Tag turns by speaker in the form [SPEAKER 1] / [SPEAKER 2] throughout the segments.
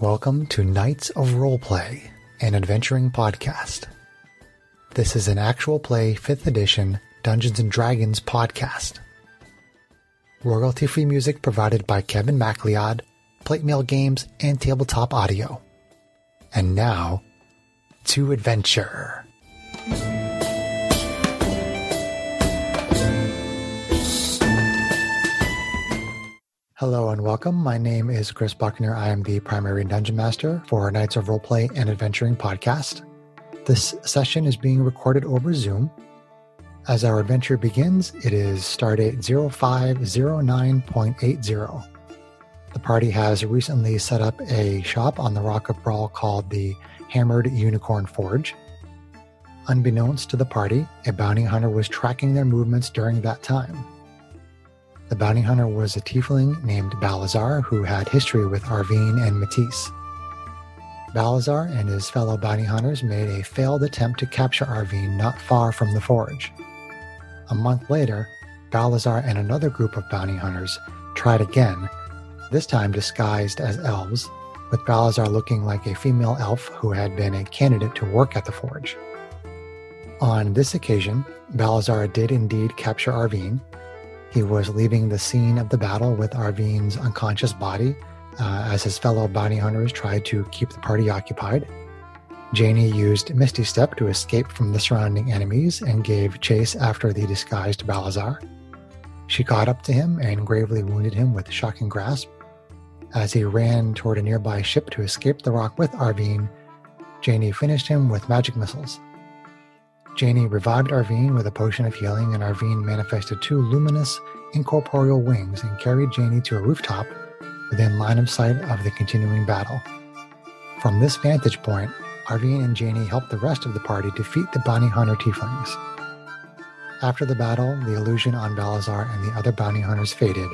[SPEAKER 1] welcome to Knights of Roleplay, an adventuring podcast. This is an actual play 5th edition Dungeons and Dragons podcast. Royalty free music provided by Kevin MacLeod, Plate Mail Games, and Tabletop Audio. And now, to adventure. Hello and welcome. My name is Chris Buckner. I am the primary dungeon master for Knights of Roleplay and Adventuring podcast. This session is being recorded over Zoom. As our adventure begins, it is stardate 0509.80. The party has recently set up a shop on the Rock of Brawl called the Hammered Unicorn Forge. Unbeknownst to the party, a bounty hunter was tracking their movements during that time. The bounty hunter was a tiefling named Balazar who had history with Arvine and Matisse. Balazar and his fellow bounty hunters made a failed attempt to capture Arvine not far from the forge. A month later, Balazar and another group of bounty hunters tried again, this time disguised as elves, with Balazar looking like a female elf who had been a candidate to work at the forge. On this occasion, Balazar did indeed capture Arvine, he was leaving the scene of the battle with Arvine's unconscious body uh, as his fellow bounty hunters tried to keep the party occupied. Janie used Misty Step to escape from the surrounding enemies and gave chase after the disguised Balazar. She caught up to him and gravely wounded him with shocking grasp. As he ran toward a nearby ship to escape the rock with Arvine, Janie finished him with magic missiles. Janie revived Arvine with a potion of healing, and Arvine manifested two luminous, incorporeal wings and carried Janie to a rooftop within line of sight of the continuing battle. From this vantage point, Arvine and Janie helped the rest of the party defeat the bounty hunter tieflings. After the battle, the illusion on Balazar and the other bounty hunters faded,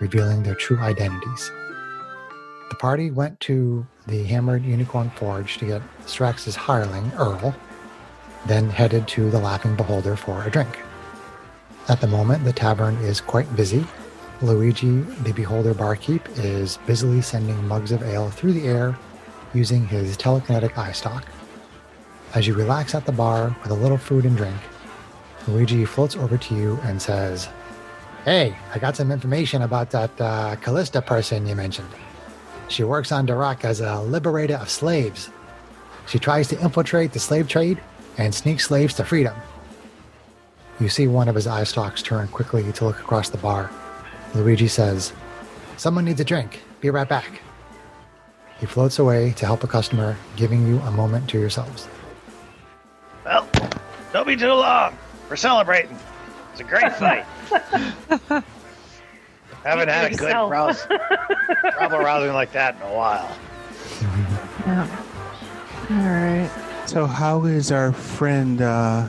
[SPEAKER 1] revealing their true identities. The party went to the Hammered Unicorn Forge to get Strax's hireling, Earl, then headed to the Laughing Beholder for a drink. At the moment, the tavern is quite busy. Luigi, the Beholder barkeep, is busily sending mugs of ale through the air using his telekinetic eye stalk. As you relax at the bar with a little food and drink, Luigi floats over to you and says, Hey, I got some information about that uh, Callista person you mentioned. She works on Darak as a liberator of slaves. She tries to infiltrate the slave trade and sneak slaves to freedom. You see one of his eye stalks turn quickly to look across the bar. Luigi says, Someone needs a drink. Be right back. He floats away to help a customer, giving you a moment to yourselves.
[SPEAKER 2] Well, don't be too long. We're celebrating. It's a great fight. Haven't had a good
[SPEAKER 3] Yourself.
[SPEAKER 2] rouse, trouble rousing like that in a while.
[SPEAKER 3] Yeah. All right.
[SPEAKER 4] So, how is our friend uh,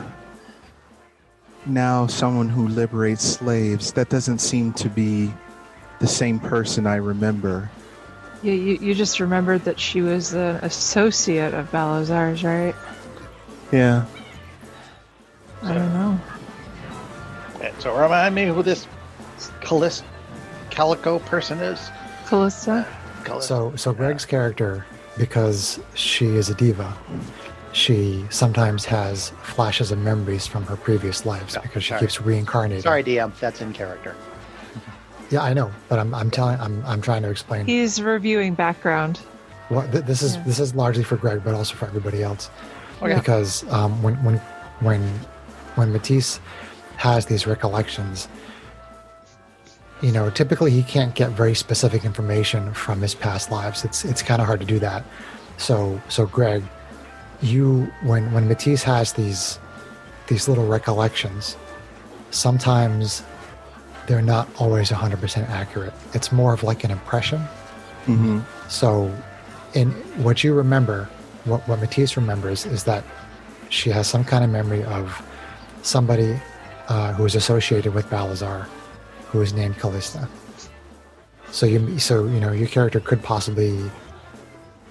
[SPEAKER 4] now someone who liberates slaves? That doesn't seem to be the same person I remember.
[SPEAKER 3] You, you, you just remembered that she was an associate of Balazar's, right?
[SPEAKER 4] Yeah.
[SPEAKER 3] I don't know.
[SPEAKER 2] Uh, So remind me who this Callis Calico person is.
[SPEAKER 3] Callista?
[SPEAKER 2] Callis-
[SPEAKER 1] So, so Greg's character, because she is a diva, she sometimes has flashes of memories from her previous lives because she
[SPEAKER 2] sorry.
[SPEAKER 1] keeps reincarnating.
[SPEAKER 2] Sorry, DM. That's in character.
[SPEAKER 1] Yeah, I know, but I'm, I'm telling, I'm, I'm trying to explain.
[SPEAKER 3] He's reviewing background.
[SPEAKER 1] Well, th- this is
[SPEAKER 3] Yeah.
[SPEAKER 1] this is largely for Greg, but also for everybody else.
[SPEAKER 3] Okay.
[SPEAKER 1] Because um, when when when when Matisse has these recollections, you know, typically he can't get very specific information from his past lives. It's it's kind of hard to do that. So so Greg, you when when Matisse has these these little recollections, sometimes they're not always 100% accurate. It's more of like an impression.
[SPEAKER 4] hmm
[SPEAKER 1] So, in what you remember, what, what Matisse remembers is that she has some kind of memory of somebody uh, who is associated with Balazar, who is named Callista. So you, so you know, your character could possibly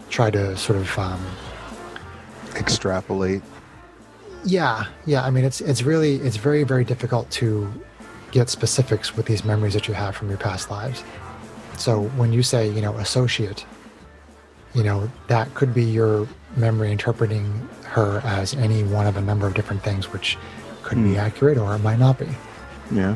[SPEAKER 1] try to sort of, um,
[SPEAKER 4] Extrapolate.
[SPEAKER 1] yeah, yeah. I mean, it's it's really it's very very difficult to get specifics with these memories that you have from your past lives. So when you say you know associate, you know, that could be your memory interpreting her as any one of a number of different things, which could be
[SPEAKER 4] Hmm.
[SPEAKER 1] accurate or it might not be.
[SPEAKER 4] Yeah.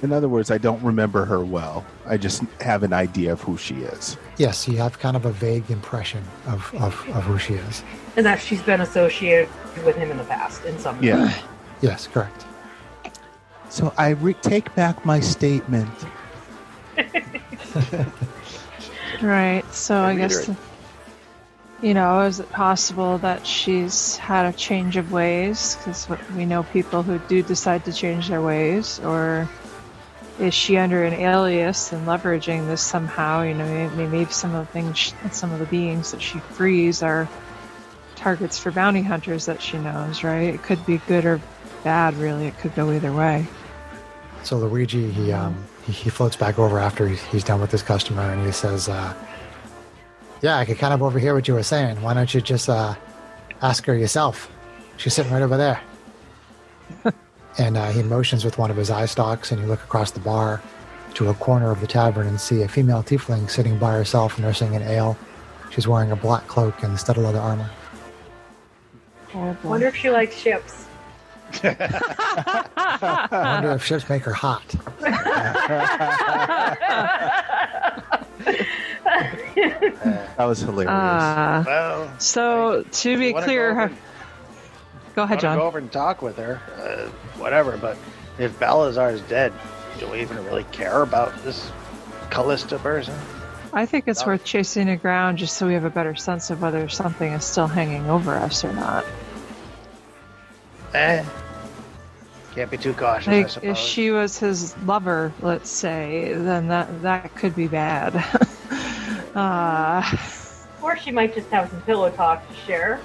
[SPEAKER 4] In other words, I don't remember her well. I just have an idea of who she is.
[SPEAKER 1] Yes, you have kind of a vague impression of, of, of who she is.
[SPEAKER 5] and that she's been associated with him in the past in some
[SPEAKER 4] Yeah.
[SPEAKER 1] Yes, correct.
[SPEAKER 4] So I re- take back my statement.
[SPEAKER 3] Right. So I guess,
[SPEAKER 2] Reiterate.
[SPEAKER 3] you know, is it possible that she's had a change of ways? Because we know people who do decide to change their ways, or is she under an alias and leveraging this somehow? You know, may- may- maybe some of the things, sh- some of the beings that she frees are targets for bounty hunters that she knows. Right? It could be good or bad. Really, it could go either way.
[SPEAKER 1] So Luigi, he um, he, he floats back over after he's, he's done with his customer, and he says, uh, "Yeah, I could kind of overhear what you were saying. Why don't you just uh, ask her yourself? She's sitting right over there." and uh, he motions with one of his eye stalks, and you look across the bar to a corner of the tavern and see a female tiefling sitting by herself, nursing an ale. She's wearing a black cloak and studded leather armor.
[SPEAKER 3] Horrible.
[SPEAKER 5] Wonder if she likes ships.
[SPEAKER 1] I wonder if ships make her hot.
[SPEAKER 4] That was hilarious.
[SPEAKER 3] Ah.
[SPEAKER 2] Well,
[SPEAKER 3] so to be
[SPEAKER 2] wanna
[SPEAKER 3] clear,
[SPEAKER 2] go over
[SPEAKER 3] her- go
[SPEAKER 2] I
[SPEAKER 3] ahead,
[SPEAKER 2] want to go
[SPEAKER 3] John.
[SPEAKER 2] over and talk with her, uh, whatever. But if Balazar's dead, do we even really care about this Callista person?
[SPEAKER 3] I think it's worth chasing the ground just so we have a better sense of whether something is still hanging over us or not.
[SPEAKER 2] Eh, can't be too cautious. I
[SPEAKER 3] Like,
[SPEAKER 2] suppose.
[SPEAKER 3] if she was his lover, let's say, then that that could be bad. uh,
[SPEAKER 5] Or she might just have some pillow talk to share.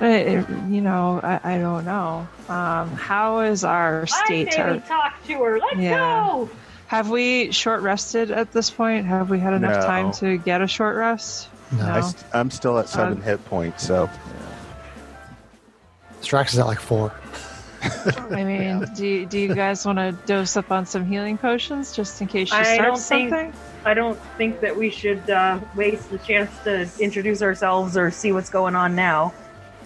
[SPEAKER 5] you know?
[SPEAKER 3] it- you know, I, I don't know. Um, how is our
[SPEAKER 5] I
[SPEAKER 3] state?
[SPEAKER 5] say we
[SPEAKER 3] Are,
[SPEAKER 5] talk to her. Let's
[SPEAKER 3] Yeah.
[SPEAKER 5] go.
[SPEAKER 3] have we short rested at this point? Have we had enough
[SPEAKER 4] No.
[SPEAKER 3] time to get a short rest?
[SPEAKER 1] No.
[SPEAKER 4] I st- I'm still at seven hit points, so
[SPEAKER 1] Strax is at like four.
[SPEAKER 3] I mean, do, you- do you guys want to dose up on some healing potions just in case she
[SPEAKER 5] I
[SPEAKER 3] starts
[SPEAKER 5] don't think-
[SPEAKER 3] something?
[SPEAKER 5] I don't think that we should uh, waste the chance to introduce ourselves or see what's going on now.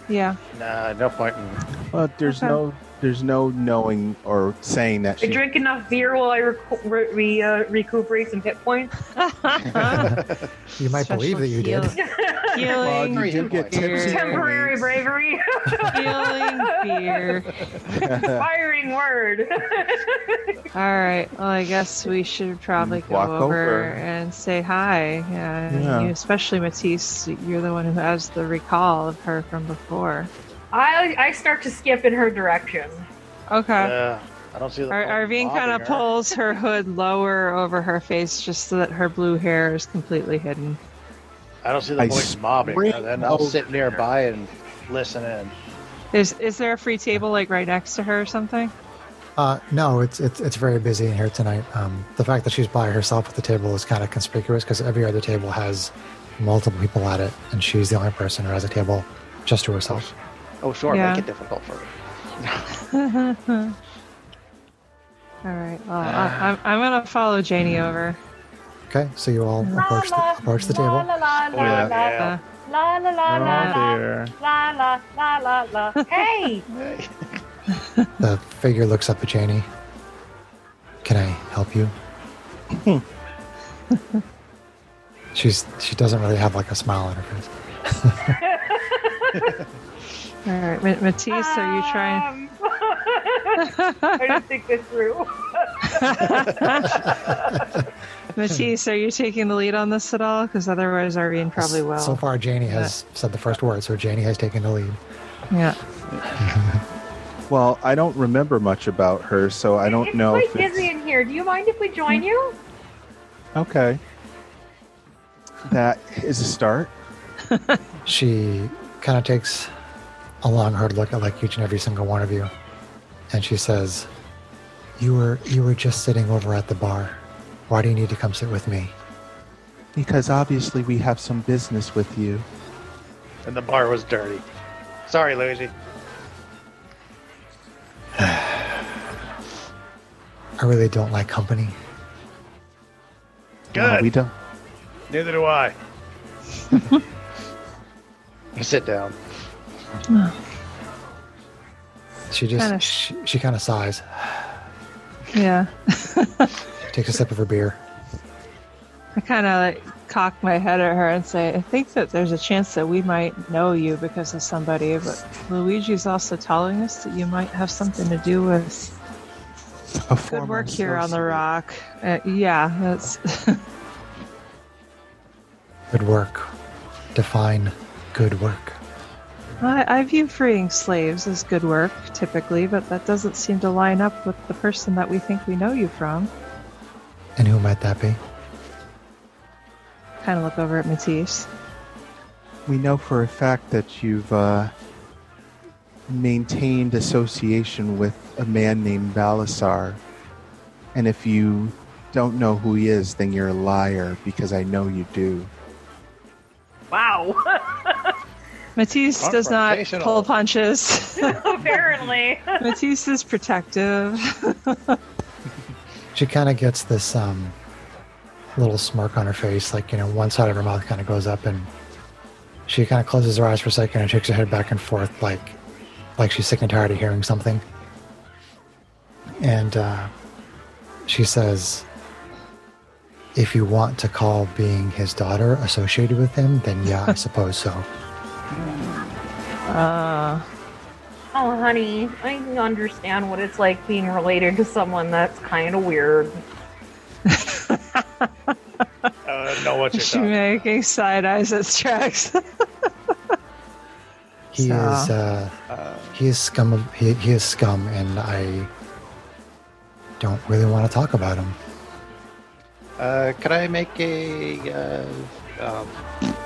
[SPEAKER 3] Yeah.
[SPEAKER 2] Nah, no point in.
[SPEAKER 4] well, there's
[SPEAKER 3] Okay.
[SPEAKER 4] no there's no knowing or saying that
[SPEAKER 5] I
[SPEAKER 4] she
[SPEAKER 5] drink enough beer while I recu- re- re- uh, recuperate some hit points.
[SPEAKER 1] You might
[SPEAKER 3] Special
[SPEAKER 1] believe that you
[SPEAKER 3] heal-
[SPEAKER 1] did.
[SPEAKER 4] Well,
[SPEAKER 3] Healing,
[SPEAKER 4] you did get
[SPEAKER 3] Temporary
[SPEAKER 4] tipsy
[SPEAKER 5] Temporary
[SPEAKER 4] anyways.
[SPEAKER 5] bravery,
[SPEAKER 3] healing beer.
[SPEAKER 5] firing word.
[SPEAKER 3] All right. Well, I guess we should probably go
[SPEAKER 4] Walk
[SPEAKER 3] over,
[SPEAKER 4] over.
[SPEAKER 3] and say hi. Yeah, and
[SPEAKER 4] Yeah.
[SPEAKER 3] You, especially Matisse, you're the one who has the recall of her from before.
[SPEAKER 5] I I start to skip in her direction.
[SPEAKER 3] Okay.
[SPEAKER 2] Uh, I don't see the.
[SPEAKER 3] Ar-
[SPEAKER 2] point in
[SPEAKER 3] Arvine kind
[SPEAKER 2] bothering her.
[SPEAKER 3] of pulls her hood lower over her face just so that her blue hair is completely hidden.
[SPEAKER 2] I don't see the
[SPEAKER 4] I
[SPEAKER 2] point in mobbing her.
[SPEAKER 4] spring
[SPEAKER 2] Then I'll
[SPEAKER 4] over
[SPEAKER 2] sit nearby and listen in.
[SPEAKER 3] Is is there a free table like right next to her or something?
[SPEAKER 1] Uh, no, it's it's it's very busy in here tonight. Um, the fact that she's by herself at the table is kind of conspicuous because every other table has multiple people at it, and she's the only person who has a table just to herself.
[SPEAKER 2] Oh, sure,
[SPEAKER 3] Yeah.
[SPEAKER 2] make it difficult for her.
[SPEAKER 3] All right. Well,
[SPEAKER 4] Ah.
[SPEAKER 3] I, I'm I'm gonna follow Janie over.
[SPEAKER 1] Okay, so you all approach the, approach the
[SPEAKER 5] La,
[SPEAKER 1] table.
[SPEAKER 5] la, la,
[SPEAKER 2] Oh,
[SPEAKER 5] la,
[SPEAKER 4] yeah.
[SPEAKER 5] la,
[SPEAKER 3] Uh,
[SPEAKER 5] La la la
[SPEAKER 4] Oh,
[SPEAKER 5] la la
[SPEAKER 4] there.
[SPEAKER 5] la la la la la. Hey,
[SPEAKER 1] The figure looks up at Janie. Can I help you? she's she doesn't really have like a smile on her face.
[SPEAKER 3] All right, Ma- Matisse, are you trying?
[SPEAKER 5] Um, I didn't think this through.
[SPEAKER 3] Matisse, are you taking the lead on this at all? Because otherwise, Arvine probably will.
[SPEAKER 1] So far, Janie has said the first word, so Janie has taken the lead.
[SPEAKER 3] Yeah.
[SPEAKER 4] Well, I don't remember much about her, so I don't
[SPEAKER 5] it's
[SPEAKER 4] know
[SPEAKER 5] quite
[SPEAKER 4] if
[SPEAKER 5] busy
[SPEAKER 4] it's
[SPEAKER 5] in here. Do you mind if we join you?
[SPEAKER 4] okay. That is a start.
[SPEAKER 1] she kind of takes a long hard look at like each and every single one of you and she says you were you were just sitting over at the bar why do you need to come sit with me
[SPEAKER 4] Because obviously we have some business with you.
[SPEAKER 2] And the bar was dirty. Sorry, Luigi.
[SPEAKER 1] i really don't like company
[SPEAKER 4] No,
[SPEAKER 2] Good.
[SPEAKER 4] we don't.
[SPEAKER 2] Neither do I. You sit down.
[SPEAKER 1] She just
[SPEAKER 3] Kinda-
[SPEAKER 1] she, she kind of sighs,
[SPEAKER 3] Yeah.
[SPEAKER 1] takes a sip of her beer.
[SPEAKER 3] I kind of like cock my head at her and say, I think that there's a chance that we might know you because of somebody, but Luigi's also telling us that you might have something to do with
[SPEAKER 4] A
[SPEAKER 3] good
[SPEAKER 4] former
[SPEAKER 3] work here on the
[SPEAKER 4] associate.
[SPEAKER 3] rock. Uh, yeah, that's
[SPEAKER 1] Good work. Define good work.
[SPEAKER 3] I, I view freeing slaves as good work typically, but that doesn't seem to line up with the person that we think we know you from.
[SPEAKER 1] And who might that be?
[SPEAKER 3] Kind of look over at Matisse.
[SPEAKER 4] We know for a fact that you've uh, maintained association with a man named Balasar. And if you don't know who he is, then you're a liar because I know you do.
[SPEAKER 5] Wow.
[SPEAKER 3] Matisse does not pull
[SPEAKER 2] Confrontational.
[SPEAKER 3] punches.
[SPEAKER 5] Apparently.
[SPEAKER 3] Matisse is protective.
[SPEAKER 1] She kind of gets this um, little smirk on her face, like you know, one side of her mouth kind of goes up, and she kind of closes her eyes for a second and shakes her head back and forth, like like she's sick and tired of hearing something. And uh, she says, "If you want to call being his daughter associated with him, then yeah, I suppose so."
[SPEAKER 3] Uh,
[SPEAKER 5] Oh, honey, I understand what it's like being related to someone that's kind of weird.
[SPEAKER 2] I don't know what
[SPEAKER 3] is she
[SPEAKER 2] you're talking
[SPEAKER 3] making side eyes at Strax?
[SPEAKER 1] He
[SPEAKER 3] So-
[SPEAKER 1] is uh, he is scum of he, he is scum, and I don't really want to talk about him.
[SPEAKER 2] Uh, could I make a uh, um,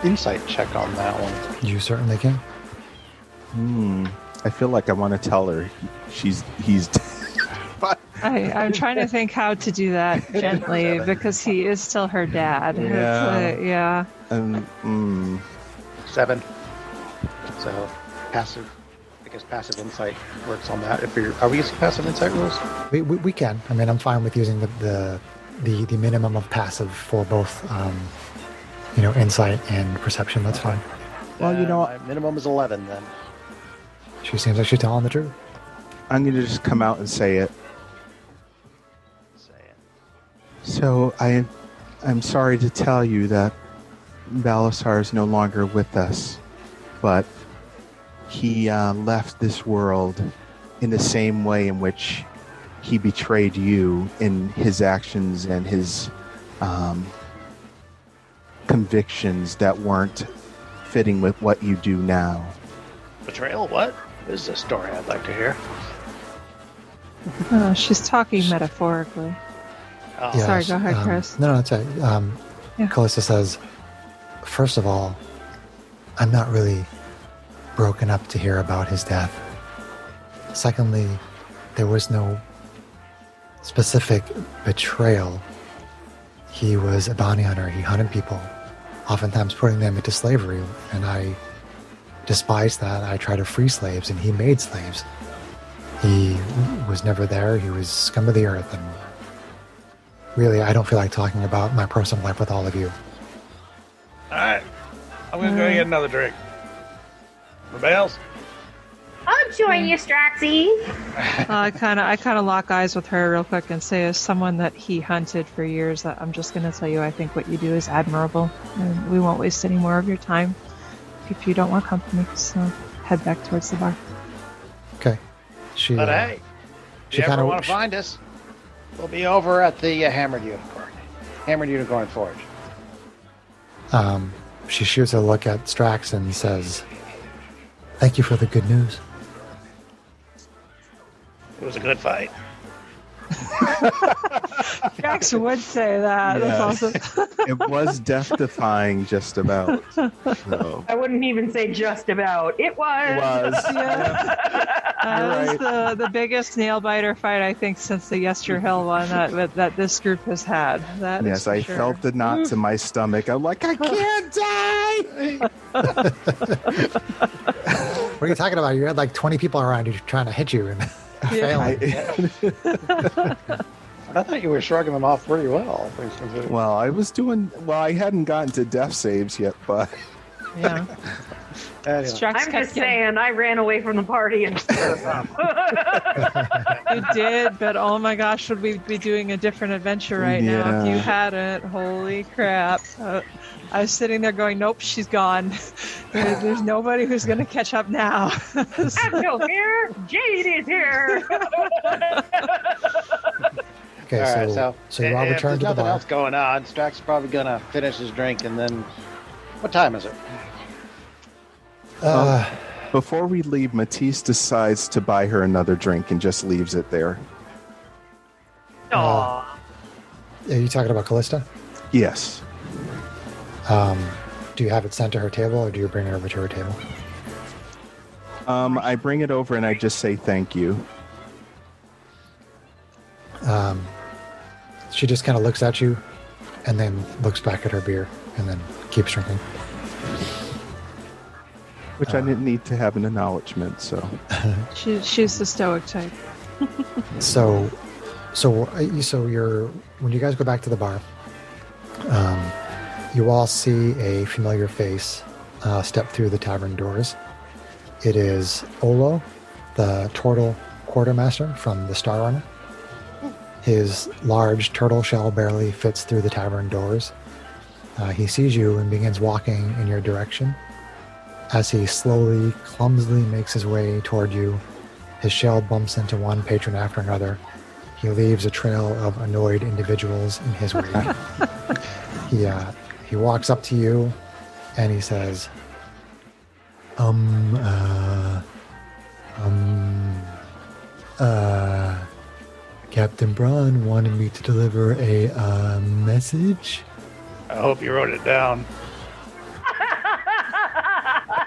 [SPEAKER 2] insight check on that one?
[SPEAKER 1] You certainly can.
[SPEAKER 4] Hmm. I feel like I want to tell her she's he's but
[SPEAKER 3] I, I'm trying to think how to do that gently because he is still her dad. It's,
[SPEAKER 4] Yeah.
[SPEAKER 3] uh, yeah.
[SPEAKER 4] um, mm,
[SPEAKER 2] Seven. So passive. I guess passive insight works on that. If you're, are we using passive insight rules?
[SPEAKER 1] We, we, we can. I mean, I'm fine with using the the, the, the minimum of passive for both, um, you know, insight and perception. That's fine.
[SPEAKER 4] Well, you
[SPEAKER 2] Uh,
[SPEAKER 4] know-
[SPEAKER 2] my minimum is eleven. Then
[SPEAKER 1] She seems like she's telling the truth.
[SPEAKER 4] I'm gonna just come out and say it.
[SPEAKER 2] say it.
[SPEAKER 4] So I, I'm sorry to tell you that Balasar is no longer with us, but he uh, left this world in the same way in which he betrayed you in his actions and his um, convictions that weren't fitting with what you do now.
[SPEAKER 2] Betrayal? What? This is a story I'd like to hear.
[SPEAKER 3] Oh, she's talking metaphorically.
[SPEAKER 2] Oh,
[SPEAKER 1] Yeah,
[SPEAKER 3] Sorry, go ahead,
[SPEAKER 1] um,
[SPEAKER 3] Chris.
[SPEAKER 1] No, no, it's all right. Um,
[SPEAKER 3] Yeah.
[SPEAKER 1] Callista says, first of all, I'm not really broken up to hear about his death. Secondly, there was no specific betrayal. He was a bounty hunter. He hunted people, oftentimes putting them into slavery, and I despise that. I try to free slaves, and he made slaves. He was never there. He was scum of the earth, and really, I don't feel like talking about my personal life with all of you.
[SPEAKER 2] All right, I'm gonna go get another drink. Rebels?
[SPEAKER 6] I'll
[SPEAKER 7] Oh,
[SPEAKER 6] join you, Straxy.
[SPEAKER 3] Uh, I kind of I kind of lock eyes with her real quick and say, as someone that he hunted for years, that I'm just going to tell you, I think what you do is admirable, and we won't waste any more of your time if you don't want company. So head back towards the bar.
[SPEAKER 1] Okay. She,
[SPEAKER 2] But
[SPEAKER 1] uh,
[SPEAKER 2] hey, if
[SPEAKER 1] she
[SPEAKER 2] you ever
[SPEAKER 1] kinda-
[SPEAKER 2] want to
[SPEAKER 1] she-
[SPEAKER 2] find us, we'll be over at the uh, Hammered Unicorn, Hammered Unicorn Forge.
[SPEAKER 1] um, she shoots a look at Strax and says, Thank you for the good news.
[SPEAKER 2] It was a good fight.
[SPEAKER 3] Jax would say that. That's
[SPEAKER 4] Yes.
[SPEAKER 3] awesome.
[SPEAKER 4] it was death defying, just about. So.
[SPEAKER 5] I wouldn't even say just about. It was.
[SPEAKER 4] It was.
[SPEAKER 3] Yeah. That was the, the biggest nail biter fight I think since the Yester Hill one that that- that this group has had. That is
[SPEAKER 4] Yes,
[SPEAKER 3] for
[SPEAKER 4] I
[SPEAKER 3] sure.
[SPEAKER 4] felt the knots in my stomach. I'm like, I can't die.
[SPEAKER 1] What are you talking about? You had like 20 people around you trying to hit you and failing.
[SPEAKER 4] I,
[SPEAKER 2] I thought you were shrugging them off pretty well.
[SPEAKER 4] well, I was doing well. I hadn't gotten to death saves yet, but
[SPEAKER 3] Yeah.
[SPEAKER 2] Anyway,
[SPEAKER 3] Strax
[SPEAKER 5] I'm
[SPEAKER 3] kept
[SPEAKER 5] just
[SPEAKER 3] getting-
[SPEAKER 5] saying, I ran away from the party and.
[SPEAKER 3] You did, but oh my gosh, would we be doing a different adventure right now if
[SPEAKER 4] Yeah.
[SPEAKER 3] you hadn't? Holy crap. Uh, I was sitting there going, nope, she's gone. There- There's nobody who's going to catch up now.
[SPEAKER 5] Echo here, Jade is here.
[SPEAKER 1] Okay,
[SPEAKER 2] all right,
[SPEAKER 1] so,
[SPEAKER 2] so,
[SPEAKER 1] so you
[SPEAKER 2] i-
[SPEAKER 1] all
[SPEAKER 2] if
[SPEAKER 1] return to the
[SPEAKER 2] there's nothing
[SPEAKER 1] bar.
[SPEAKER 2] else going on, Strax is probably gonna finish his drink and then. What time is it?
[SPEAKER 1] Uh,
[SPEAKER 4] Before we leave, Matisse decides to buy her another drink and just leaves it there.
[SPEAKER 5] Aww.
[SPEAKER 1] are you talking about Callista?
[SPEAKER 4] Yes.
[SPEAKER 1] Um, do you have it sent to her table, or do you bring it over to her table?
[SPEAKER 4] Um, I bring it over and I just say thank you.
[SPEAKER 1] Um, she just kind of looks at you, and then looks back at her beer, and then keeps drinking.
[SPEAKER 4] which I didn't need to have an acknowledgement. So
[SPEAKER 3] she, she's the stoic type.
[SPEAKER 1] So, so, uh, so you're when you guys go back to the bar, um, you all see a familiar face uh, step through the tavern doors. It is Olo, the turtle quartermaster from the Star Runner. His large turtle shell barely fits through the tavern doors. Uh, he sees you and begins walking in your direction. As he slowly, clumsily makes his way toward you, his shell bumps into one patron after another. He leaves a trail of annoyed individuals in his wake. he, uh, he walks up to you and he says, Um, uh, um, uh, Captain Braun wanted me to deliver a uh, message.
[SPEAKER 2] I hope you wrote it down.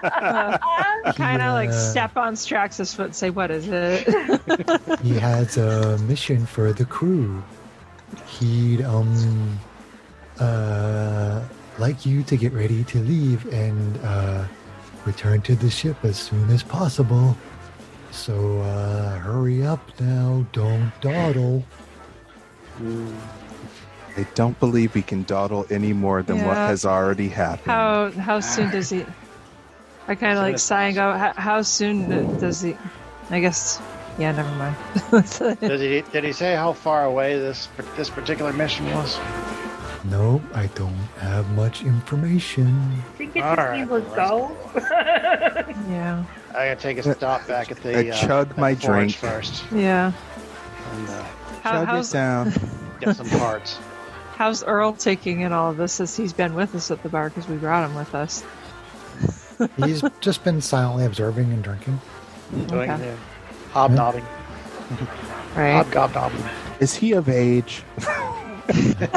[SPEAKER 3] Kind of like
[SPEAKER 1] Yeah.
[SPEAKER 3] step on Strax's foot and say, what is it?
[SPEAKER 1] he has a mission for the crew. He'd um uh like you to get ready to leave and uh return to the ship as soon as possible. So uh hurry up now, don't dawdle.
[SPEAKER 4] I don't believe we can dawdle any more than what
[SPEAKER 3] Yeah.
[SPEAKER 4] has already happened.
[SPEAKER 3] How how soon does he? I kind of like sigh and go. How, how soon d- does he? I guess. Yeah, never mind.
[SPEAKER 2] Does he? Did he say how far away this this particular mission was?
[SPEAKER 1] No, I don't have much information.
[SPEAKER 6] I think it
[SPEAKER 2] All
[SPEAKER 6] just
[SPEAKER 2] right,
[SPEAKER 6] means let's go.
[SPEAKER 3] yeah,
[SPEAKER 2] I gotta take a stop back at the. uh,
[SPEAKER 4] I chug
[SPEAKER 2] at
[SPEAKER 4] my
[SPEAKER 2] the forge
[SPEAKER 4] drink.
[SPEAKER 2] first
[SPEAKER 3] yeah.
[SPEAKER 2] and uh,
[SPEAKER 3] How,
[SPEAKER 4] Chug it
[SPEAKER 3] how's
[SPEAKER 4] down.
[SPEAKER 2] get some parts.
[SPEAKER 3] how's Earl taking in all of this since he's been with us at the bar because we brought him with us?
[SPEAKER 1] He's just been silently observing and drinking.
[SPEAKER 2] Doing
[SPEAKER 3] Okay.
[SPEAKER 2] the hobnobbing,
[SPEAKER 3] Right.
[SPEAKER 2] hobgobnobbing.
[SPEAKER 4] Is he of age?
[SPEAKER 1] You're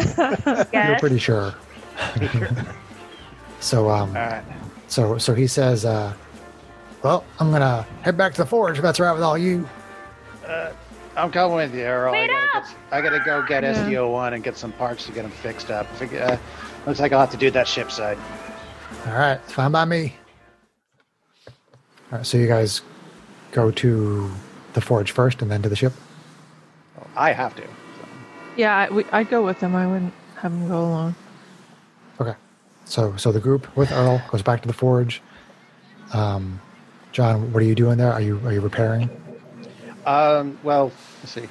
[SPEAKER 5] Yes.
[SPEAKER 1] pretty sure. so um
[SPEAKER 2] All right.
[SPEAKER 1] So so he says, uh, "Well, I'm gonna head back to the forge. If that's all right with all you."
[SPEAKER 2] I'm coming with you, Earl. I
[SPEAKER 6] Wait
[SPEAKER 2] gotta,
[SPEAKER 6] up!
[SPEAKER 2] get, I gotta go get
[SPEAKER 3] Yeah.
[SPEAKER 2] SDO one and get some parts to get them fixed up. Fig- Uh, looks like I'll have to do that ship side.
[SPEAKER 1] All right, it's fine by me. All right, so you guys go to the forge first, and then to the ship.
[SPEAKER 2] I have to.
[SPEAKER 3] Yeah, I, we, I'd go with him. I wouldn't have him go alone.
[SPEAKER 1] Okay. So so the group with Earl goes back to the forge. Um, John, what are you doing there? Are you are you repairing?
[SPEAKER 2] Um, well, let's see.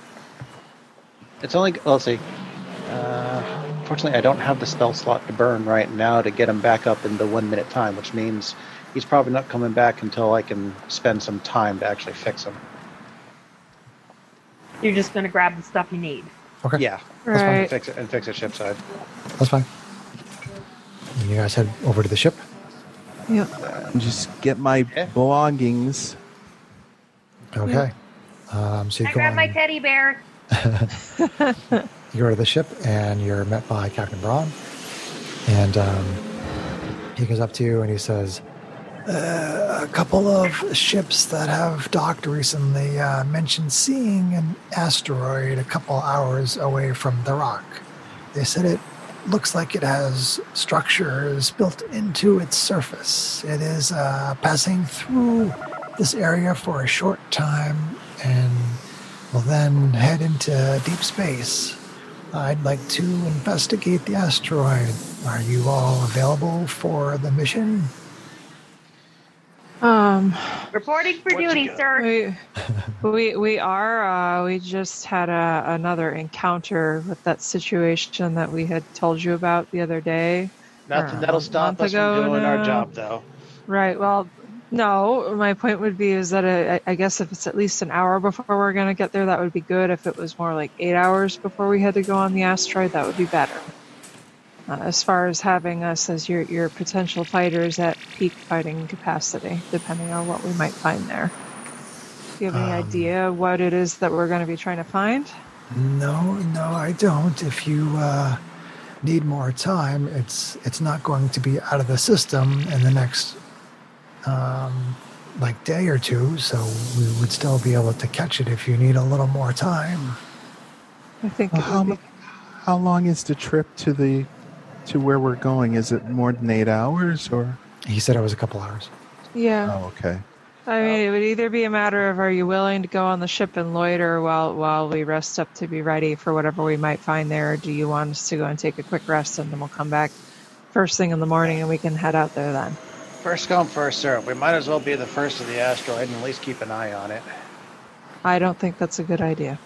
[SPEAKER 2] It's only. well, Let's see. Uh, fortunately, I don't have the spell slot to burn right now to get him back up in the one minute time, which means he's probably not coming back until I can spend some time to actually fix him.
[SPEAKER 5] You're just gonna grab the stuff you need.
[SPEAKER 1] Okay.
[SPEAKER 2] Yeah,
[SPEAKER 3] Right.
[SPEAKER 2] fix it and fix it ship side.
[SPEAKER 1] That's fine. And you guys head over to the ship.
[SPEAKER 3] Yep.
[SPEAKER 4] Just get my
[SPEAKER 2] Yeah.
[SPEAKER 4] belongings.
[SPEAKER 1] Okay. Um, so you
[SPEAKER 6] I
[SPEAKER 1] go
[SPEAKER 6] grabbed my
[SPEAKER 1] on-
[SPEAKER 6] teddy bear.
[SPEAKER 1] you go to the ship and you're met by Captain Braun. And um, he goes up to you and he says, uh, A couple of ships that have docked recently uh, mentioned seeing an asteroid a couple hours away from the rock. They said it looks like it has structures built into its surface. It is uh, passing through this area for a short time and will then head into deep space. I'd like to investigate the asteroid. Are you all available for the mission?
[SPEAKER 3] Um,
[SPEAKER 6] Reporting for
[SPEAKER 2] What you
[SPEAKER 6] duty,
[SPEAKER 2] got?
[SPEAKER 6] sir.
[SPEAKER 3] we, we we are uh, we just had a, another encounter with that situation that we had told you about the other day.
[SPEAKER 2] Nothing
[SPEAKER 3] Uh,
[SPEAKER 2] that'll stop
[SPEAKER 3] month
[SPEAKER 2] us from
[SPEAKER 3] ago
[SPEAKER 2] doing our
[SPEAKER 3] now.
[SPEAKER 2] job, though.
[SPEAKER 3] Right. Well, no. My point would be is that uh, I I guess if it's at least an hour before we're gonna get there, that would be good. If it was more like eight hours before we had to go on the asteroid, that would be better. Uh, as far as having us as your your potential fighters at peak fighting capacity, depending on what we might find there. Do you have any
[SPEAKER 1] Um,
[SPEAKER 3] idea what it is that we're going to be trying to find?
[SPEAKER 1] No, no, I don't. If you uh, need more time, it's it's not going to be out of the system in the next um, like day or two. So we would still be able to catch it if you need a little more time.
[SPEAKER 3] I think
[SPEAKER 4] Well,
[SPEAKER 3] it
[SPEAKER 4] uh, how,
[SPEAKER 3] would
[SPEAKER 4] mu- how long is the trip to the to where we're going? Is it more than eight hours or?
[SPEAKER 1] He said it was a couple hours.
[SPEAKER 3] be- yeah.
[SPEAKER 4] Oh, okay.
[SPEAKER 3] I mean, it would either be a matter of are you willing to go on the ship and loiter while while we rest up to be ready for whatever we might find there, or do you want us to go and take a quick rest and then we'll come back first thing in the morning and we can head out there then?
[SPEAKER 2] First come, first serve. We might as well be the first of the asteroid and at least keep an eye on it.
[SPEAKER 3] I don't think that's a good idea.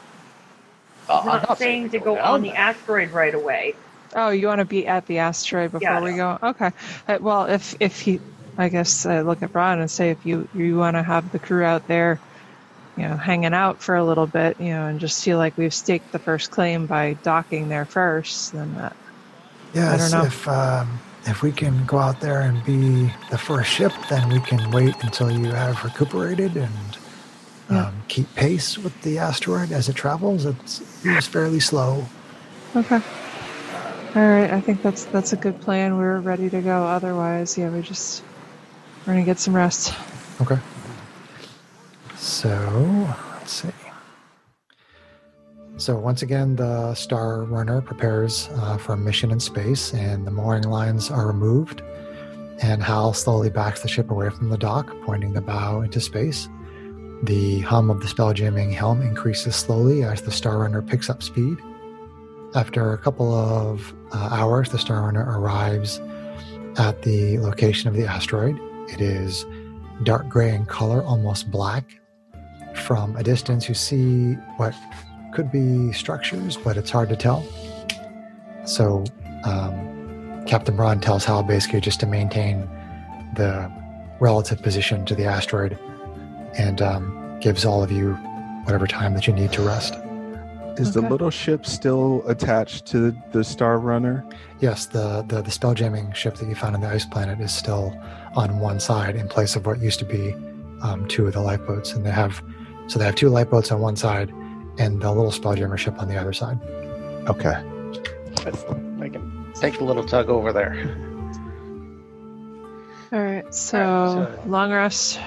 [SPEAKER 2] Uh,
[SPEAKER 5] I'm
[SPEAKER 2] I'm
[SPEAKER 5] not saying to go on the
[SPEAKER 2] down
[SPEAKER 5] asteroid right away.
[SPEAKER 3] Oh, you want to be at the asteroid before
[SPEAKER 5] Yeah.
[SPEAKER 3] we go? Okay. Uh, well, if if he, I guess uh, look at Ron and say if you you want to have the crew out there, you know, hanging out for a little bit, you know, and just feel like we've staked the first claim by docking there first, then that
[SPEAKER 1] Yes,
[SPEAKER 3] know.
[SPEAKER 1] if um, if we can go out there and be the first ship, then we can wait until you have recuperated and
[SPEAKER 3] Yeah.
[SPEAKER 1] um, keep pace with the asteroid as it travels. It's, it's fairly slow.
[SPEAKER 3] Okay. All right. I think that's that's a good plan. We're ready to go. Otherwise, yeah, we just we're gonna get some rest.
[SPEAKER 1] Okay. So let's see. So once again, the Star Runner prepares uh, for a mission in space, and the mooring lines are removed. And Hal slowly backs the ship away from the dock, pointing the bow into space. The hum of the spell jamming helm increases slowly as the Star Runner picks up speed. After a couple of uh, hours, the Star Runner arrives at the location of the asteroid. It is dark gray in color, almost black. From a distance, you see what could be structures, but it's hard to tell. So, um, Captain Braun tells Hal basically just to maintain the relative position to the asteroid and um, gives all of you whatever time that you need to rest.
[SPEAKER 4] Is the
[SPEAKER 3] Okay.
[SPEAKER 4] little ship still attached to the Star Runner?
[SPEAKER 1] Yes, the, the, the spell jamming ship that you found on the ice planet is still on one side in place of what used to be um, two of the lifeboats, and they have so they have two lifeboats on one side and the little spell jammer ship on the other side.
[SPEAKER 4] Okay.
[SPEAKER 2] I can take the little tug over there.
[SPEAKER 3] All right. So,
[SPEAKER 2] Alright, so-
[SPEAKER 3] long rest.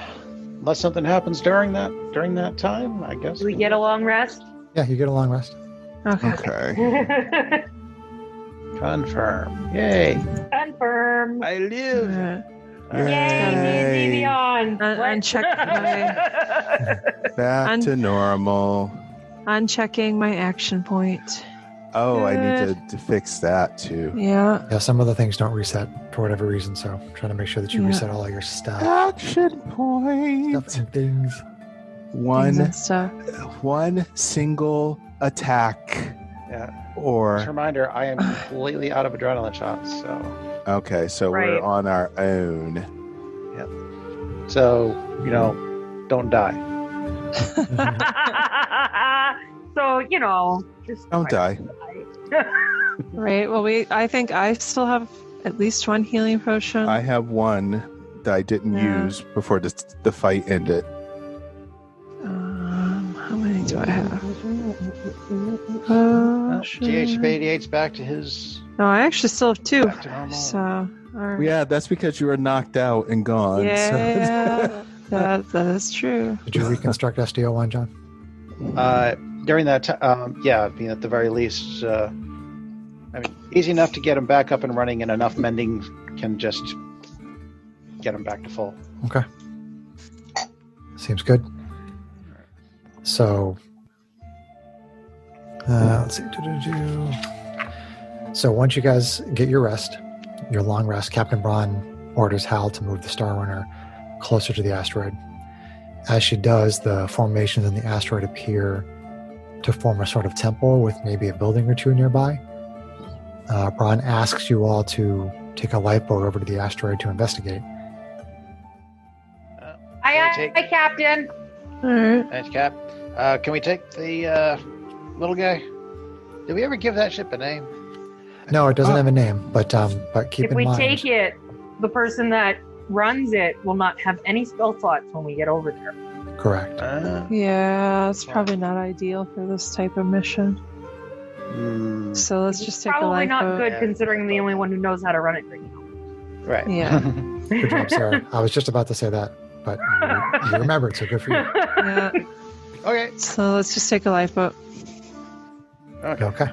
[SPEAKER 2] Unless something happens during that during that time, I guess.
[SPEAKER 5] Do we get a long rest?
[SPEAKER 1] Yeah, you get a long rest.
[SPEAKER 3] Okay.
[SPEAKER 4] Okay.
[SPEAKER 5] Confirm.
[SPEAKER 2] confirm. Yay! I
[SPEAKER 3] All
[SPEAKER 2] live.
[SPEAKER 3] right.
[SPEAKER 5] Yay,
[SPEAKER 4] Yay.
[SPEAKER 5] D&D Beyond.
[SPEAKER 3] Un-
[SPEAKER 5] What?
[SPEAKER 3] uncheck my-
[SPEAKER 4] Back
[SPEAKER 3] Un-
[SPEAKER 4] to normal.
[SPEAKER 3] Unchecking my action point.
[SPEAKER 4] Oh, I need
[SPEAKER 3] Good.
[SPEAKER 4] to, to fix that too.
[SPEAKER 3] Yeah.
[SPEAKER 1] Yeah, some of the things don't reset for whatever reason, so I'm trying to make sure that you
[SPEAKER 3] Yeah.
[SPEAKER 1] reset all your stuff,
[SPEAKER 4] Action
[SPEAKER 1] stuff
[SPEAKER 4] point.
[SPEAKER 1] and things.
[SPEAKER 3] Things
[SPEAKER 4] One
[SPEAKER 3] and stuff.
[SPEAKER 4] one single attack.
[SPEAKER 2] Yeah. Just a
[SPEAKER 4] Or
[SPEAKER 2] reminder, I am completely out of adrenaline shots. So,
[SPEAKER 4] okay, so
[SPEAKER 5] Right.
[SPEAKER 4] we're on our own.
[SPEAKER 2] so you know, don't die.
[SPEAKER 5] so, you know, just
[SPEAKER 4] Don't die.
[SPEAKER 3] Right. Well, we. I think I still have at least one healing potion.
[SPEAKER 4] I have one that I didn't
[SPEAKER 3] Yeah.
[SPEAKER 4] use before the, the fight ended.
[SPEAKER 3] um, how many do I have? Oh, Uh,
[SPEAKER 2] Well, GH radiates back to his
[SPEAKER 3] No, Oh, I actually still have two.
[SPEAKER 2] back to normal.
[SPEAKER 3] So. All right.
[SPEAKER 4] Yeah, that's because you were knocked out and gone. so-
[SPEAKER 3] Yeah, that, that is true.
[SPEAKER 1] Did you reconstruct SDO one, John?
[SPEAKER 2] Uh, during that time, um, yeah, I mean, at the very least, uh, I mean, easy enough to get him back up and running, and enough mending can just get him back to full.
[SPEAKER 1] Okay. Seems good. So, uh, let's see. Doo-doo-doo. So, once you guys get your rest, your long rest, Captain Braun orders Hal to move the Star Runner closer to the asteroid. As she does, the formations in the asteroid appear to form a sort of temple with maybe a building or two nearby. Uh, Braun asks you all to take a lifeboat over to the asteroid to investigate.
[SPEAKER 2] Can
[SPEAKER 6] Aye,
[SPEAKER 2] we
[SPEAKER 6] aye,
[SPEAKER 2] take-
[SPEAKER 6] aye, Captain.
[SPEAKER 3] All right.
[SPEAKER 2] Thanks, Cap. Uh, can we take the uh, little guy? Did we ever give that ship a name?
[SPEAKER 1] No, it doesn't
[SPEAKER 4] Oh.
[SPEAKER 1] have a name, but um, but keep
[SPEAKER 5] if
[SPEAKER 1] in
[SPEAKER 5] we
[SPEAKER 1] mind.
[SPEAKER 5] take it, the person that runs it will not have any spell slots when we get over there.
[SPEAKER 1] Correct.
[SPEAKER 2] Uh,
[SPEAKER 3] Yeah, it's probably not ideal for this type of mission.
[SPEAKER 2] hmm,
[SPEAKER 3] So let's just take a
[SPEAKER 5] Probably
[SPEAKER 3] lifeboat.
[SPEAKER 5] not good
[SPEAKER 2] Yeah.
[SPEAKER 5] considering I'm the only one who knows how to run it right
[SPEAKER 2] right.
[SPEAKER 3] Yeah.
[SPEAKER 1] Good job,
[SPEAKER 5] now.
[SPEAKER 1] Sarah. I was just about to say that, but you, you remembered, so good for you.
[SPEAKER 3] Yeah.
[SPEAKER 2] okay.
[SPEAKER 3] So let's just take a lifeboat.
[SPEAKER 2] Okay.
[SPEAKER 1] Okay.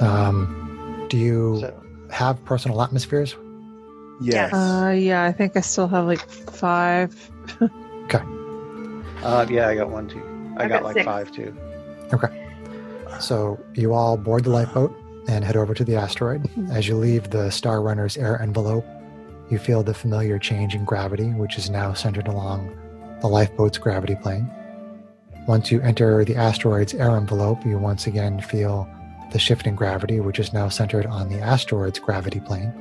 [SPEAKER 1] Um, do you
[SPEAKER 2] So,
[SPEAKER 1] have personal atmospheres?
[SPEAKER 4] Yes.
[SPEAKER 3] Uh, yeah, I think I still have like five.
[SPEAKER 2] uh, yeah, I got one too. I
[SPEAKER 5] I've
[SPEAKER 2] got,
[SPEAKER 5] got
[SPEAKER 2] like
[SPEAKER 5] six.
[SPEAKER 2] five too.
[SPEAKER 1] So you all board the lifeboat and head over to the asteroid. As you leave the Star Runner's air envelope, you feel the familiar change in gravity, which is now centered along the lifeboat's gravity plane. Once you enter the asteroid's air envelope, you once again feel the shift in gravity, which is now centered on the asteroid's gravity plane.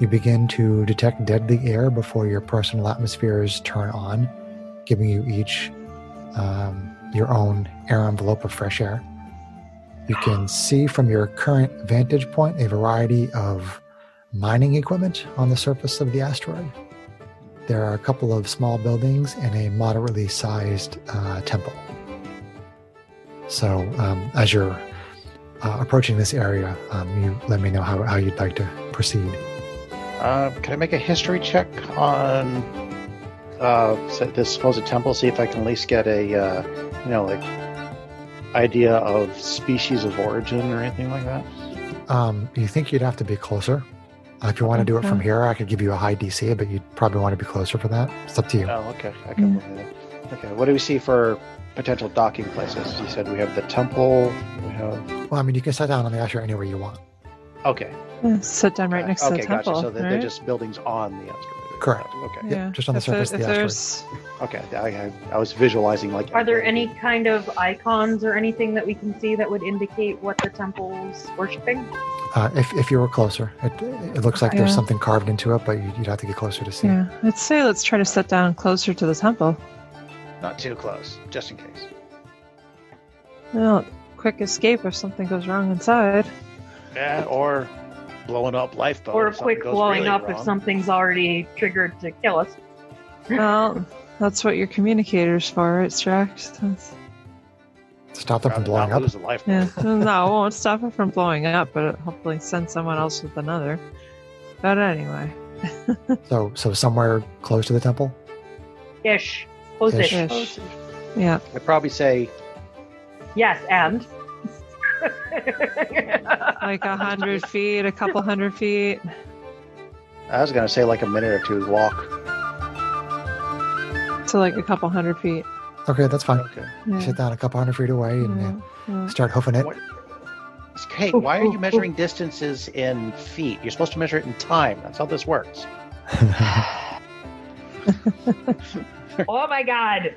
[SPEAKER 1] You begin to detect deadly air before your personal atmospheres turn on, giving you each um, your own air envelope of fresh air. You can see from your current vantage point a variety of mining equipment on the surface of the asteroid. There are a couple of small buildings and a moderately sized uh, temple. So, um, as you're uh, approaching this area, um, you let me know how, how you'd like to proceed.
[SPEAKER 2] Uh, can I make a history check on uh, so this supposed temple? See if I can at least get a, uh, you know, like idea of species of origin or anything like that.
[SPEAKER 1] Um, you think you'd have to be closer? Uh, if you want to do it from
[SPEAKER 3] Okay.
[SPEAKER 1] here, I could give you a high DC, but you'd probably want to be closer for that. It's up to you.
[SPEAKER 2] Oh, okay. I can look at it. Mm-hmm. Okay. What do we see for potential docking places? You said we have the temple. We have.
[SPEAKER 1] Well, I mean, you can sit down on the asteroid anywhere you want.
[SPEAKER 2] Okay. Uh,
[SPEAKER 3] Yeah, sit down right next
[SPEAKER 2] okay,
[SPEAKER 3] to the temple.
[SPEAKER 2] Gotcha. So that they're
[SPEAKER 3] right?
[SPEAKER 2] just buildings on the asteroid.
[SPEAKER 1] Correct.
[SPEAKER 2] Okay.
[SPEAKER 1] Yep, just on the
[SPEAKER 3] if there-
[SPEAKER 1] surface of
[SPEAKER 3] if
[SPEAKER 1] the asteroid.
[SPEAKER 3] there's
[SPEAKER 2] Okay. I, I, I was visualizing like.
[SPEAKER 5] Are there any kind of icons or anything that we can see that would indicate what the temple's worshiping?
[SPEAKER 1] Uh, if, if you were closer, it, it looks like there's
[SPEAKER 3] Yeah.
[SPEAKER 1] something carved into it, but you- you'd have to get closer to see. it.
[SPEAKER 3] yeah, I'd say let's try to sit down closer to the temple.
[SPEAKER 2] Not too close, just in case.
[SPEAKER 3] Well, quick escape if something goes wrong inside.
[SPEAKER 2] Yeah. Or blowing up lifeboat.
[SPEAKER 5] or a
[SPEAKER 2] Oh, if something
[SPEAKER 5] quick
[SPEAKER 2] goes
[SPEAKER 5] blowing
[SPEAKER 2] really
[SPEAKER 5] up if
[SPEAKER 2] wrong.
[SPEAKER 5] something's already triggered to kill us?
[SPEAKER 3] Well, that's what your communicator's for, right, Strax? That's-
[SPEAKER 1] Stop them from
[SPEAKER 2] Rather not
[SPEAKER 1] blowing up.
[SPEAKER 2] Lose the lifeboat.
[SPEAKER 3] Yeah, no, it won't stop it from blowing up, but it'll hopefully send someone else with another. But anyway,
[SPEAKER 1] So, so somewhere close to the temple.
[SPEAKER 5] Ish. Close
[SPEAKER 1] Ish.
[SPEAKER 5] it.
[SPEAKER 3] ish. Yeah,
[SPEAKER 2] I'd probably say
[SPEAKER 5] Yes, and.
[SPEAKER 3] like a hundred feet, a couple hundred feet.
[SPEAKER 2] I was gonna say like a minute or two's walk.
[SPEAKER 3] So like a couple hundred feet.
[SPEAKER 1] Okay, that's fine.
[SPEAKER 2] Okay.
[SPEAKER 1] You
[SPEAKER 3] Yeah.
[SPEAKER 1] Sit down a couple hundred feet away and uh,
[SPEAKER 3] Yeah, yeah.
[SPEAKER 1] start hoofing it.
[SPEAKER 2] What- Hey, why are you measuring distances in feet? You're supposed to measure it in time. That's how this works.
[SPEAKER 5] oh my god.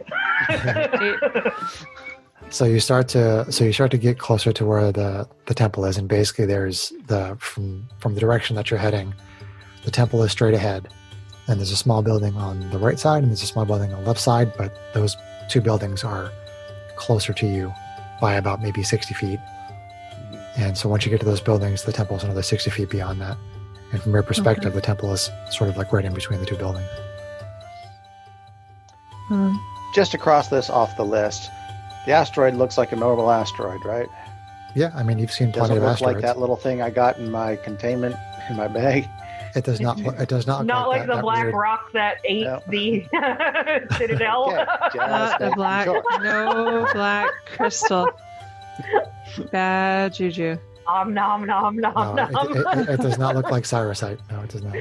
[SPEAKER 1] so you start to so you start to get closer to where the the temple is, and basically there's the from from the direction that you're heading, the temple is straight ahead, and there's a small building on the right side, and there's a small building on the left side, but those two buildings are closer to you by about maybe sixty feet. And so once you get to those buildings, the temple is another 60 feet beyond that. And from your perspective, the temple is sort of like right in between the two buildings.
[SPEAKER 3] Hmm.
[SPEAKER 2] Just to cross this off the list, the asteroid looks like a normal asteroid, right?
[SPEAKER 1] Yeah, I mean, you've seen
[SPEAKER 2] It doesn't
[SPEAKER 1] plenty
[SPEAKER 2] look
[SPEAKER 1] of asteroids.
[SPEAKER 2] like that little thing I got in my containment in my bag.
[SPEAKER 1] It does not. look- It does not. look
[SPEAKER 5] Not like
[SPEAKER 1] that-
[SPEAKER 5] the
[SPEAKER 1] that
[SPEAKER 5] black
[SPEAKER 1] weird-
[SPEAKER 5] rock that ate
[SPEAKER 2] No.
[SPEAKER 5] the citadel.
[SPEAKER 2] Okay, just
[SPEAKER 3] Not a
[SPEAKER 2] making
[SPEAKER 3] black,
[SPEAKER 2] sure.
[SPEAKER 3] no black crystal. Bad juju.
[SPEAKER 5] Om nom nom nom
[SPEAKER 1] No,
[SPEAKER 5] nom.
[SPEAKER 1] it, it, it, it does not look like Cyrusite. No, it does not.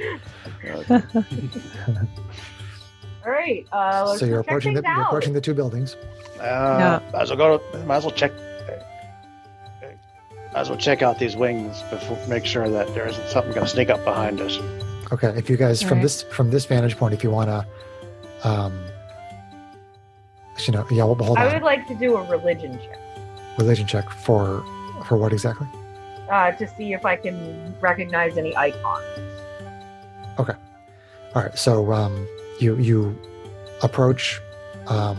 [SPEAKER 5] All right. Uh, let's
[SPEAKER 1] so you're
[SPEAKER 5] check
[SPEAKER 1] approaching the
[SPEAKER 5] things
[SPEAKER 1] you're
[SPEAKER 5] out.
[SPEAKER 1] approaching the two buildings.
[SPEAKER 2] Uh, Might as well go. To, might as well check. Might as well check out these wings before make sure that there isn't something going to sneak up behind us.
[SPEAKER 1] Okay, if you guys from
[SPEAKER 3] Alright.
[SPEAKER 1] this from this vantage point, if you want to, um, you know, yeah, we'll hold
[SPEAKER 5] I
[SPEAKER 1] on.
[SPEAKER 5] would like to do a religion check
[SPEAKER 1] Religion check for for what exactly?
[SPEAKER 5] uh, to see if I can recognize any icons.
[SPEAKER 1] All right, so um, you you approach um,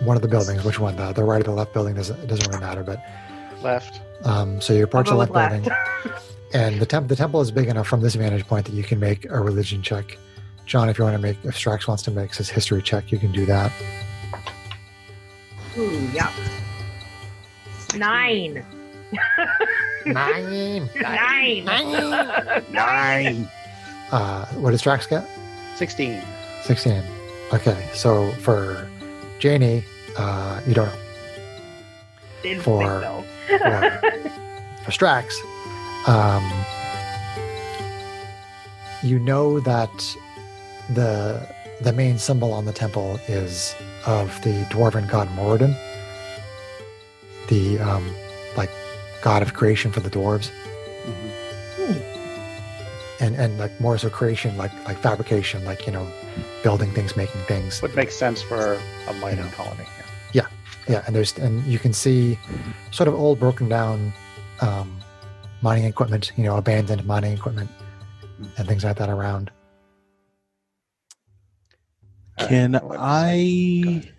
[SPEAKER 1] one of the buildings. Which one? The, the right or the left building doesn't it doesn't really matter. But
[SPEAKER 2] Left.
[SPEAKER 1] um, so you approach the
[SPEAKER 5] I'll
[SPEAKER 1] left
[SPEAKER 5] go with
[SPEAKER 1] building, and the temp- the temple is big enough from this vantage point that you can make a religion check. John, if you want to make, if Strax wants to make his history check, you can do that.
[SPEAKER 5] Ooh, yeah.
[SPEAKER 6] Nine.
[SPEAKER 1] Nine.
[SPEAKER 6] Nine.
[SPEAKER 4] Nine.
[SPEAKER 1] Uh, what does Strax get?
[SPEAKER 2] 16.
[SPEAKER 1] 16. Okay, so for Janie, uh, you don't know.
[SPEAKER 5] Didn't
[SPEAKER 1] Four.
[SPEAKER 5] think so.
[SPEAKER 1] For, for Strax, um, you know that the the main symbol on the temple is of the dwarven god Moradin, the um, like god of creation for the dwarves,
[SPEAKER 2] Mm-hmm.
[SPEAKER 1] and and like more so creation, like like fabrication, like you know, building things, making things.
[SPEAKER 2] Would make sense for a minor
[SPEAKER 1] Yeah.
[SPEAKER 2] colony.
[SPEAKER 1] yeah and there's and you can see sort of old broken down um, mining equipment you know abandoned mining equipment and things like that around
[SPEAKER 2] Uh,
[SPEAKER 4] Can
[SPEAKER 2] what was it? Go
[SPEAKER 4] I
[SPEAKER 2] ahead.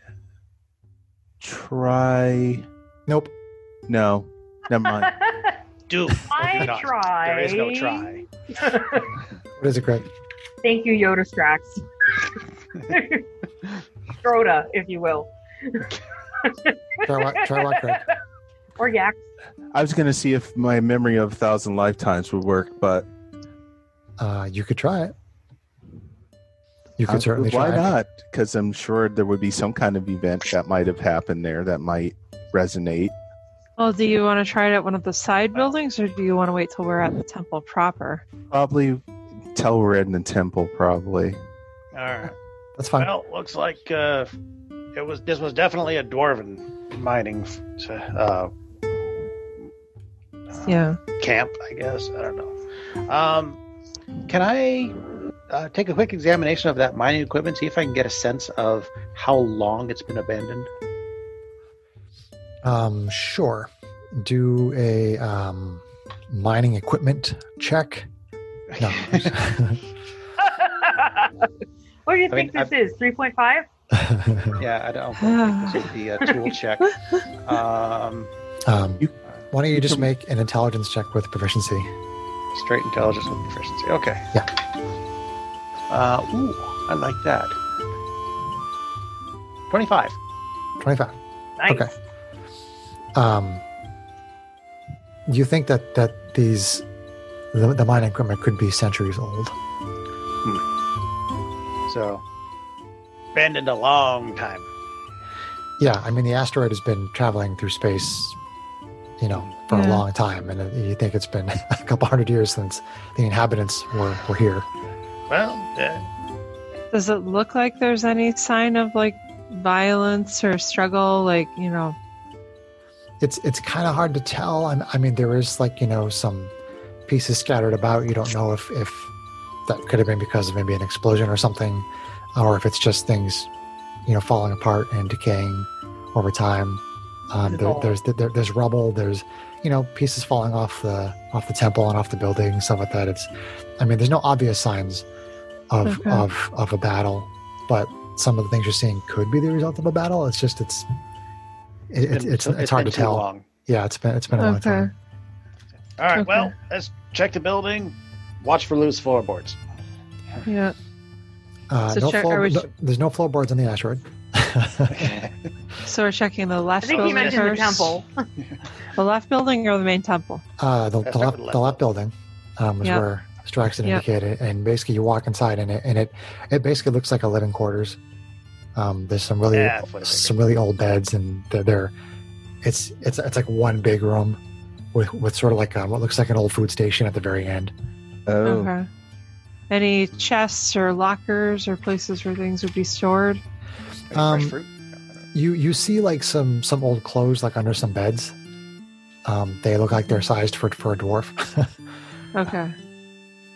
[SPEAKER 4] try?
[SPEAKER 1] nope
[SPEAKER 4] No, never mind.
[SPEAKER 2] Do.
[SPEAKER 5] I
[SPEAKER 2] Open up.
[SPEAKER 5] tried.
[SPEAKER 2] There is no try.
[SPEAKER 1] what is it greg
[SPEAKER 5] Thank you, Yoda Strax. Schroda, if you will.
[SPEAKER 1] try what try what greg
[SPEAKER 5] Or Yak.
[SPEAKER 4] I was going to see if my memory of a thousand lifetimes would work, but
[SPEAKER 1] uh, you could try it you could
[SPEAKER 4] I-
[SPEAKER 1] certainly
[SPEAKER 4] Uh, why
[SPEAKER 1] try it
[SPEAKER 4] not? Because I'm sure there would be some kind of event that might have happened there that might resonate.
[SPEAKER 3] Well, do you want to try it at one of the side buildings, or do you want to wait till we're at the temple proper?
[SPEAKER 4] Probably tell we're in the temple. Probably.
[SPEAKER 2] All right.
[SPEAKER 1] that's fine
[SPEAKER 2] Well, looks like uh, it was. This was definitely a dwarven mining uh,
[SPEAKER 3] Yeah.
[SPEAKER 2] camp, I guess. I don't know. Um, can I uh, take a quick examination of that mining equipment, see if I can get a sense of how long it's been abandoned?
[SPEAKER 1] um, sure do a um, mining equipment check no
[SPEAKER 5] what do you
[SPEAKER 2] I mean,
[SPEAKER 5] think this is? 3.5?
[SPEAKER 2] yeah, I don't think this would be a uh, tool check. Um,
[SPEAKER 1] um,
[SPEAKER 4] You-
[SPEAKER 1] why don't you just make an intelligence check with proficiency
[SPEAKER 2] straight intelligence with proficiency. Okay.
[SPEAKER 1] Yeah.
[SPEAKER 2] Uh, ooh, I like that. 25.
[SPEAKER 1] 25
[SPEAKER 5] Nice.
[SPEAKER 1] Okay. um, you think that that these the, the mining equipment could be centuries old
[SPEAKER 2] So, abandoned a long time.
[SPEAKER 1] yeah i mean the asteroid has been traveling through space you know for a
[SPEAKER 3] Yeah.
[SPEAKER 1] long time and it- you think it's been a couple hundred years since the inhabitants were, were here
[SPEAKER 2] Well, uh,
[SPEAKER 3] Does it look like there's any sign of like violence or struggle? Like, you know,
[SPEAKER 1] it's it's kind of hard to tell i i mean there is like you know some pieces scattered about you don't know if if that could have been because of maybe an explosion or something or if it's just things you know falling apart and decaying over time um, there,
[SPEAKER 5] Dissolve.
[SPEAKER 1] there's there, there's rubble there's you know pieces falling off the off the temple and off the building stuff like that it's i mean there's no obvious signs of
[SPEAKER 3] Okay.
[SPEAKER 1] of of a battle but some of the things you're seeing could be the result of a battle it's just it's it, it's,
[SPEAKER 2] been-
[SPEAKER 1] it's, it's hard to
[SPEAKER 2] been too
[SPEAKER 1] tell
[SPEAKER 2] Long.
[SPEAKER 1] yeah, it's been it's been a long
[SPEAKER 3] Okay.
[SPEAKER 1] time.
[SPEAKER 2] All right,
[SPEAKER 3] Okay.
[SPEAKER 2] well, let's check the building. Watch for loose floorboards.
[SPEAKER 3] yeah.
[SPEAKER 1] Uh,
[SPEAKER 3] So
[SPEAKER 1] no
[SPEAKER 3] check-
[SPEAKER 1] flow,
[SPEAKER 3] are we-
[SPEAKER 1] no- there's no floorboards on the asteroid. Uh,
[SPEAKER 3] So we're checking the
[SPEAKER 5] I
[SPEAKER 3] left
[SPEAKER 5] think he
[SPEAKER 3] building
[SPEAKER 5] mentioned the
[SPEAKER 3] first.
[SPEAKER 5] temple.
[SPEAKER 3] The left building or the main temple?
[SPEAKER 1] uh, the,
[SPEAKER 2] Let's
[SPEAKER 1] the,
[SPEAKER 2] start
[SPEAKER 1] left,
[SPEAKER 2] with the
[SPEAKER 1] the
[SPEAKER 2] left.
[SPEAKER 1] left building um, is
[SPEAKER 3] Yep.
[SPEAKER 1] where Strax had
[SPEAKER 3] Yep.
[SPEAKER 1] indicated, and basically you walk inside and it and it, it basically looks like a living quarters. Um, there's some really
[SPEAKER 2] Yeah, that's what I
[SPEAKER 1] some really old beds, and they're, they're it's it's it's like one big room with with sort of like um, what looks like an old food station at the very end.
[SPEAKER 4] Oh,
[SPEAKER 3] Okay. Any chests or lockers or places where things would be stored?
[SPEAKER 2] Any
[SPEAKER 1] Um,
[SPEAKER 2] fresh fruit?
[SPEAKER 1] You you see like some some old clothes like under some beds. Um, they look like they're sized for for a dwarf.
[SPEAKER 3] Okay.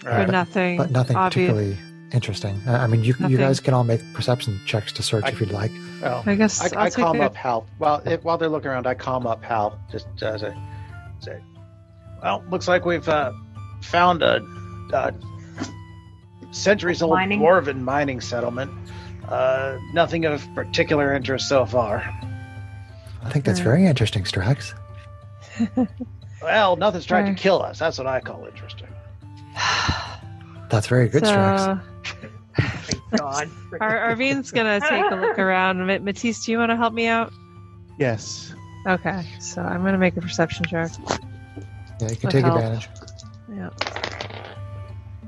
[SPEAKER 2] Right.
[SPEAKER 3] but nothing,
[SPEAKER 1] but nothing
[SPEAKER 3] obvious.
[SPEAKER 1] particularly interesting. I I mean, you you
[SPEAKER 3] Nothing.
[SPEAKER 1] guys can all make perception checks to search
[SPEAKER 2] I-
[SPEAKER 1] if you'd like.
[SPEAKER 2] Well,
[SPEAKER 3] I guess
[SPEAKER 2] I,
[SPEAKER 3] I'll
[SPEAKER 2] I
[SPEAKER 3] take
[SPEAKER 2] calm
[SPEAKER 3] a-
[SPEAKER 2] up Hal. While if, while they're looking around, I calm up Hal. Just as I say, well, looks like we've uh, found a, a centuries-old
[SPEAKER 5] Mining?
[SPEAKER 2] dwarven mining settlement. Uh, nothing of particular interest so far.
[SPEAKER 1] I think that's
[SPEAKER 3] Right.
[SPEAKER 1] very interesting, Strax.
[SPEAKER 2] Well, nothing's tried
[SPEAKER 3] Right.
[SPEAKER 2] to kill us. That's what I call interesting.
[SPEAKER 1] That's very good, Strax.
[SPEAKER 3] so
[SPEAKER 5] God.
[SPEAKER 3] Ar- Arvine's gonna take a look around. Ma- Matisse, do you want to help me out?
[SPEAKER 4] Yes.
[SPEAKER 3] Okay, so I'm gonna make a perception check.
[SPEAKER 1] Yeah, you can
[SPEAKER 3] With
[SPEAKER 1] take
[SPEAKER 3] help.
[SPEAKER 1] advantage.
[SPEAKER 3] Yeah,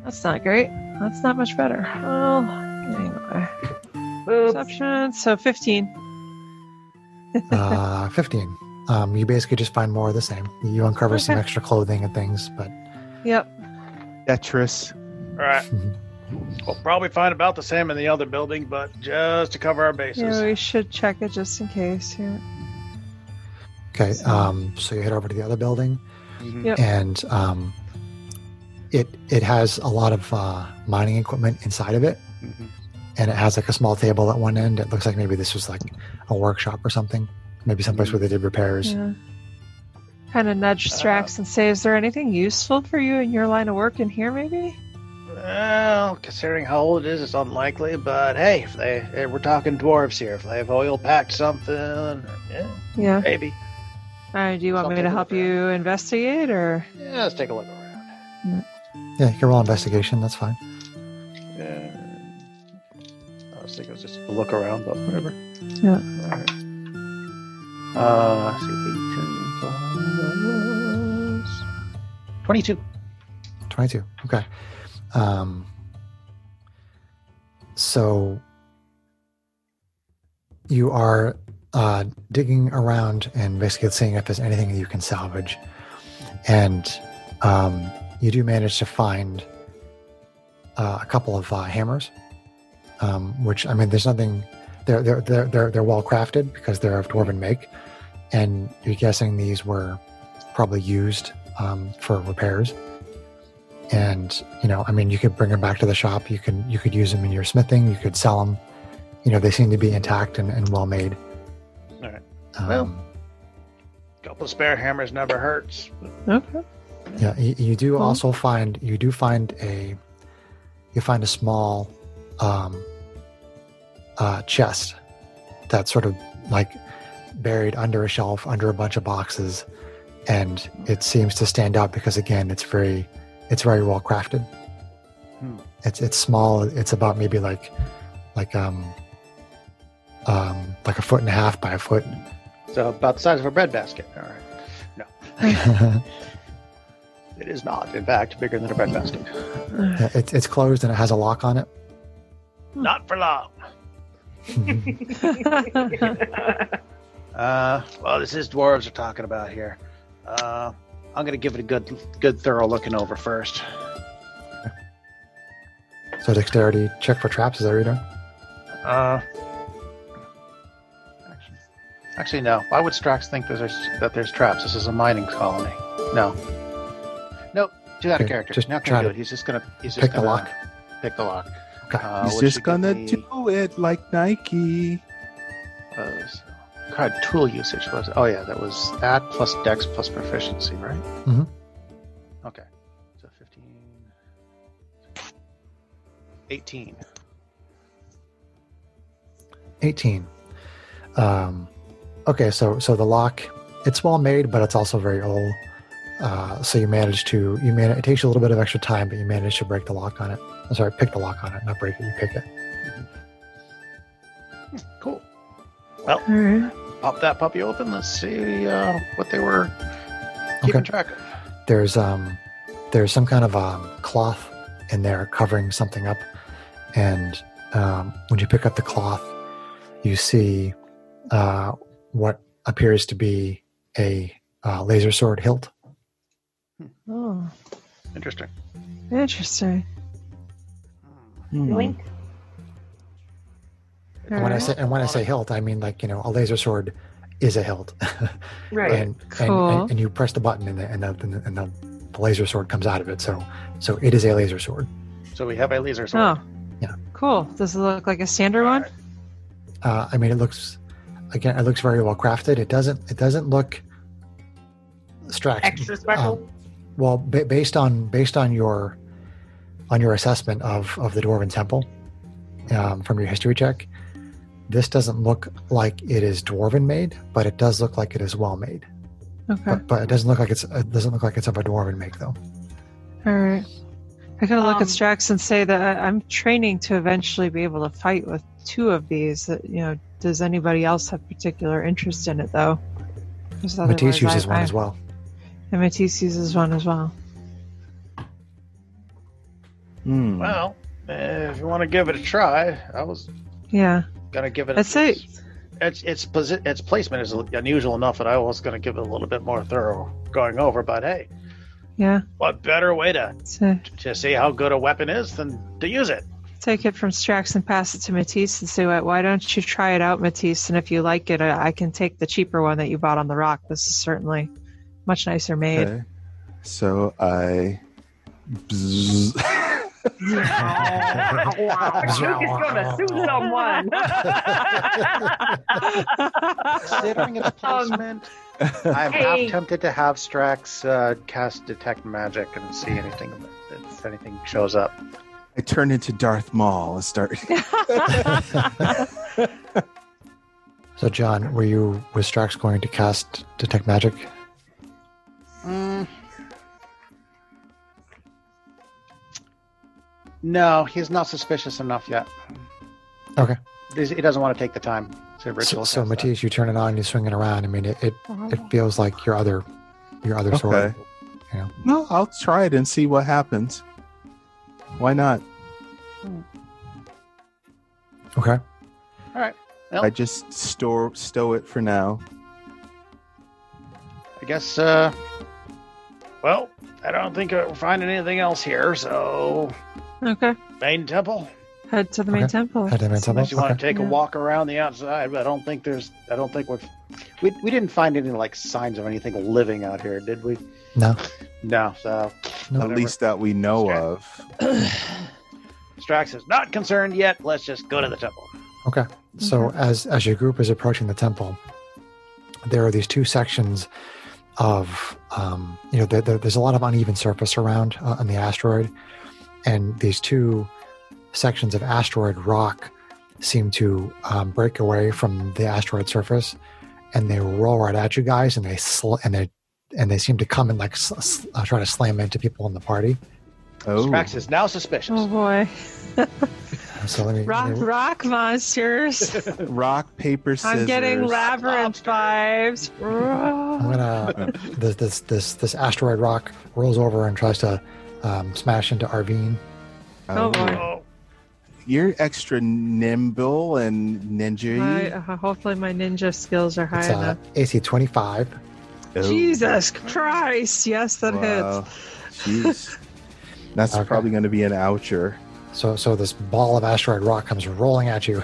[SPEAKER 3] that's not great. That's not much better. Well, Oh, anyway,
[SPEAKER 5] Oops.
[SPEAKER 3] perception. So 15.
[SPEAKER 1] Uh, Fifteen. Um, you basically just find more of the same. You uncover some
[SPEAKER 3] Okay.
[SPEAKER 1] extra clothing and things, but
[SPEAKER 3] Yep.
[SPEAKER 4] Tetris.
[SPEAKER 2] All right.
[SPEAKER 1] mhm.
[SPEAKER 2] We'll probably find about the same in the other building, but just to cover our bases.
[SPEAKER 3] Yeah, we should check it just in case. Yeah.
[SPEAKER 1] Okay,
[SPEAKER 3] So-
[SPEAKER 1] um, so you head over to the other building,
[SPEAKER 2] Mhm.
[SPEAKER 3] Yep.
[SPEAKER 1] and um, it it has a lot of uh, mining equipment inside of it,
[SPEAKER 2] Mhm.
[SPEAKER 1] and it has like a small table at one end. It looks like maybe this was like a workshop or something, maybe someplace
[SPEAKER 3] Mm-hmm.
[SPEAKER 1] where they did repairs.
[SPEAKER 3] yeah. Kind of nudge Strax and say, "Is there anything useful for you in your line of work in here, maybe?"
[SPEAKER 2] Well, considering how old it is, it's unlikely. But hey, if they eh, we're talking dwarves here, if they've oil packed something, or, yeah,
[SPEAKER 3] Yeah.
[SPEAKER 2] maybe.
[SPEAKER 3] Uh, do you want
[SPEAKER 2] I'll
[SPEAKER 3] me
[SPEAKER 2] take
[SPEAKER 3] to
[SPEAKER 2] a
[SPEAKER 3] help
[SPEAKER 2] look
[SPEAKER 3] you investigate, or
[SPEAKER 2] Yeah, let's take a look around.
[SPEAKER 1] Yeah, you can roll investigation. That's fine.
[SPEAKER 2] Yeah. I was thinking it was just a look around, but whatever.
[SPEAKER 3] Yeah.
[SPEAKER 2] Alright. Uh, let's see, 18 plus 22.
[SPEAKER 1] Twenty-two. Okay. Um, so you are uh, digging around and basically seeing if there's anything you can salvage, and um, you do manage to find uh, a couple of uh, hammers. Um, which I mean, there's nothing. They're they're they're they're, they're well crafted because they're of dwarven make, and you're guessing these were probably used um, for repairs and you know i mean you could bring them back to the shop you can you could use them in your smithing you could sell them you know they seem to be intact and, and well made
[SPEAKER 2] All right.
[SPEAKER 1] um,
[SPEAKER 2] Well- couple of spare hammers never hurts.
[SPEAKER 3] okay?
[SPEAKER 1] yeah you, you do
[SPEAKER 3] Cool.
[SPEAKER 1] also find you do find a you find a small um uh chest that's sort of like buried under a shelf under a bunch of boxes and it seems to stand out because again it's very it's very well crafted
[SPEAKER 2] Hmm.
[SPEAKER 1] it's it's small it's about maybe like like um um like a foot and a half by a foot
[SPEAKER 2] So about the size of a bread basket. All right. It is not, in fact, bigger than a bread basket.
[SPEAKER 1] Yeah, it's it's closed and it has a lock on it
[SPEAKER 2] Not for long.
[SPEAKER 1] Mm-hmm.
[SPEAKER 2] Uh, well, this is dwarves are talking about here. Uh, I'm gonna give it a good, good thorough looking over first.
[SPEAKER 1] so dexterity check for traps is that what you're doing
[SPEAKER 2] Uh, actually- actually, no. Why would Strax think that there's that there's traps? This is a mining colony. No. Nope. Too out of
[SPEAKER 1] Okay,
[SPEAKER 2] character.
[SPEAKER 1] just
[SPEAKER 2] Just not
[SPEAKER 1] try
[SPEAKER 2] gonna
[SPEAKER 1] to
[SPEAKER 2] do it. He's just gonna. He's just
[SPEAKER 1] pick the
[SPEAKER 2] gonna
[SPEAKER 1] lock.
[SPEAKER 2] Pick the lock.
[SPEAKER 1] Okay.
[SPEAKER 2] Uh,
[SPEAKER 4] He's
[SPEAKER 2] which
[SPEAKER 4] just
[SPEAKER 2] should
[SPEAKER 4] gonna
[SPEAKER 2] give me,
[SPEAKER 4] do it like Nike.
[SPEAKER 2] uh, so- God, tool usage was. Oh yeah, that was that plus Dex plus proficiency, right?
[SPEAKER 1] Mhm.
[SPEAKER 2] Okay. So 15. 18.
[SPEAKER 1] 18 um, okay so so the lock it's well made but it's also very old uh, so you manage to you man it takes you a little bit of extra time but you manage to break the lock on it I'm sorry pick the lock on it not break it you pick it
[SPEAKER 2] Cool.
[SPEAKER 3] All right.
[SPEAKER 2] Pop that puppy open. Let's see uh, what they were keeping
[SPEAKER 1] okay
[SPEAKER 2] track of.
[SPEAKER 1] there's um there's some kind of um, cloth in there covering something up and um, when you pick up the cloth you see uh, what appears to be a uh, laser sword hilt
[SPEAKER 3] Oh,
[SPEAKER 2] Interesting.
[SPEAKER 3] interesting.
[SPEAKER 4] Hmm.
[SPEAKER 6] Wink.
[SPEAKER 1] And when I
[SPEAKER 3] Alright.
[SPEAKER 1] say and when I say hilt, I mean like you know a laser sword is a hilt,
[SPEAKER 5] Right.
[SPEAKER 1] and, and-
[SPEAKER 3] Cool.
[SPEAKER 1] and and you press the button and the and the, and the, and the the laser sword comes out of it. So, so it is a laser sword.
[SPEAKER 2] So we have a laser sword.
[SPEAKER 3] Oh.
[SPEAKER 1] Yeah.
[SPEAKER 3] Cool. Does it look like a standard one?
[SPEAKER 1] Uh, I mean, it looks again, it looks very well crafted. It doesn't, it doesn't look strax.
[SPEAKER 6] Extra special.
[SPEAKER 1] Um, well, ba based on based on your on your assessment of of the dwarven temple um, from your history check, this doesn't look like it is dwarven made, but it does look like it is well made.
[SPEAKER 3] Okay.
[SPEAKER 1] But, but it doesn't look like it's it doesn't look like it's of a dwarven make though.
[SPEAKER 3] All right. I gotta look
[SPEAKER 5] Um,
[SPEAKER 3] at Strax and say that I- I'm training to eventually be able to fight with two of these. That you know, does anybody else have particular interest in it though? 'Cause
[SPEAKER 1] Matisse
[SPEAKER 3] otherwise I-
[SPEAKER 1] uses one
[SPEAKER 3] I-
[SPEAKER 1] as well.
[SPEAKER 3] And Matisse uses one as well.
[SPEAKER 4] Hmm.
[SPEAKER 2] Well, uh, if you want to give it a try, I was
[SPEAKER 3] Yeah.
[SPEAKER 2] gonna give it.
[SPEAKER 3] I'd say-
[SPEAKER 2] its its its, posi- its placement is unusual enough that I was gonna give it a little bit more thorough going over. But hey,
[SPEAKER 3] Yeah.
[SPEAKER 2] what better way to
[SPEAKER 3] So
[SPEAKER 2] to see how good a weapon is than to use it?
[SPEAKER 3] take it from Strax and pass it to Matisse and say, "Why- "Why don't you try it out, Matisse? And if you like it, I I can take the cheaper one that you bought on the rock. This is certainly much nicer made."
[SPEAKER 4] Okay. So I.
[SPEAKER 5] Who's gonna sue someone?
[SPEAKER 2] Considering its placement,
[SPEAKER 1] Um,
[SPEAKER 2] I'm
[SPEAKER 6] Hey.
[SPEAKER 2] half tempted to have Strax uh, cast detect magic and see anything if anything shows up.
[SPEAKER 4] I turn into Darth Maul and start.
[SPEAKER 1] So John, were you was Strax going to cast detect magic?
[SPEAKER 2] Mm. No, he's not suspicious enough yet.
[SPEAKER 1] Okay.
[SPEAKER 2] He's- He doesn't want to take the time to
[SPEAKER 1] So,
[SPEAKER 2] ritual.
[SPEAKER 1] so
[SPEAKER 2] cast uh, that.
[SPEAKER 1] Matisse, you turn it on, you swing it around. I mean, it, it,
[SPEAKER 3] Oh.
[SPEAKER 1] it feels like your other your other sword.
[SPEAKER 4] Okay. No, I'll try it and see what happens. Why not?
[SPEAKER 1] Okay.
[SPEAKER 2] Well-
[SPEAKER 4] I just store stow it for now.
[SPEAKER 2] I guess, uh. Well, I don't think we're finding anything else here, so.
[SPEAKER 3] okay.
[SPEAKER 2] Main temple.
[SPEAKER 3] Head to the main
[SPEAKER 1] Okay.
[SPEAKER 3] temple.
[SPEAKER 1] Head to the main temple.
[SPEAKER 2] Unless you want
[SPEAKER 1] Okay.
[SPEAKER 2] to take a
[SPEAKER 3] Yeah.
[SPEAKER 2] walk around the outside, but I don't think there's. I don't think we've. We, we didn't find any, like, signs of anything living out here, did we?
[SPEAKER 1] No.
[SPEAKER 2] No, so.
[SPEAKER 1] Nope.
[SPEAKER 4] At
[SPEAKER 2] Whatever.
[SPEAKER 4] least that we know
[SPEAKER 2] Sure.
[SPEAKER 4] of.
[SPEAKER 2] Strax is not concerned yet. Let's just go to the temple.
[SPEAKER 1] Okay. So as as your group is approaching the temple, there are these two sections of um, you know there, there, there's a lot of uneven surface around uh, on the asteroid, and these two sections of asteroid rock seem to um, break away from the asteroid surface, and they roll right at you guys, and they sl- and they and they seem to come and like sl- sl- uh, try to slam into people in the party.
[SPEAKER 4] Oh,
[SPEAKER 2] Strax is now suspicious.
[SPEAKER 3] Oh boy.
[SPEAKER 1] So let me.
[SPEAKER 3] Rock,
[SPEAKER 1] let me-
[SPEAKER 3] rock monsters.
[SPEAKER 4] rock paper scissors.
[SPEAKER 3] I'm getting labyrinth
[SPEAKER 2] Lobster.
[SPEAKER 3] vibes.
[SPEAKER 1] I'm gonna this this this this asteroid rock rolls over and tries to um, smash into Arvine.
[SPEAKER 3] Oh, boy.
[SPEAKER 2] Oh,
[SPEAKER 4] You're extra nimble and ninja.
[SPEAKER 3] My, uh, hopefully, my ninja skills are high
[SPEAKER 1] It's uh,
[SPEAKER 3] enough.
[SPEAKER 1] AC 25.
[SPEAKER 3] Jesus Christ! Yes, that
[SPEAKER 4] Oh, Wow. Jeez. That's
[SPEAKER 1] Okay.
[SPEAKER 4] probably going to be an oucher.
[SPEAKER 1] So so this ball of asteroid rock comes rolling at you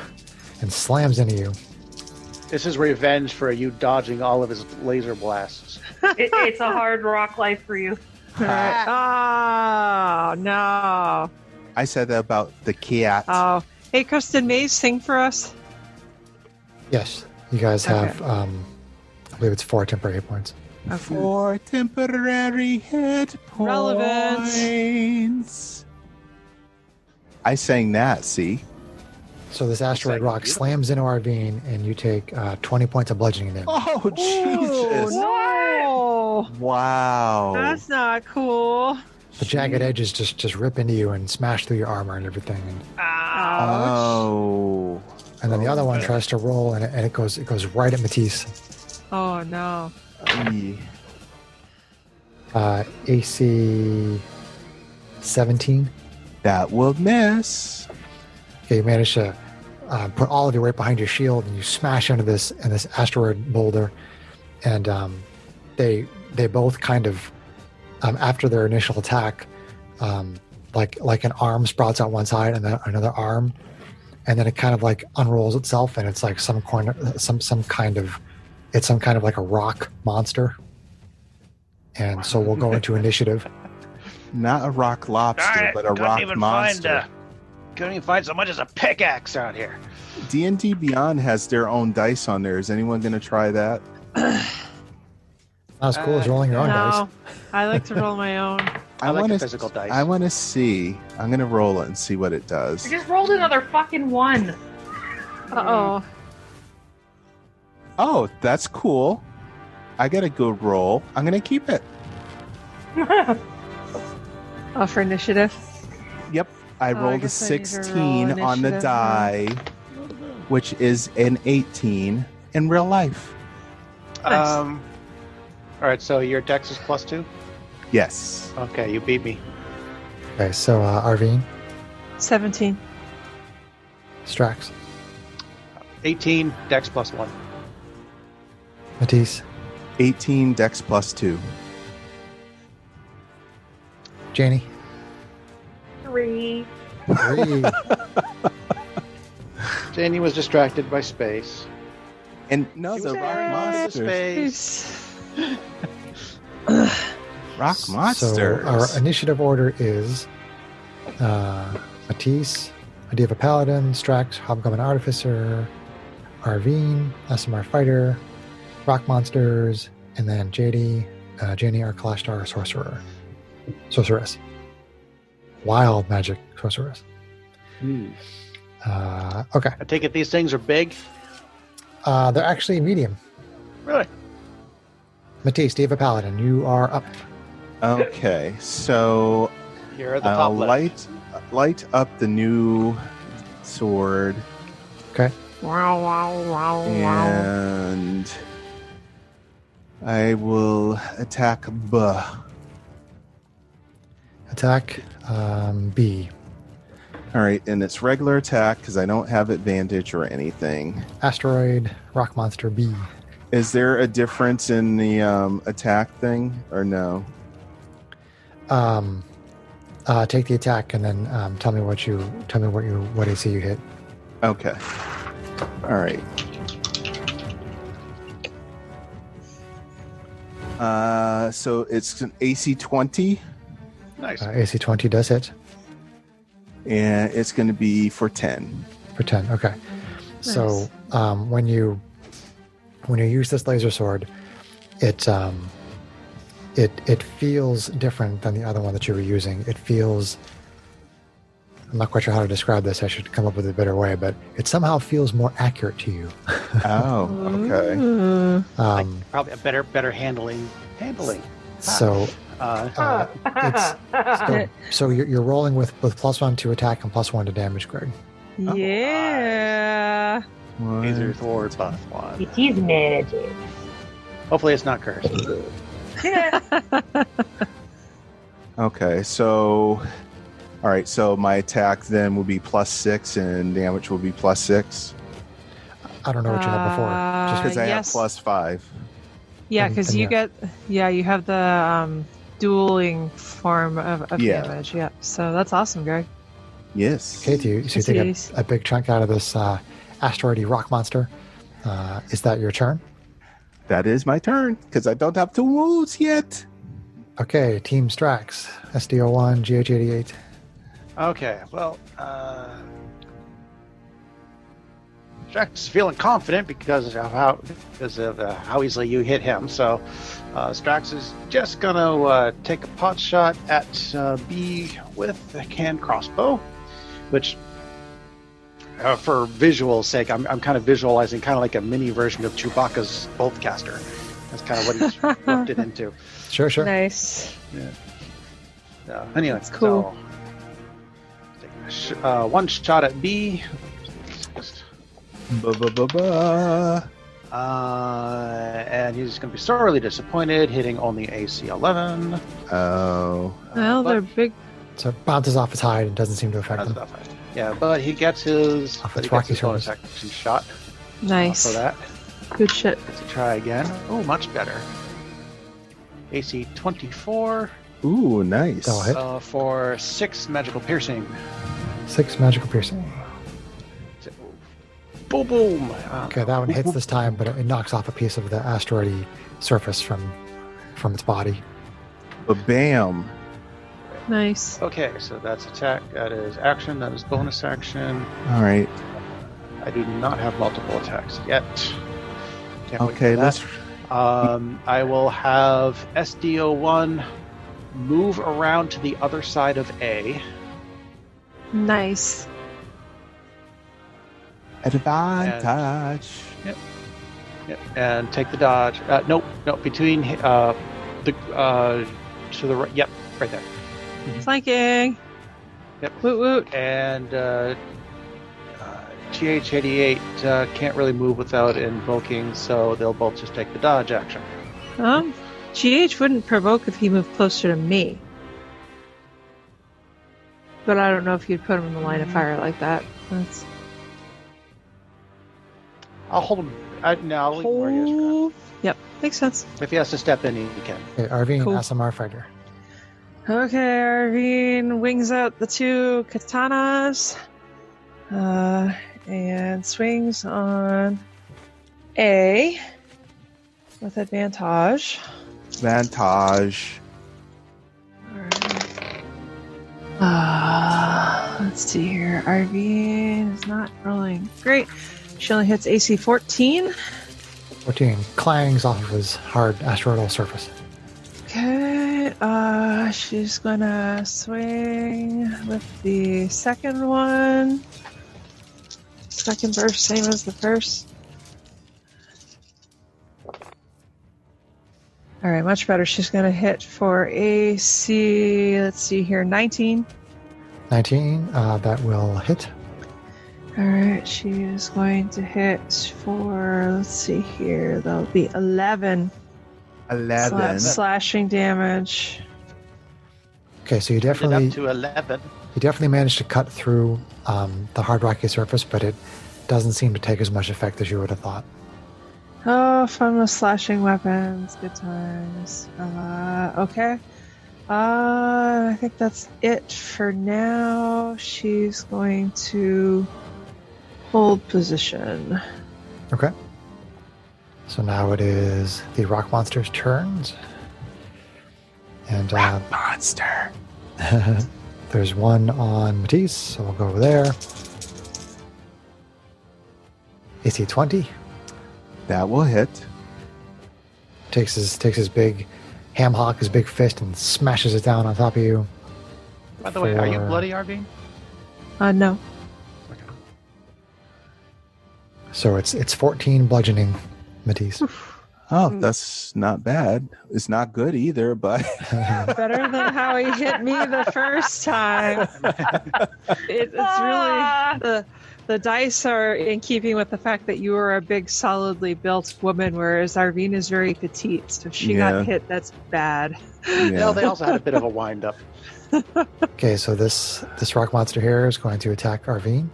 [SPEAKER 1] and slams into you.
[SPEAKER 2] this is revenge for you dodging all of his laser blasts.
[SPEAKER 5] It- it's a hard rock life for you.
[SPEAKER 3] hits. All right. Oh no!
[SPEAKER 4] I said that about the cat.
[SPEAKER 3] Oh, hey, Kristen, Mays, sing for us.
[SPEAKER 1] Yes, you guys have um, I believe it's four temporary hit points.
[SPEAKER 4] For temporary hit points.
[SPEAKER 3] Relevance.
[SPEAKER 4] I sang that, see?
[SPEAKER 1] So this asteroid
[SPEAKER 2] like
[SPEAKER 1] rock
[SPEAKER 2] beautiful.
[SPEAKER 1] slams into Arvine and you take uh, 20 points of bludgeoning damage.
[SPEAKER 4] Oh, Jesus.
[SPEAKER 3] Oh,
[SPEAKER 4] Wow.
[SPEAKER 3] no, that's not cool.
[SPEAKER 1] The jagged edges just just rip into you and smash through your armor and everything. And,
[SPEAKER 3] Ouch.
[SPEAKER 4] Oh.
[SPEAKER 1] and then the other one
[SPEAKER 2] Okay.
[SPEAKER 1] tries to roll and it, and it goes it goes right at Matisse.
[SPEAKER 3] Oh no!
[SPEAKER 4] Eee.
[SPEAKER 1] uh, AC 17.
[SPEAKER 4] That will miss.
[SPEAKER 1] Okay, you manage to uh, put all of your weight behind your shield, and you smash into this and this asteroid boulder, and um, they they both kind of um, after their initial attack, um, like like an arm sprouts out one side and then another arm, and then it kind of like unrolls itself, and it's like some corner some some kind of it's some kind of like a rock monster, and so we'll go into initiative.
[SPEAKER 4] Not a rock lobster,
[SPEAKER 2] Darn it,
[SPEAKER 4] but a
[SPEAKER 2] couldn't
[SPEAKER 4] rock
[SPEAKER 2] even
[SPEAKER 4] monster.
[SPEAKER 2] Find a, couldn't even find so much as a pickaxe out here.
[SPEAKER 4] D and D Beyond has their own dice on there. Is anyone going to try that?
[SPEAKER 1] Not as cool as
[SPEAKER 2] Uh,
[SPEAKER 1] rolling your own dice.
[SPEAKER 3] No, I like to roll my own.
[SPEAKER 2] I, like
[SPEAKER 4] wanna
[SPEAKER 2] the physical dice.
[SPEAKER 4] I want to see. I'm going to roll it and see what it
[SPEAKER 5] I
[SPEAKER 4] does.
[SPEAKER 5] just rolled another fucking one.
[SPEAKER 3] Uh oh.
[SPEAKER 4] Oh, that's cool. I got a good roll. I'm going to keep it.
[SPEAKER 3] Oh, for initiative.
[SPEAKER 4] Yep. I
[SPEAKER 3] Oh, I
[SPEAKER 4] rolled a
[SPEAKER 3] guess I need to roll
[SPEAKER 4] 16 on the
[SPEAKER 3] initiative, huh?
[SPEAKER 4] die, which is an 18 in real life.
[SPEAKER 3] Nice.
[SPEAKER 2] Um, all right, so your dex is plus two.
[SPEAKER 4] Yes.
[SPEAKER 2] Okay, you beat me.
[SPEAKER 1] Okay, so uh, Arvine,
[SPEAKER 3] 17.
[SPEAKER 1] Strax,
[SPEAKER 2] 18 dex plus one.
[SPEAKER 1] Matisse,
[SPEAKER 4] 18 dex plus 2.
[SPEAKER 1] Janie.
[SPEAKER 6] Three.
[SPEAKER 1] Three.
[SPEAKER 2] Janie was distracted by space.
[SPEAKER 4] And no,
[SPEAKER 2] She
[SPEAKER 4] the
[SPEAKER 2] was
[SPEAKER 4] rock
[SPEAKER 2] distracted by
[SPEAKER 4] monsters.
[SPEAKER 2] Space.
[SPEAKER 4] Rock monsters.
[SPEAKER 1] So our initiative order is uh, Matisse, Adiva Paladin, Strax, Hobgoblin Artificer, Arvine, SMR Fighter, Rock Monsters, and then JD, uh, Janie, our Kalashtar Sorcerer. Sorceress. Wild magic sorceress. Uh, okay.
[SPEAKER 2] I take it these things are big.
[SPEAKER 1] Uh, they're actually medium.
[SPEAKER 2] Really?
[SPEAKER 1] Matisse, Diva Paladin, you are up.
[SPEAKER 4] okay. So
[SPEAKER 2] Here are the
[SPEAKER 4] I'll
[SPEAKER 2] top left.
[SPEAKER 4] Uh, light, light up the new sword
[SPEAKER 3] Wow, wow, wow, wow.
[SPEAKER 4] and I will attack Buh.
[SPEAKER 1] Attack um, B.
[SPEAKER 4] All right, and it's regular attack because I don't have advantage or anything.
[SPEAKER 1] Asteroid, Rock Monster B.
[SPEAKER 4] Is there a difference in the um, attack thing or no?
[SPEAKER 1] um, uh, take the attack and then um, tell me what you tell me what you what AC you hit.
[SPEAKER 4] Okay. All right. Uh, so it's an AC 20,
[SPEAKER 2] Nice.
[SPEAKER 1] Uh, AC twenty does hit
[SPEAKER 4] and it's going to be for 10.
[SPEAKER 1] for ten. Okay, so um, when you when you use this laser sword, it um, it it feels different than the other one that you were using. It feels I'm not quite sure how to describe this. I should come up with a better way, but it somehow feels more accurate to you.
[SPEAKER 4] Oh, okay.
[SPEAKER 3] Ooh.
[SPEAKER 2] Like,
[SPEAKER 1] Um,
[SPEAKER 2] probably a better, better handling. Handling.
[SPEAKER 1] so
[SPEAKER 2] Uh,
[SPEAKER 6] Ah.
[SPEAKER 1] uh, it's So, so you're, you're rolling with, with plus one to attack and plus one to damage, Greg.
[SPEAKER 2] Oh,
[SPEAKER 3] yeah.
[SPEAKER 2] Laser
[SPEAKER 4] One,
[SPEAKER 2] sword plus one.
[SPEAKER 6] It is magic.
[SPEAKER 2] Hopefully, it's not cursed.
[SPEAKER 4] Okay, so all right, so my attack then will be plus six, and damage will be plus six
[SPEAKER 1] I don't know what you had before. Just
[SPEAKER 4] because
[SPEAKER 1] because
[SPEAKER 3] Uh,
[SPEAKER 4] I
[SPEAKER 3] yes.
[SPEAKER 4] have plus five.
[SPEAKER 3] Yeah,
[SPEAKER 1] And-
[SPEAKER 3] because
[SPEAKER 1] and
[SPEAKER 3] you
[SPEAKER 1] yeah.
[SPEAKER 3] get, yeah, you have the um, dueling form of, of
[SPEAKER 4] Yeah.
[SPEAKER 3] damage. Yeah. So that's awesome, Greg.
[SPEAKER 4] Yes.
[SPEAKER 1] okay to you. So you take
[SPEAKER 3] Jeez.
[SPEAKER 1] a, a big chunk out of this uh, asteroidy rock monster. Uh, is that your turn?
[SPEAKER 4] That is my turn because I don't have two moves yet.
[SPEAKER 1] Okay, Team Strax, SDO1, GH88.
[SPEAKER 2] Okay, well, uh, Strax is feeling confident because of how because of uh, how easily you hit him. So uh, Strax is just gonna uh, take a pot shot at uh, B with a hand crossbow, which. Uh, for visual sake, I'm, I'm kind of visualizing kind of like a mini version of Chewbacca's boltcaster. That's kind of what he's worked it into.
[SPEAKER 1] Sure, sure.
[SPEAKER 3] Nice.
[SPEAKER 2] Uh, anyway,
[SPEAKER 3] That's cool.
[SPEAKER 2] so, take a sh- uh, one shot at B.
[SPEAKER 4] Ba ba ba ba.
[SPEAKER 2] Uh, and he's going to be sorely disappointed, hitting only AC 11.
[SPEAKER 4] Oh,
[SPEAKER 3] Well,
[SPEAKER 2] Uh, but-
[SPEAKER 3] they're big.
[SPEAKER 1] So it bounces off his hide and doesn't seem to affect
[SPEAKER 2] That's
[SPEAKER 1] him.
[SPEAKER 2] about five. Yeah, but he gets his,
[SPEAKER 1] Off
[SPEAKER 2] but
[SPEAKER 1] its
[SPEAKER 2] he
[SPEAKER 1] rocky
[SPEAKER 2] gets his bonus
[SPEAKER 1] shoulders.
[SPEAKER 2] action shot
[SPEAKER 3] Nice.
[SPEAKER 2] for that.
[SPEAKER 3] Good shit.
[SPEAKER 2] Let's try again. Oh, much better. AC 24
[SPEAKER 4] ooh, nice.
[SPEAKER 1] That'll hit.
[SPEAKER 2] uh, for 6 magical piercing.
[SPEAKER 1] Six magical piercing.
[SPEAKER 2] So, boom, boom. Uh,
[SPEAKER 1] Okay, that one hits this time, but it, it knocks off a piece of the asteroidy surface from from its body.
[SPEAKER 4] Ba bam.
[SPEAKER 3] Nice.
[SPEAKER 2] Okay, so that's attack. That is action. That is bonus action.
[SPEAKER 4] All right.
[SPEAKER 2] I do not have multiple attacks yet. Can't wait
[SPEAKER 4] Okay,
[SPEAKER 2] for that.
[SPEAKER 4] let's.
[SPEAKER 2] Um, I will have SDO1 move around to the other side of A.
[SPEAKER 3] Nice.
[SPEAKER 4] Advantage.
[SPEAKER 2] Yep, and take the dodge. Uh, nope, nope. Between uh, the uh, to the right. Yep, right there.
[SPEAKER 3] Flanking.
[SPEAKER 2] Yep.
[SPEAKER 3] Woot woot.
[SPEAKER 2] And uh, uh, GH88 uh, can't really move without invoking, so they'll both just take the dodge action.
[SPEAKER 3] Um, GH wouldn't provoke if he moved closer to me. But I don't know if you'd put him in the line of fire like that. That's
[SPEAKER 2] I'll hold him. I, no, I'll leave him where he is. for
[SPEAKER 3] Oh, Yep, makes sense.
[SPEAKER 2] now. If he has to step in, he can.
[SPEAKER 1] Okay, RV
[SPEAKER 3] Cool.
[SPEAKER 1] and SMR fighter.
[SPEAKER 3] Okay, Arvine wings out the two katanas uh, and swings on A with advantage.
[SPEAKER 4] Advantage.
[SPEAKER 3] Uh, let's see here. Arvine is not rolling great. She only hits AC 14.
[SPEAKER 1] 14 clangs off of his hard asteroidal surface.
[SPEAKER 3] Okay, uh, she's gonna swing with the second one. Second burst, same as the first. All right, much better. She's gonna hit for AC. Let's see here, 19.
[SPEAKER 1] 19, uh, that will hit.
[SPEAKER 3] All right, she is going to hit for. Let's see here, that'll be 11
[SPEAKER 4] Eleven.
[SPEAKER 3] sla- slashing damage.
[SPEAKER 1] Okay, so you
[SPEAKER 2] Get up
[SPEAKER 1] definitely
[SPEAKER 2] to 11.
[SPEAKER 1] you definitely managed to cut through um, the hard rocky surface, but it doesn't seem to take as much effect as you would have thought.
[SPEAKER 3] Oh, fun with slashing weapons. Good times. Uh, okay. Uh, I think that's it for now. She's going to hold position.
[SPEAKER 1] Okay. So now it is the rock monster's turns. And uh,
[SPEAKER 4] Monster.
[SPEAKER 1] there's one on Matisse, so we'll go over there. AC 20.
[SPEAKER 4] That will hit.
[SPEAKER 1] takes his takes his big ham hock, his big fist, and smashes it down on top of you.
[SPEAKER 2] By the way, are you
[SPEAKER 1] Four.
[SPEAKER 2] bloody, Arvine?
[SPEAKER 3] Uh, no.
[SPEAKER 2] Okay.
[SPEAKER 1] So it's it's fourteen bludgeoning, Matisse.
[SPEAKER 4] Oh, that's not bad. It's not good either, but
[SPEAKER 3] Better than how he hit me the first time. It, it's really
[SPEAKER 5] Ah!
[SPEAKER 3] the the dice are in keeping with the fact that you are a big, solidly built woman, whereas Arvine is very petite. So if she
[SPEAKER 4] Yeah.
[SPEAKER 3] got hit, that's bad.
[SPEAKER 4] yeah.
[SPEAKER 2] No, they also had a bit of a wind up.
[SPEAKER 1] okay, so this this rock monster here is going to attack Arvine.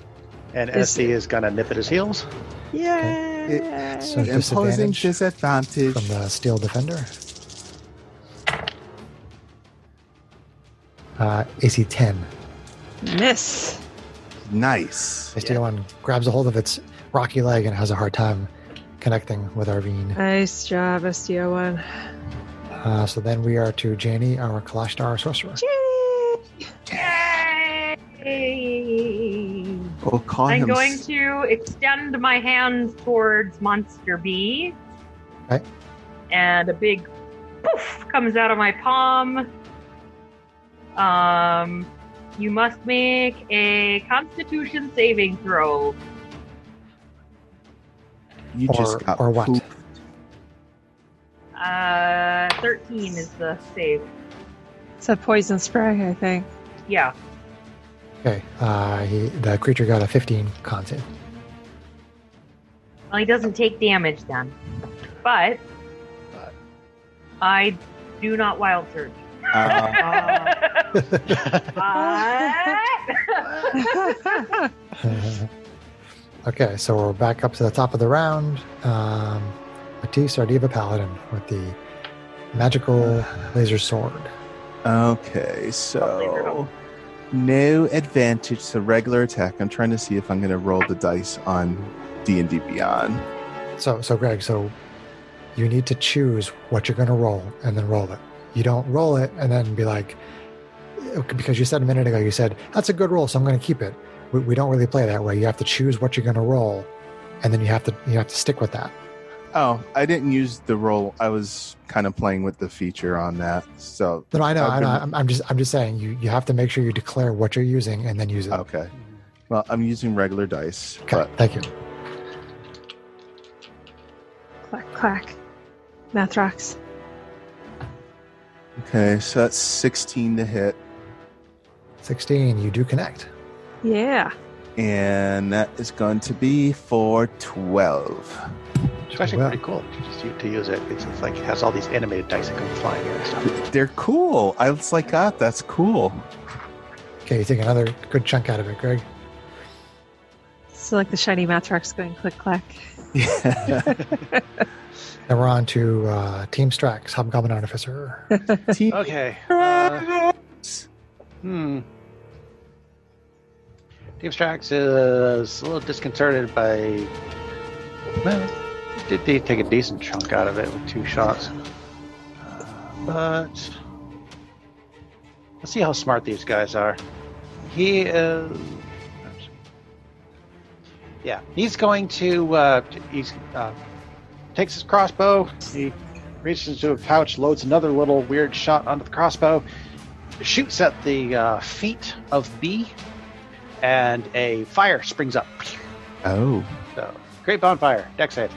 [SPEAKER 2] And
[SPEAKER 3] Is-
[SPEAKER 2] SD is going to nip at his heels.
[SPEAKER 3] Yeah.
[SPEAKER 1] So
[SPEAKER 4] imposing
[SPEAKER 1] disadvantage
[SPEAKER 4] disadvantage.
[SPEAKER 1] from the steel defender. Uh, AC ten.
[SPEAKER 3] Miss.
[SPEAKER 4] Nice.
[SPEAKER 1] The steel one grabs a hold of its rocky leg and has a hard time connecting with Arvine.
[SPEAKER 3] Nice job, SDO one.
[SPEAKER 1] Uh, so then we are to Janie, our Kalashtar sorcerer.
[SPEAKER 5] Yay!
[SPEAKER 4] We'll call
[SPEAKER 5] I'm
[SPEAKER 4] him.
[SPEAKER 5] going
[SPEAKER 4] s-
[SPEAKER 5] to extend my hands towards Monster B.
[SPEAKER 1] Okay.
[SPEAKER 5] And a big poof comes out of my palm. Um, you must make a Constitution saving throw.
[SPEAKER 4] you
[SPEAKER 1] Or-
[SPEAKER 4] just got
[SPEAKER 1] or what?
[SPEAKER 4] pooped.
[SPEAKER 5] Uh, 13 is the save.
[SPEAKER 3] It's a poison spray, I think.
[SPEAKER 5] Yeah.
[SPEAKER 1] Okay, uh, he, the creature got a fifteen con save.
[SPEAKER 5] Well, he doesn't take damage then. But I do not wild surge.
[SPEAKER 4] Uh,
[SPEAKER 3] Oh.
[SPEAKER 5] But-
[SPEAKER 1] okay, so we're back up to the top of the round. Um, Matisse, our Diva Paladin, with the magical laser sword.
[SPEAKER 4] Okay, so no advantage to regular attack. I'm trying to see if I'm going to roll the dice on D and D Beyond.
[SPEAKER 1] So, so Greg, so you need to choose what you're going to roll and then roll it. You don't roll it and then be like, because you said a minute ago, you said, that's a good roll, so I'm going to keep it. We, we don't really play that way. You have to choose what you're going to roll, and then you have to you have to stick with that.
[SPEAKER 4] Oh, I didn't use the roll. I was kind of playing with the feature on that. So,
[SPEAKER 1] No, I know, I know.
[SPEAKER 4] Okay.
[SPEAKER 1] I'm, I'm just I'm just saying you, you have to make sure you declare what you're using and then use it.
[SPEAKER 4] okay. Well, I'm using regular dice,
[SPEAKER 1] Okay,
[SPEAKER 4] but
[SPEAKER 1] thank you.
[SPEAKER 3] Clack, clack. Math rocks.
[SPEAKER 4] okay. So that's 16 to hit,
[SPEAKER 1] 16, you do connect.
[SPEAKER 3] Yeah.
[SPEAKER 4] and that is going to be for 12.
[SPEAKER 2] It's actually
[SPEAKER 1] Well,
[SPEAKER 2] pretty cool to just u- to use it. It's, it's like it has all these animated dice that come flying in and stuff.
[SPEAKER 4] They're cool. I was like, ah, that's cool.
[SPEAKER 1] Okay, you take another good chunk out of it, Greg.
[SPEAKER 3] So like the shiny math rocks going click, clack.
[SPEAKER 4] Yeah.
[SPEAKER 1] Now we're on to uh, Team Strax, Hobgoblin Artificer.
[SPEAKER 4] Team
[SPEAKER 2] Okay. uh,
[SPEAKER 4] Strax.
[SPEAKER 2] hmm. Team Strax is a little disconcerted by. Well, did they take a decent chunk out of it with two shots? Uh, but let's see how smart these guys are. He is. Yeah, he's going to. Uh, he's uh, takes his crossbow. He reaches into a pouch, loads another little weird shot onto the crossbow, shoots at the uh, feet of B, and a fire springs up.
[SPEAKER 4] Oh,
[SPEAKER 2] So great bonfire. Deck save.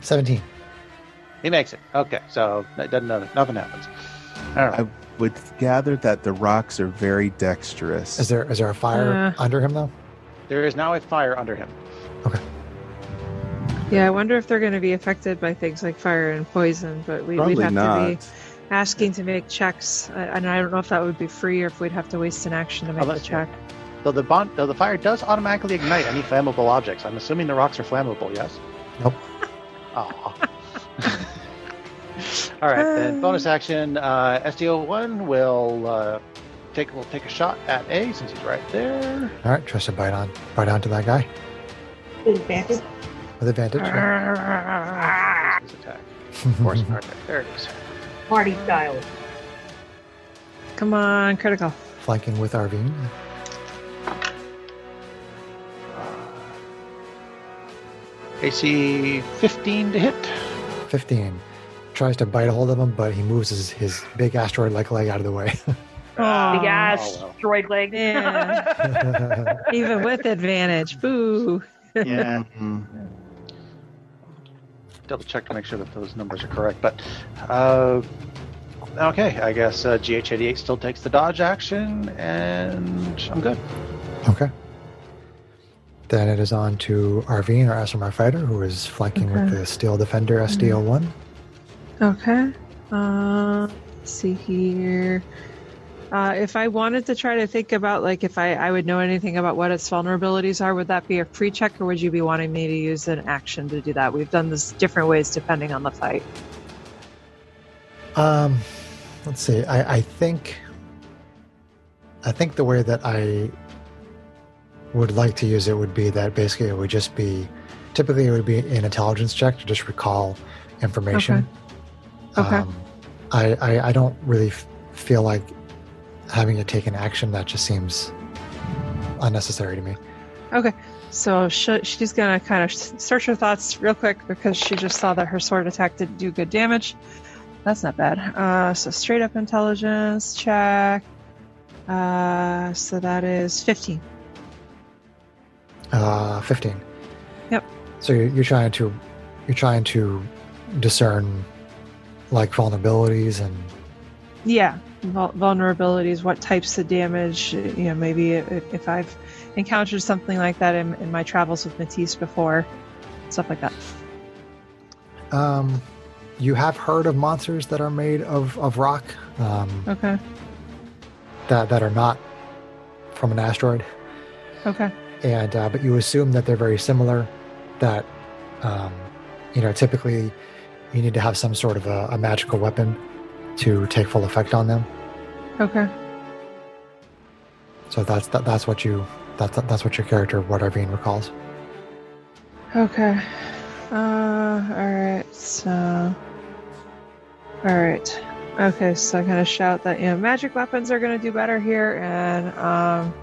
[SPEAKER 1] 17.
[SPEAKER 2] He makes it. Okay, so that doesn't nothing happens. All right.
[SPEAKER 4] I would gather that the rocks are very dexterous.
[SPEAKER 1] Is there is there a fire under him though?
[SPEAKER 2] There is now a fire under him.
[SPEAKER 3] Yeah, I wonder if they're going to be affected by things like fire and poison, but we, we'd
[SPEAKER 4] Probably
[SPEAKER 3] have
[SPEAKER 4] not.
[SPEAKER 3] to be asking to make checks. I- And I don't know if that would be free or if we'd have to waste an action to make the
[SPEAKER 2] Unless-
[SPEAKER 3] check.
[SPEAKER 2] Though the bon- though the fire does automatically ignite any flammable objects. I'm assuming the rocks are flammable. Yes.
[SPEAKER 1] Nope.
[SPEAKER 2] Oh. All right, then. Bonus action. Uh, SDO one will uh, take will take a shot at A since he's right there.
[SPEAKER 1] All right, trust to bite on bite onto that guy
[SPEAKER 6] Advantage.
[SPEAKER 1] with advantage. yeah.
[SPEAKER 2] His attack. Force
[SPEAKER 1] Mm-hmm.
[SPEAKER 2] attack. There it is.
[SPEAKER 5] Party style.
[SPEAKER 3] Come on, critical.
[SPEAKER 1] Flanking with Arvine.
[SPEAKER 2] AC 15 to hit.
[SPEAKER 1] 15. Tries to bite a hold of him, but he moves his, his big asteroid like leg out of the way.
[SPEAKER 3] Aw,
[SPEAKER 6] Oh,
[SPEAKER 5] Big ass
[SPEAKER 4] Oh,
[SPEAKER 2] well.
[SPEAKER 5] droid leg.
[SPEAKER 3] Man. Even with advantage. Boo.
[SPEAKER 2] Yeah.
[SPEAKER 4] Mhm.
[SPEAKER 2] Mm-hmm. Double check to make sure that those numbers are correct. But uh, okay, I guess uh, GH88 still takes the dodge action, and I'm good.
[SPEAKER 1] okay. Then it is on to Arvine or Asimar Fighter, who is flanking with
[SPEAKER 3] Okay.
[SPEAKER 1] the Steel Defender SDO one.
[SPEAKER 3] Okay. Uh, let's see here. Uh, if I wanted to try to think about, like, if I, I would know anything about what its vulnerabilities are, would that be a free check, or would you be wanting me to use an action to do that? We've done this different ways depending on the fight.
[SPEAKER 1] Um, let's see. I, I think I think the way that I would like to use it would be that basically it would just be typically it would be an intelligence check to just recall information.
[SPEAKER 3] Okay. Okay.
[SPEAKER 1] Um, I, I I don't really f- feel like having to take an action that just seems unnecessary to me.
[SPEAKER 3] Okay. So she, she's going to kind of search her thoughts real quick because she just saw that her sword attack did do good damage. That's not bad. Uh, so straight up intelligence check. Uh, so that is 15.
[SPEAKER 1] Uh, fifteen.
[SPEAKER 3] Yep.
[SPEAKER 1] So you're, you're trying to you're trying to discern like vulnerabilities and
[SPEAKER 3] Yeah, vul- vulnerabilities, what types of damage, you know, maybe if, if I've encountered something like that in, in my travels with Matisse before, stuff like that.
[SPEAKER 1] Um, you have heard of monsters that are made of, of rock um,
[SPEAKER 3] Okay,
[SPEAKER 1] that that are not from an asteroid,
[SPEAKER 3] okay,
[SPEAKER 1] and uh, but you assume that they're very similar. That um, you know, typically you need to have some sort of a, a magical weapon to take full effect on them.
[SPEAKER 3] okay.
[SPEAKER 1] So that's that, that's what you that's that's what your character what Arvine recalls.
[SPEAKER 3] Okay. Uh, all right. So, All right. Okay, so I'm gonna shout that you know magic weapons are gonna do better here, and um,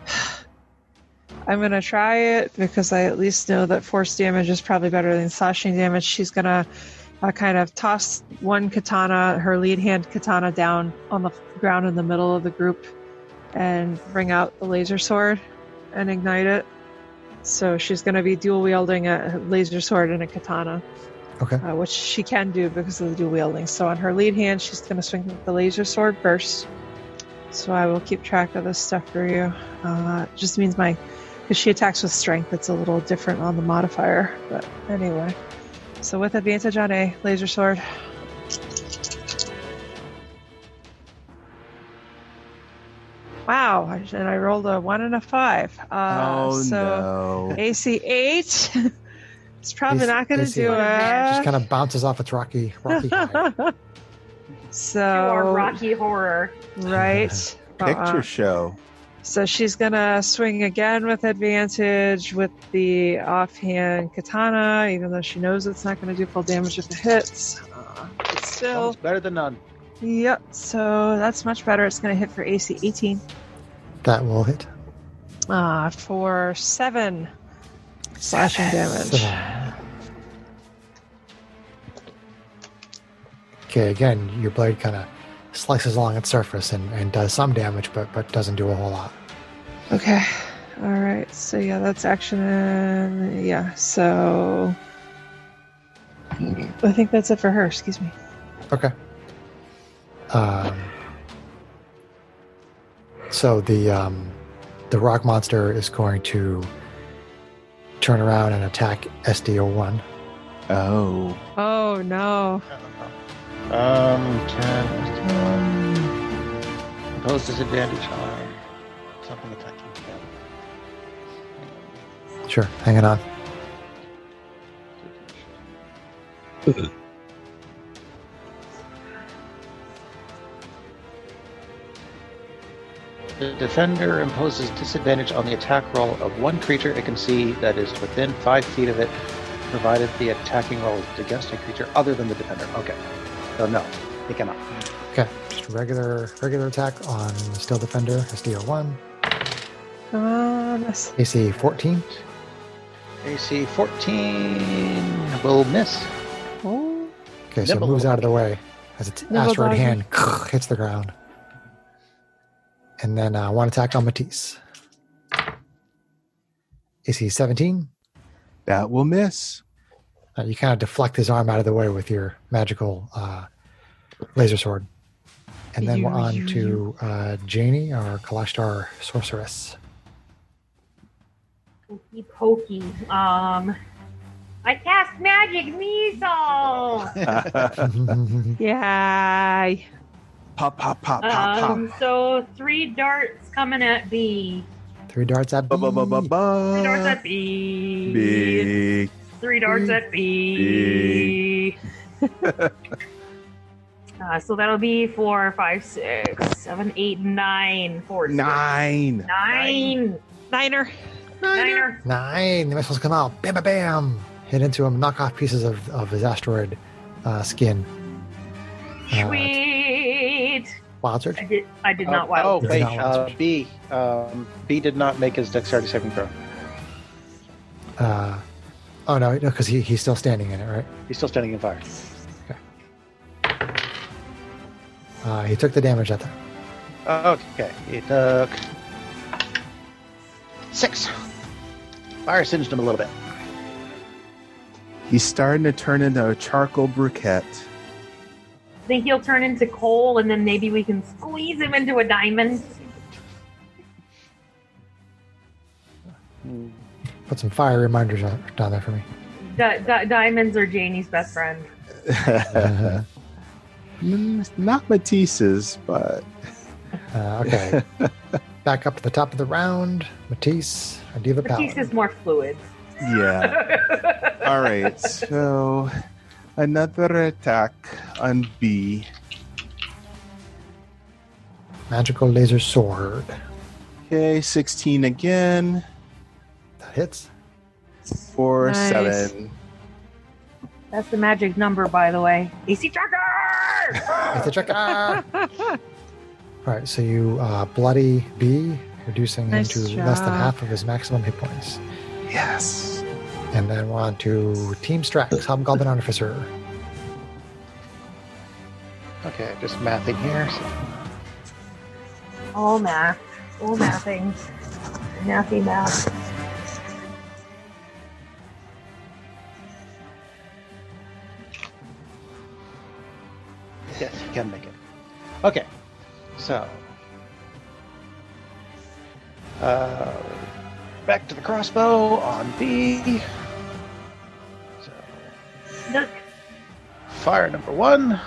[SPEAKER 3] I'm gonna try it because I at least know that force damage is probably better than slashing damage. She's gonna uh, kind of toss one katana, her lead hand katana, down on the ground in the middle of the group, and bring out the laser sword and ignite it. So she's gonna be dual wielding a laser sword and a katana
[SPEAKER 1] Okay.
[SPEAKER 3] uh, which she can do because of the dual wielding. So on her lead hand, she's going to swing the laser sword first. So I will keep track of this stuff for you. Uh, it just means my because she attacks with strength, it's a little different on the modifier. But anyway, so with advantage on a laser sword. Wow, I- and I rolled a one and a five. Uh,
[SPEAKER 4] oh
[SPEAKER 3] so
[SPEAKER 4] no!
[SPEAKER 3] AC eight. it's probably
[SPEAKER 1] AC
[SPEAKER 3] not going to
[SPEAKER 1] AC.
[SPEAKER 3] do
[SPEAKER 1] Just
[SPEAKER 3] it.
[SPEAKER 1] kind of bounces off its rocky, rocky hide.
[SPEAKER 5] Or
[SPEAKER 3] so
[SPEAKER 5] Rocky Horror.
[SPEAKER 3] right.
[SPEAKER 4] Picture
[SPEAKER 3] Uh-uh.
[SPEAKER 4] show.
[SPEAKER 3] So she's gonna swing again with advantage with the offhand katana, even though she knows it's not gonna do full damage if it hits. Uh, but still,
[SPEAKER 2] Almost better than none.
[SPEAKER 3] yep. So that's much better. It's gonna hit for AC 18
[SPEAKER 1] That will hit.
[SPEAKER 3] uh, for seven slashing damage.
[SPEAKER 1] Okay, again, your blade kind of slices along its surface and, and does some damage, but but doesn't do a whole lot.
[SPEAKER 3] Okay. All right. So yeah, that's action. And yeah. So I think that's it for her. Excuse me.
[SPEAKER 1] Okay. Um, so the um, the rock monster is going to turn around and attack SD01.
[SPEAKER 4] Oh,
[SPEAKER 3] Oh no.
[SPEAKER 2] Um, can um, impose disadvantage on something attacking him.
[SPEAKER 1] Sure, hanging on.
[SPEAKER 2] The defender imposes disadvantage on the attack roll of one creature it can see that is within five feet of it, provided the attacking roll is against a creature other than the defender. Okay. So no, he cannot.
[SPEAKER 1] Okay, just regular regular attack on Steel Defender SD01.
[SPEAKER 3] Come on. Miss.
[SPEAKER 1] AC 14.
[SPEAKER 2] AC 14 will miss.
[SPEAKER 3] Oh.
[SPEAKER 1] Okay, so it
[SPEAKER 2] Nibble.
[SPEAKER 1] moves out of the way as its
[SPEAKER 3] Nibble
[SPEAKER 1] asteroid
[SPEAKER 3] doggy.
[SPEAKER 1] hand hits the ground. And then uh, one attack on Matisse. AC 17.
[SPEAKER 4] that will miss.
[SPEAKER 1] Uh, you kind of deflect his arm out of the way with your magical uh, laser sword. And then
[SPEAKER 3] You-
[SPEAKER 1] we're on
[SPEAKER 3] you-
[SPEAKER 1] to uh, Janie, our Kalashtar sorceress.
[SPEAKER 6] Pokey pokey. Um, I cast magic missile.
[SPEAKER 4] pop,
[SPEAKER 1] okay.
[SPEAKER 3] Yay.
[SPEAKER 4] pop, pop, pop, pop.
[SPEAKER 6] Um, so three darts coming at B.
[SPEAKER 1] Three darts at
[SPEAKER 4] Ba, ba, ba, ba,
[SPEAKER 1] B.
[SPEAKER 4] ba.
[SPEAKER 6] Three darts at B.
[SPEAKER 4] Big.
[SPEAKER 6] Three darts at B. uh, so that'll be four, five, six, seven, eight, nine, four, six,
[SPEAKER 4] Nine.
[SPEAKER 6] nine,
[SPEAKER 3] Niner.
[SPEAKER 6] niner.
[SPEAKER 1] Nine. The missiles come out. Bam, bam, bam. Hit into him. Knock off pieces of, of his asteroid uh, skin. Uh,
[SPEAKER 6] Sweet.
[SPEAKER 1] wild surge.
[SPEAKER 6] I did. I did
[SPEAKER 2] Uh,
[SPEAKER 6] not wild.
[SPEAKER 2] Oh,
[SPEAKER 1] Did
[SPEAKER 2] wait.
[SPEAKER 1] not wild
[SPEAKER 2] Uh,
[SPEAKER 1] surge.
[SPEAKER 2] B. Um, B did not make his dexterity saving throw.
[SPEAKER 1] Uh, oh no, no, because he, he's still standing in it, right?
[SPEAKER 2] He's still standing in fire.
[SPEAKER 1] Uh, he took the damage that time.
[SPEAKER 2] Uh, okay. He took six. Fire singed him a little bit.
[SPEAKER 4] He's starting to turn into a charcoal briquette.
[SPEAKER 6] I think he'll turn into coal, and then maybe we can squeeze him into a diamond.
[SPEAKER 1] Put some fire reminders on, down there for me.
[SPEAKER 6] Di- di- diamonds are Janie's best friend.
[SPEAKER 1] Uh,
[SPEAKER 4] Mm, Not Matisse's, but
[SPEAKER 1] uh, okay. Back up to the top of the round. Matisse, a diva
[SPEAKER 6] Matisse
[SPEAKER 1] paladin.
[SPEAKER 6] is more fluid.
[SPEAKER 4] yeah. All right, so another attack on B.
[SPEAKER 1] Magical laser sword.
[SPEAKER 4] Okay, 16 again
[SPEAKER 1] That hits.
[SPEAKER 4] for
[SPEAKER 3] Nice.
[SPEAKER 4] seven.
[SPEAKER 5] That's the magic number, by the way.
[SPEAKER 6] AC tracker!
[SPEAKER 1] It's a checker. All right, so you uh, bloody B, reducing him
[SPEAKER 3] Nice
[SPEAKER 1] to less than
[SPEAKER 3] job.
[SPEAKER 1] half of his maximum hit points.
[SPEAKER 4] Yes.
[SPEAKER 1] And then we're on to Team Strax, Hobgoblin Artificer.
[SPEAKER 2] Okay, just mathing here. So
[SPEAKER 5] All math. All mathing.
[SPEAKER 6] Mathy math.
[SPEAKER 2] yes, you can make it. Okay, so uh, back to the crossbow on B. So
[SPEAKER 6] Look,
[SPEAKER 2] fire number one.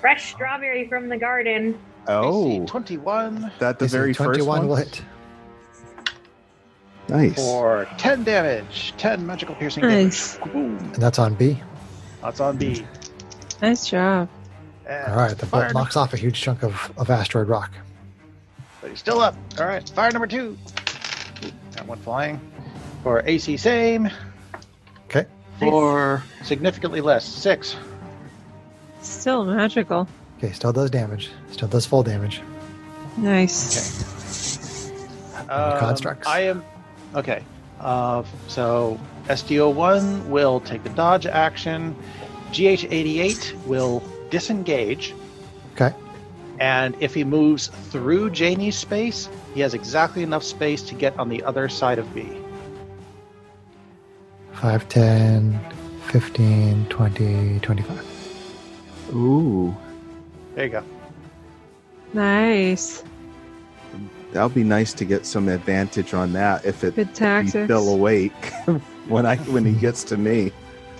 [SPEAKER 6] fresh strawberry from the garden.
[SPEAKER 2] AC
[SPEAKER 4] Oh,
[SPEAKER 2] twenty-one
[SPEAKER 4] that the
[SPEAKER 1] This is
[SPEAKER 4] very first
[SPEAKER 1] 21
[SPEAKER 4] one.
[SPEAKER 1] will hit.
[SPEAKER 4] Nice.
[SPEAKER 2] for ten damage. Ten magical piercing
[SPEAKER 3] Nice.
[SPEAKER 2] damage. Kaboom.
[SPEAKER 1] And that's on B.
[SPEAKER 2] That's on B.
[SPEAKER 3] Nice job.
[SPEAKER 2] And
[SPEAKER 1] All right, the
[SPEAKER 2] fire
[SPEAKER 1] bolt knocks off a huge chunk of, of asteroid rock.
[SPEAKER 2] But he's still up. All right, fire number two. Ooh, That one flying. For AC, same.
[SPEAKER 1] Okay.
[SPEAKER 2] For significantly less, six.
[SPEAKER 3] Still magical.
[SPEAKER 1] Okay, still does damage. Still does full damage.
[SPEAKER 3] Nice.
[SPEAKER 2] Um,
[SPEAKER 1] constructs.
[SPEAKER 2] I am. Okay. Uh, so SDO1 will take the dodge action. GH88 will disengage.
[SPEAKER 1] Okay.
[SPEAKER 2] And if he moves through Janie's space, he has exactly enough space to get on the other side of B.
[SPEAKER 1] 5, 10, 15, 20, 25.
[SPEAKER 4] Ooh,
[SPEAKER 2] There you go.
[SPEAKER 3] Nice.
[SPEAKER 4] that'll be nice to get some advantage on that if it
[SPEAKER 3] Good
[SPEAKER 4] if he's
[SPEAKER 3] tactics.
[SPEAKER 4] still awake when I when he gets to me.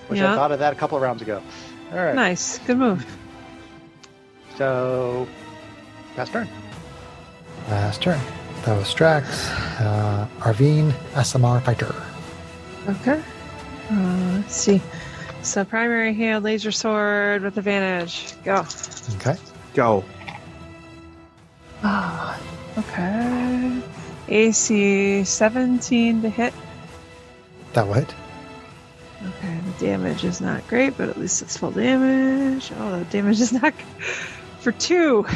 [SPEAKER 2] Which I
[SPEAKER 3] Yeah.
[SPEAKER 2] thought of that a couple of rounds ago. All right.
[SPEAKER 3] Nice. Good move.
[SPEAKER 2] So, pass turn.
[SPEAKER 1] Last turn. That was Strax, uh, Arvine, SMR Fighter.
[SPEAKER 3] Okay. Uh, let's see. So primary hand, laser sword with advantage. Go.
[SPEAKER 1] Okay.
[SPEAKER 4] Go.
[SPEAKER 3] Ah, okay. AC 17 to hit.
[SPEAKER 1] That will hit.
[SPEAKER 3] Okay, the damage is not great, but at least it's full damage. Oh, the damage is not for two.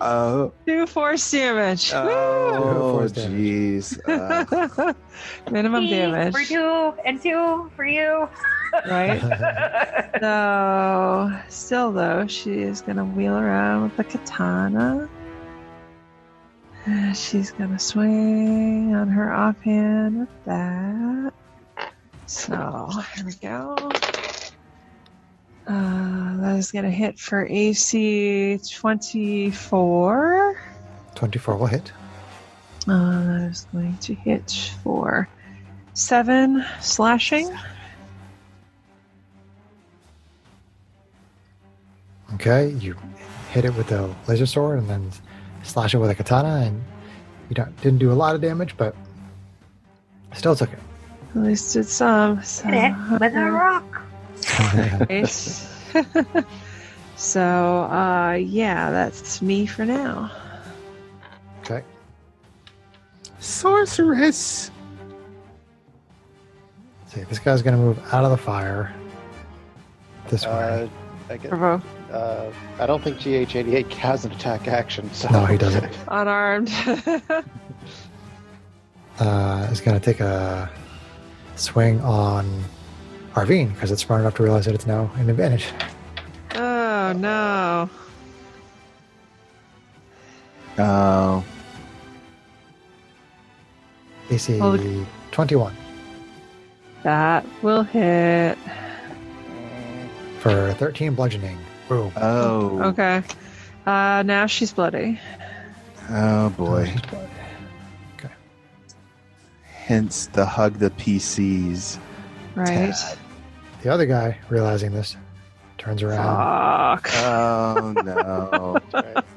[SPEAKER 4] Uh,
[SPEAKER 3] Two force damage.
[SPEAKER 4] oh,
[SPEAKER 1] Force damage.
[SPEAKER 4] jeez. Uh,
[SPEAKER 3] Woo! Minimum
[SPEAKER 6] Three
[SPEAKER 3] damage.
[SPEAKER 6] For two, and two for you.
[SPEAKER 3] Right? So, still though, she is gonna wheel around with the katana. Uh, She's gonna swing on her offhand with that. So, here we go. Uh, that is gonna hit for AC 24.
[SPEAKER 1] 24 will hit.
[SPEAKER 3] Uh, that is going to hit for 7 slashing.
[SPEAKER 1] Okay, you hit it with the laser sword and then slash it with a katana, and you don't, didn't do a lot of damage, but still took
[SPEAKER 3] At least it's um, some. So,
[SPEAKER 6] Hit it with
[SPEAKER 2] Uh,
[SPEAKER 6] a rock.
[SPEAKER 1] it.
[SPEAKER 3] Right. so, uh, yeah, that's me for now.
[SPEAKER 1] okay,
[SPEAKER 4] sorceress.
[SPEAKER 1] see, this guy's gonna move out of the fire this way.
[SPEAKER 2] Uh, I, guess, uh, I don't think GH88 has an attack action. So.
[SPEAKER 1] No, he doesn't.
[SPEAKER 3] Unarmed.
[SPEAKER 1] Uh, is gonna take a swing on Arvine because it's smart enough to realize that it's now an advantage.
[SPEAKER 3] oh, no.
[SPEAKER 4] Oh,
[SPEAKER 1] AC
[SPEAKER 3] Well,
[SPEAKER 1] 21
[SPEAKER 3] That will hit.
[SPEAKER 1] for 13 bludgeoning. Boom.
[SPEAKER 4] oh,
[SPEAKER 3] Okay. Uh, now she's bloody.
[SPEAKER 4] oh boy.
[SPEAKER 1] Boy.
[SPEAKER 4] Hence the hug the PCs.
[SPEAKER 3] Right?
[SPEAKER 1] The other guy, realizing this, turns
[SPEAKER 3] Ah.
[SPEAKER 1] around.
[SPEAKER 3] Fuck.
[SPEAKER 4] Oh no.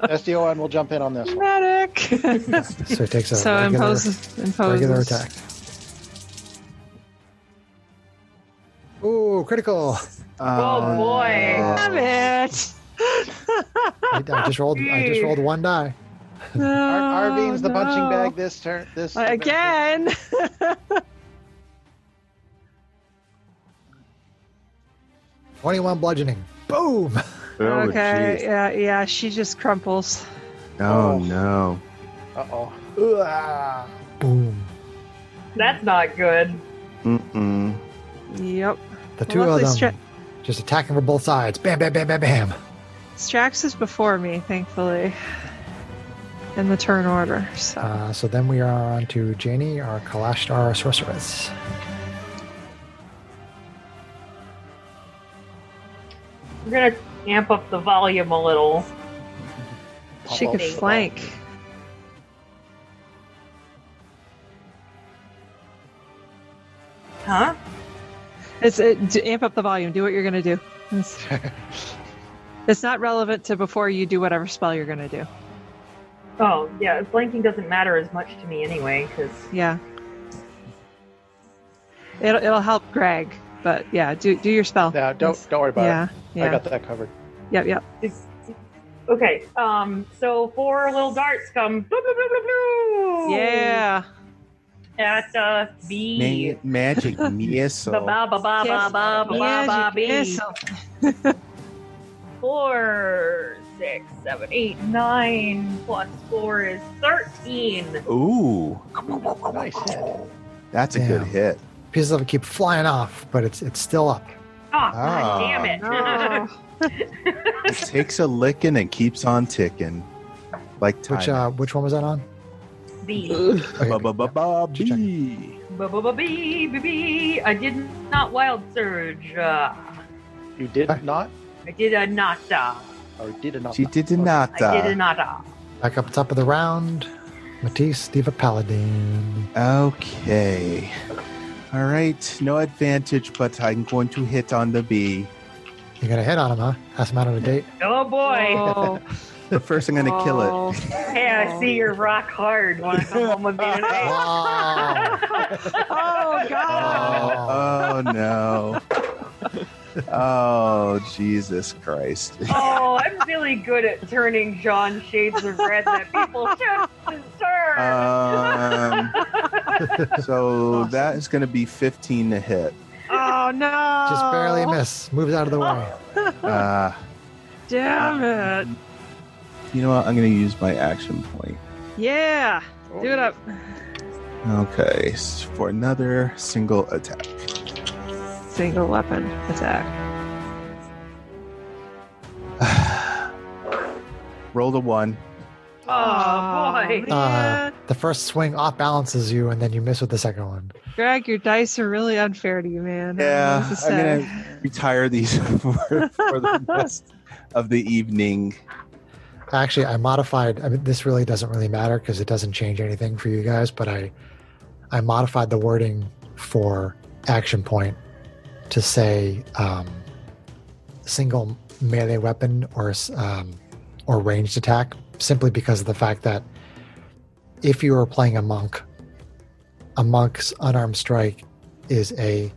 [SPEAKER 2] SDON will jump in on this one.
[SPEAKER 3] Medic.
[SPEAKER 1] so he takes a
[SPEAKER 3] so
[SPEAKER 1] regular,
[SPEAKER 3] imposes. imposes.
[SPEAKER 1] regular attack. Ooh, critical!
[SPEAKER 2] uh,
[SPEAKER 6] Oh, boy.
[SPEAKER 3] Damn it.
[SPEAKER 1] I, I just rolled. I just rolled one die.
[SPEAKER 3] No,
[SPEAKER 2] Ar- Arvine's the punching
[SPEAKER 3] Oh, no.
[SPEAKER 2] bag this turn. This
[SPEAKER 3] Again.
[SPEAKER 1] 21 bludgeoning. Boom!
[SPEAKER 8] Oh,
[SPEAKER 3] okay,
[SPEAKER 8] jeez.
[SPEAKER 3] yeah, yeah, she just crumples.
[SPEAKER 4] Oh,
[SPEAKER 2] Oh.
[SPEAKER 4] no.
[SPEAKER 2] Uh oh.
[SPEAKER 1] Boom.
[SPEAKER 6] That's not good.
[SPEAKER 4] Mm-mm.
[SPEAKER 3] Yep.
[SPEAKER 1] The
[SPEAKER 3] Well,
[SPEAKER 1] two of
[SPEAKER 3] luckily
[SPEAKER 1] them
[SPEAKER 3] Stra-
[SPEAKER 1] just attacking from both sides. Bam, bam, bam, bam, bam.
[SPEAKER 3] Strax is before me, thankfully, in the turn order. So
[SPEAKER 1] Uh, so then we are on to Janie, our Kalashtar sorceress.
[SPEAKER 6] We're gonna amp up the volume a little.
[SPEAKER 3] she could flank.
[SPEAKER 6] Huh?
[SPEAKER 3] It's it, d- amp up the volume. Do what you're gonna do. It's, it's not relevant to before you do whatever spell you're gonna do.
[SPEAKER 6] Oh, yeah, flanking doesn't matter as much to me anyway, because
[SPEAKER 3] Yeah. It'll it'll help Greg, but yeah, do do your spell.
[SPEAKER 2] Now, don't don't worry about
[SPEAKER 3] yeah,
[SPEAKER 2] it.
[SPEAKER 3] yeah.
[SPEAKER 2] I got that covered.
[SPEAKER 3] Yep, yep.
[SPEAKER 6] It's- Okay, um, so four little darts come blue, blue, blue, blue, blue,
[SPEAKER 3] Yeah.
[SPEAKER 6] at uh, B.
[SPEAKER 4] Ma- magic
[SPEAKER 6] Ba
[SPEAKER 4] missile.
[SPEAKER 6] ba ba ba ba ba ba ba ba B.
[SPEAKER 3] Yes,
[SPEAKER 6] Four, six, seven, eight, nine plus four is thirteen.
[SPEAKER 8] Ooh.
[SPEAKER 2] Nice hit.
[SPEAKER 4] That's a good
[SPEAKER 1] Damn.
[SPEAKER 4] hit.
[SPEAKER 1] Pieces of it keep flying off, but it's it's still up.
[SPEAKER 6] Oh, God damn it!
[SPEAKER 3] no.
[SPEAKER 4] It takes a licking and keeps on ticking. Like time.
[SPEAKER 1] Which uh, which one was that on?
[SPEAKER 6] B.
[SPEAKER 1] Okay. Keep
[SPEAKER 4] Ba-ba-ba-ba-bee.
[SPEAKER 6] Ba ba ba B B B. I did not wild surge. Uh,
[SPEAKER 2] You did
[SPEAKER 1] Okay.
[SPEAKER 2] not,
[SPEAKER 6] I did a nata.
[SPEAKER 2] or did not.
[SPEAKER 4] She did a
[SPEAKER 6] I did
[SPEAKER 4] nata.
[SPEAKER 6] a nata.
[SPEAKER 1] Back up top of the round. Matisse, Diva Paladin.
[SPEAKER 4] Okay. All right. No advantage, but I'm going to hit on the bee.
[SPEAKER 1] You're gonna hit on him, huh? Ask him out on a date.
[SPEAKER 6] Oh boy.
[SPEAKER 3] Oh,
[SPEAKER 4] But first, I'm going to kill it.
[SPEAKER 6] Hey, I see you're rock hard. Want to come home with me today?
[SPEAKER 1] Wow.
[SPEAKER 3] Oh god.
[SPEAKER 4] Oh, oh no. Oh, Jesus Christ.
[SPEAKER 6] Oh, I'm really good at turning John shades of red that people should deserve.
[SPEAKER 4] Uh, Um, so that is going to be 15 to hit.
[SPEAKER 3] Oh no.
[SPEAKER 1] Just barely miss. Moves out of the way.
[SPEAKER 4] Uh,
[SPEAKER 3] Damn it.
[SPEAKER 4] you know what? I'm going to use my action point.
[SPEAKER 3] Yeah. Do it up.
[SPEAKER 4] Okay, s- for another single attack.
[SPEAKER 3] Single weapon attack.
[SPEAKER 4] Roll the one.
[SPEAKER 6] Oh,
[SPEAKER 1] uh,
[SPEAKER 6] boy.
[SPEAKER 3] man.
[SPEAKER 1] The first swing off balances you, and then you miss with the second one.
[SPEAKER 3] Greg, your dice are really unfair to you, man. I don't know
[SPEAKER 4] Yeah,
[SPEAKER 3] what to
[SPEAKER 4] I'm
[SPEAKER 3] say.
[SPEAKER 4] gonna retire these for, for the rest of the evening.
[SPEAKER 1] Actually, I modified. I mean, this really doesn't really matter because it doesn't change anything for you guys. But I, I modified the wording for action point to say um, single melee weapon or s- um, or ranged attack, simply because of the fact that if you are playing a monk, a monk's unarmed strike is a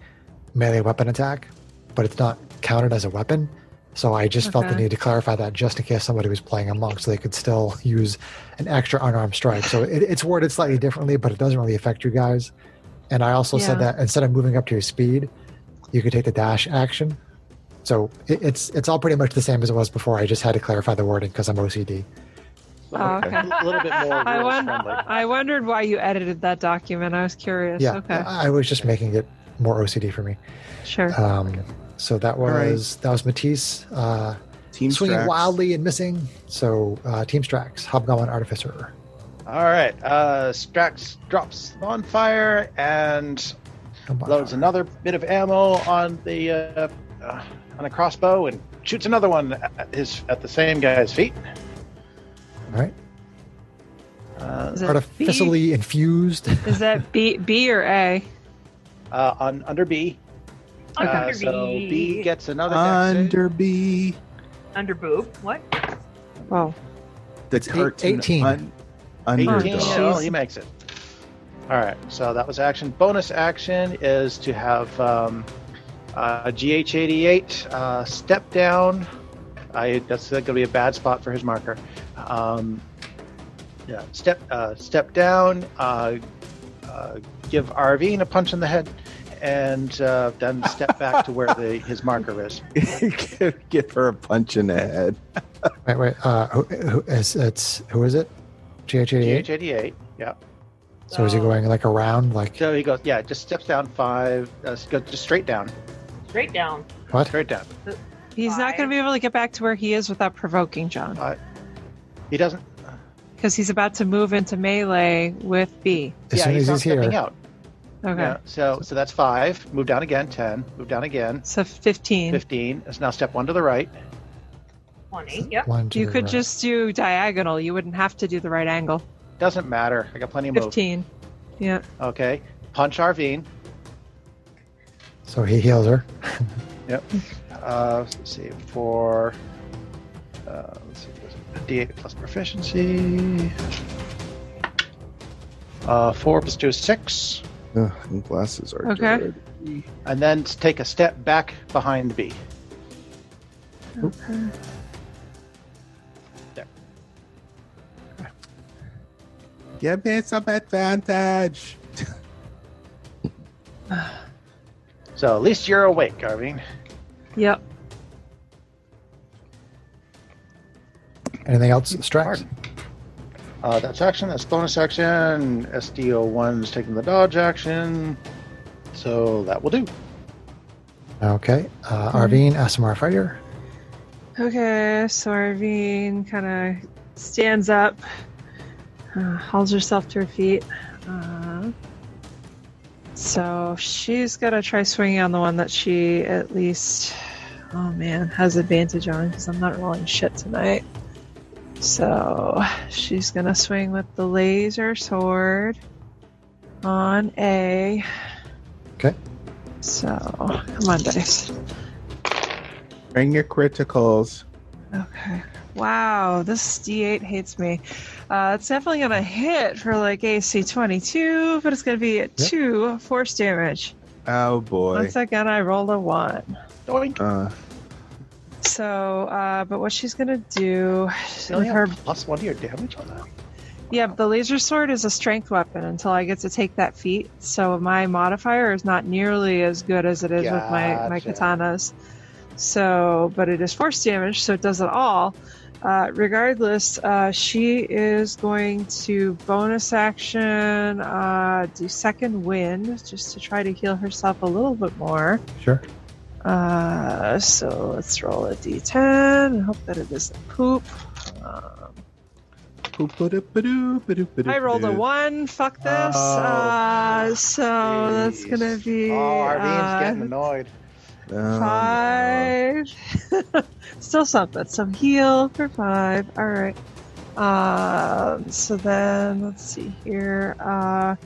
[SPEAKER 1] melee weapon attack, but it's not counted as a weapon. So I just felt the
[SPEAKER 3] Okay.
[SPEAKER 1] need to clarify that just in case somebody was playing a monk, so they could still use an extra unarmed strike. So it, it's worded slightly differently, but it doesn't really affect you guys. And I also said
[SPEAKER 3] Yeah.
[SPEAKER 1] that instead of moving up to your speed, you could take the dash action. So it, it's it's all pretty much the same as it was before. I just had to clarify the wording because I'm OCD.
[SPEAKER 3] Oh, okay.
[SPEAKER 2] A little bit more
[SPEAKER 3] I
[SPEAKER 2] rules
[SPEAKER 3] wonder-
[SPEAKER 2] friendly.
[SPEAKER 3] I wondered why you edited that document. I was curious.
[SPEAKER 1] Yeah,
[SPEAKER 3] Okay.
[SPEAKER 1] I I was just making it more OCD for me.
[SPEAKER 3] Sure.
[SPEAKER 1] Um, so that
[SPEAKER 4] All right.
[SPEAKER 1] was that was Matisse uh,
[SPEAKER 4] Team
[SPEAKER 1] swinging
[SPEAKER 4] Strax.
[SPEAKER 1] wildly and missing. So uh, Team Strax, Hobgoblin Artificer.
[SPEAKER 2] All right. Uh, Strax drops bonfire and
[SPEAKER 1] No bonfire.
[SPEAKER 2] loads another bit of ammo on the uh, uh, on a crossbow and shoots another one at his at the same guy's feet.
[SPEAKER 1] All right,
[SPEAKER 2] Uh,
[SPEAKER 3] Is that B?
[SPEAKER 1] artificially infused.
[SPEAKER 3] Is that B, B or A?
[SPEAKER 2] uh, on under B.
[SPEAKER 6] Under
[SPEAKER 2] uh, So
[SPEAKER 6] B.
[SPEAKER 2] B gets another dex save.
[SPEAKER 4] Under B.
[SPEAKER 6] Under boob. What?
[SPEAKER 3] Oh,
[SPEAKER 4] The
[SPEAKER 1] It's eight-
[SPEAKER 4] curtain
[SPEAKER 1] 18.
[SPEAKER 4] un-
[SPEAKER 2] 18.
[SPEAKER 4] underdog.
[SPEAKER 3] Oh,
[SPEAKER 2] Oh,
[SPEAKER 3] geez.
[SPEAKER 2] he makes it. All right. So that was action. Bonus action is to have um, uh, GH88 uh, step down. I that's going to be a bad spot for his marker. Um, yeah. Step uh, step down. Uh, uh, give Arvine a punch in the head, and uh, then step back to where the, his marker is.
[SPEAKER 4] give, give her a punch in the head.
[SPEAKER 1] Wait, wait. Uh, who, who is it's who is it? GH88.
[SPEAKER 2] GH88. Yeah.
[SPEAKER 1] So is he going like around? Like
[SPEAKER 2] So he goes, yeah, just steps down five, uh, s- go just straight down,
[SPEAKER 6] Straight down.
[SPEAKER 1] what?
[SPEAKER 2] straight down.
[SPEAKER 3] He's not going to be able to get back to where he is without provoking John
[SPEAKER 2] He doesn't.
[SPEAKER 3] because he's about to move into melee with B.
[SPEAKER 1] As
[SPEAKER 2] yeah,
[SPEAKER 1] soon as
[SPEAKER 2] not
[SPEAKER 1] he's here,
[SPEAKER 2] stepping out.
[SPEAKER 3] Okay.
[SPEAKER 2] Yeah, so so that's five. Move down again. Ten. Move down again.
[SPEAKER 3] So 15.
[SPEAKER 2] Fifteen. It's now step one to the right.
[SPEAKER 6] 20. Yep.
[SPEAKER 1] one, two,
[SPEAKER 3] You could
[SPEAKER 1] right.
[SPEAKER 3] just do diagonal. You wouldn't have to do the right angle.
[SPEAKER 2] Doesn't matter. I got plenty of move.
[SPEAKER 3] 15. Yeah.
[SPEAKER 2] Okay. Punch Arvine.
[SPEAKER 1] So he heals her.
[SPEAKER 2] Yep. Uh, let's see for. Uh, let's see. there's a D8 plus proficiency. Uh, four plus two is six,
[SPEAKER 4] Ugh, and glasses are
[SPEAKER 3] Okay.
[SPEAKER 4] dirty.
[SPEAKER 2] and then s- take a step back behind B.
[SPEAKER 4] Give me some advantage.
[SPEAKER 2] So at least you're awake, Arvine.
[SPEAKER 3] Yep.
[SPEAKER 1] Anything else? Strax.
[SPEAKER 2] Pardon. Uh, that's action. That's bonus action. SDO one's taking the dodge action. So that will do.
[SPEAKER 1] Okay. Uh, Arvine, Asimar Fighter.
[SPEAKER 3] Okay, so Arvine kind of stands up, uh, hauls herself to her feet. Uh, so she's gonna try swinging on the one that she at least, oh man, has advantage on because I'm not rolling shit tonight. So she's gonna swing with the laser sword on A.
[SPEAKER 1] Okay.
[SPEAKER 3] So come on, dice.
[SPEAKER 4] Bring your criticals.
[SPEAKER 3] Okay. Wow, this D8 hates me. Uh, it's definitely going to hit for like AC 22, but it's going to be at 2 force damage.
[SPEAKER 4] Oh boy.
[SPEAKER 3] Once again, I rolled a 1.
[SPEAKER 2] Doink.
[SPEAKER 4] Uh,
[SPEAKER 3] So, uh, but what she's going to do.
[SPEAKER 2] You only
[SPEAKER 3] with her,
[SPEAKER 2] have plus one to your damage on that.
[SPEAKER 3] yeah, the laser sword is a strength weapon until I get to take that feat. So my modifier is not nearly as good as it is with my, my
[SPEAKER 2] Gotcha.
[SPEAKER 3] katanas. So, but it is force damage, so it does it all. Uh, regardless, uh, she is going to bonus action uh, do second wind just to try to heal herself a little bit more.
[SPEAKER 1] Sure.
[SPEAKER 3] Uh, so let's roll a d10 and hope that it isn't poop. Um, I rolled a one. Fuck this.
[SPEAKER 2] Oh.
[SPEAKER 3] uh, so that's
[SPEAKER 2] Jeez.
[SPEAKER 3] gonna be
[SPEAKER 2] Oh, Arvine's
[SPEAKER 3] uh,
[SPEAKER 2] getting annoyed.
[SPEAKER 4] Oh, no.
[SPEAKER 3] five. Still something. So heal for five. All right. Um, so then let's see here. Uh,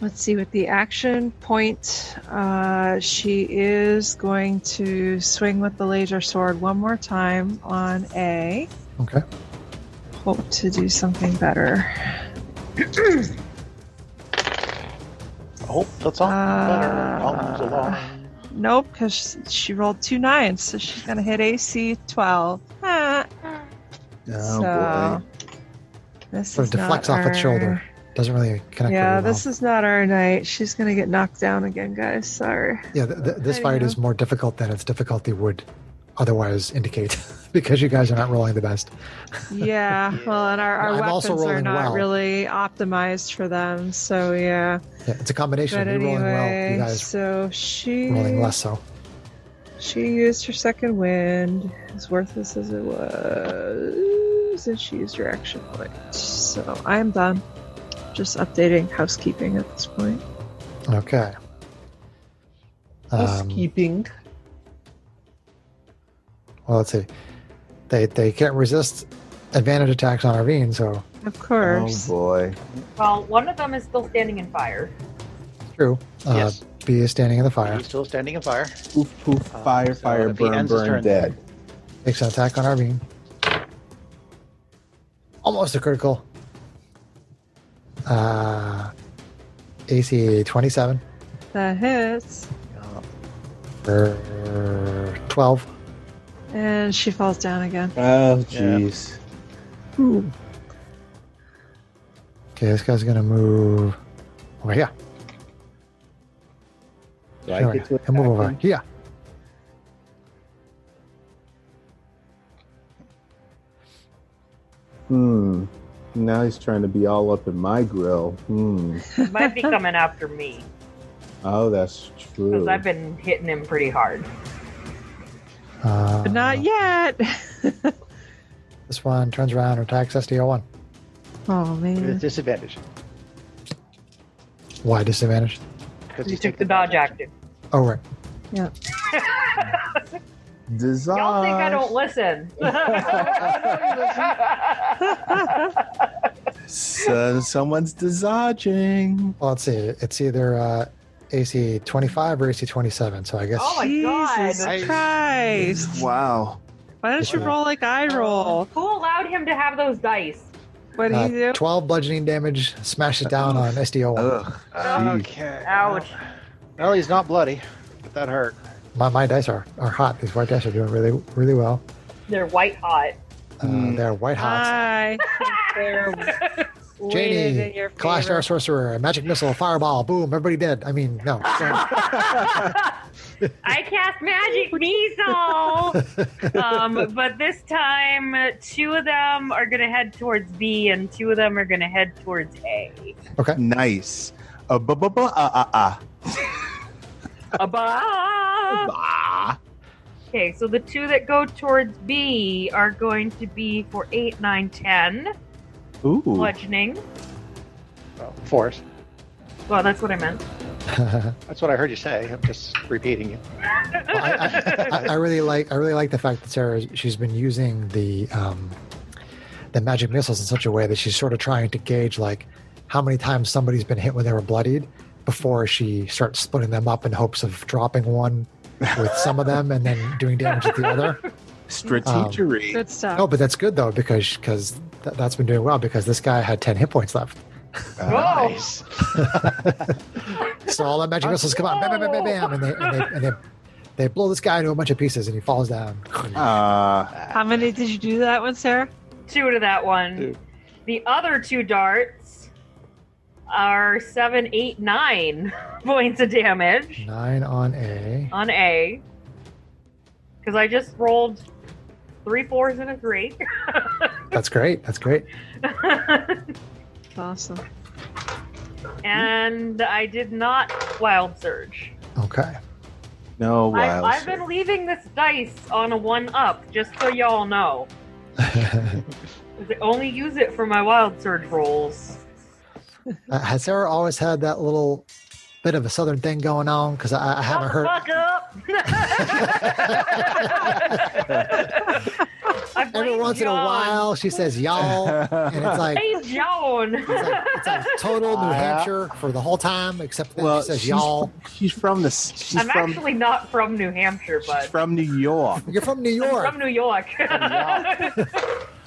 [SPEAKER 3] let's see with the action point. Uh, she is going to swing with the laser sword one more time on A.
[SPEAKER 1] Okay.
[SPEAKER 3] Hope to do something better.
[SPEAKER 2] Oh, that's all. better. Problems
[SPEAKER 3] Uh,
[SPEAKER 2] along.
[SPEAKER 3] Nope, because she rolled two nines, so she's gonna hit AC 12. Ah,
[SPEAKER 4] Oh,
[SPEAKER 3] so this
[SPEAKER 1] Sort of
[SPEAKER 3] is not
[SPEAKER 1] deflects off its
[SPEAKER 3] our-
[SPEAKER 1] shoulder. Doesn't really connect.
[SPEAKER 3] Yeah,
[SPEAKER 1] very well.
[SPEAKER 3] this is not our night. She's gonna get knocked down again, guys. Sorry.
[SPEAKER 1] Yeah, th- th- this
[SPEAKER 3] There you
[SPEAKER 1] fight
[SPEAKER 3] go.
[SPEAKER 1] is more difficult than its difficulty would otherwise indicate because you guys are not rolling the best.
[SPEAKER 3] Yeah. Well, and our, our
[SPEAKER 1] I'm
[SPEAKER 3] weapons
[SPEAKER 1] also
[SPEAKER 3] are
[SPEAKER 1] rolling
[SPEAKER 3] not
[SPEAKER 1] well.
[SPEAKER 3] really optimized for them, so yeah.
[SPEAKER 1] Yeah, it's a combination
[SPEAKER 3] But
[SPEAKER 1] of you rolling well, you
[SPEAKER 3] anyway,
[SPEAKER 1] guys
[SPEAKER 3] so she
[SPEAKER 1] rolling less so.
[SPEAKER 3] She used her second wind, as worthless as it was, and she used her action point. So I am done. Just updating housekeeping at this point.
[SPEAKER 1] Okay. Um,
[SPEAKER 8] Housekeeping.
[SPEAKER 1] well, let's see. They they can't resist advantage attacks on Arvine, so
[SPEAKER 3] Of
[SPEAKER 4] boy.
[SPEAKER 3] course.
[SPEAKER 4] Oh, boy.
[SPEAKER 6] Well, one of them is still standing in fire.
[SPEAKER 1] it's true. Uh,
[SPEAKER 2] yes.
[SPEAKER 1] B is standing in the fire.
[SPEAKER 2] He's still standing in fire.
[SPEAKER 4] Poof,
[SPEAKER 1] Oh,
[SPEAKER 4] poof,
[SPEAKER 2] Uh,
[SPEAKER 4] fire,
[SPEAKER 2] so
[SPEAKER 4] fire,
[SPEAKER 2] if he
[SPEAKER 4] burn,
[SPEAKER 2] ends his
[SPEAKER 4] burn,
[SPEAKER 2] turn-
[SPEAKER 4] dead.
[SPEAKER 1] Takes an attack on Arvine. Almost a critical. Uh, AC 27.
[SPEAKER 3] That hits.
[SPEAKER 2] Uh,
[SPEAKER 1] Er, 12.
[SPEAKER 3] And she falls down again.
[SPEAKER 8] Oh,
[SPEAKER 2] Yeah.
[SPEAKER 8] jeez.
[SPEAKER 1] Okay, this guy's gonna move over here.
[SPEAKER 8] Do I
[SPEAKER 1] Sure.
[SPEAKER 8] get to attack
[SPEAKER 1] And move over.
[SPEAKER 8] him?
[SPEAKER 1] Yeah.
[SPEAKER 8] Hmm. Now he's trying to be all up in my grill. Hmm.
[SPEAKER 6] Might be coming after me
[SPEAKER 8] Oh, that's
[SPEAKER 6] because
[SPEAKER 8] true.
[SPEAKER 6] I've been hitting him pretty hard.
[SPEAKER 1] Uh,
[SPEAKER 3] But not yet.
[SPEAKER 1] This one turns around and attacks SDO1.
[SPEAKER 3] oh
[SPEAKER 2] It's
[SPEAKER 3] man.
[SPEAKER 2] disadvantage.
[SPEAKER 1] Why disadvantage?
[SPEAKER 2] Because
[SPEAKER 6] You took the dodge active.
[SPEAKER 1] Oh, right.
[SPEAKER 8] Disaster.
[SPEAKER 6] Y'all think I don't listen?
[SPEAKER 4] So someone's disadging.
[SPEAKER 1] Well, let's see. It's either uh, AC 25 or AC 27. So I guess
[SPEAKER 6] Oh my
[SPEAKER 3] Jesus
[SPEAKER 2] God.
[SPEAKER 3] Christ.
[SPEAKER 4] Wow.
[SPEAKER 3] Why don't you roll like I roll?
[SPEAKER 6] Who allowed him to have those dice?
[SPEAKER 3] What do
[SPEAKER 1] uh,
[SPEAKER 3] you do?
[SPEAKER 1] 12 bludgeoning damage smashes down on SDO1.
[SPEAKER 4] Ugh.
[SPEAKER 2] Okay.
[SPEAKER 6] Ouch.
[SPEAKER 2] Well, he's not bloody, but that hurt.
[SPEAKER 1] My, my dice are, are hot. These white dice are doing really, really well.
[SPEAKER 6] They're white hot.
[SPEAKER 1] Uh,
[SPEAKER 4] Mm.
[SPEAKER 1] They're white hot.
[SPEAKER 3] I think they're weighted in
[SPEAKER 1] Janie,
[SPEAKER 3] your
[SPEAKER 1] Clash Star
[SPEAKER 3] favor.
[SPEAKER 1] Sorcerer, Magic Missile, Fireball, boom, everybody dead. I mean, no.
[SPEAKER 6] I cast magic missile. um, but this time, uh, two of them are going to head towards B, and two of them are going to head towards A.
[SPEAKER 4] Nice. Uh, ba ba ba ah ah ah.
[SPEAKER 6] Above.
[SPEAKER 4] Bah.
[SPEAKER 6] Okay, so the two that go towards B are going to be for 8, 9, 10,
[SPEAKER 4] Ooh.
[SPEAKER 6] bludgeoning.
[SPEAKER 2] Well, force.
[SPEAKER 6] Well, that's what I meant.
[SPEAKER 2] That's what I heard you say. I'm just repeating you.
[SPEAKER 1] Well, I, I, I, I really like I really like the fact that Sarah she's been using the um, the magic missiles in such a way that she's sort of trying to gauge like how many times somebody's been hit when they were bloodied before she starts splitting them up in hopes of dropping one with some of them and then doing damage with the other.
[SPEAKER 4] Strategery.
[SPEAKER 3] Good stuff.
[SPEAKER 1] No, but that's good though because because th- that's been doing well because this guy had ten hit points left.
[SPEAKER 4] Ah.
[SPEAKER 6] Oh.
[SPEAKER 2] Nice.
[SPEAKER 1] So all the magic missiles come out, bam, bam, bam, bam, bam, and they and they, and they, they blow this guy into a bunch of pieces and he falls down.
[SPEAKER 6] Oh.
[SPEAKER 4] Ah.
[SPEAKER 3] How many did you do that one, Sarah?
[SPEAKER 6] Two to that one.
[SPEAKER 2] Two.
[SPEAKER 6] The other two darts are 7, 8, 9 points of damage.
[SPEAKER 1] Nine on a.
[SPEAKER 6] on A because I just rolled three fours and a three.
[SPEAKER 1] That's great. That's great.
[SPEAKER 3] Awesome.
[SPEAKER 6] and I did not wild surge.
[SPEAKER 1] Okay.
[SPEAKER 4] no,
[SPEAKER 6] I,
[SPEAKER 4] wild.
[SPEAKER 6] I've been leaving this dice on a one up, just so y'all know.
[SPEAKER 1] Uh,
[SPEAKER 6] 'Cause I only use it for my wild surge rolls.
[SPEAKER 1] Uh, has Sarah always had that little bit of a southern thing going on? Because I, I haven't heard.
[SPEAKER 6] Fuck up! I blame
[SPEAKER 1] Every once in a
[SPEAKER 6] John.
[SPEAKER 1] while, she says y'all, and it's like,
[SPEAKER 6] Hey, Joan!
[SPEAKER 1] it's like, it's like total New Hampshire for the whole time, except then
[SPEAKER 4] well,
[SPEAKER 1] she says
[SPEAKER 4] she's,
[SPEAKER 1] y'all.
[SPEAKER 4] she's from the. She's
[SPEAKER 6] I'm
[SPEAKER 4] from.
[SPEAKER 6] actually not from New Hampshire,
[SPEAKER 4] she's
[SPEAKER 6] but
[SPEAKER 4] from New York.
[SPEAKER 1] You're from New
[SPEAKER 6] I'm
[SPEAKER 1] York.
[SPEAKER 6] from New York.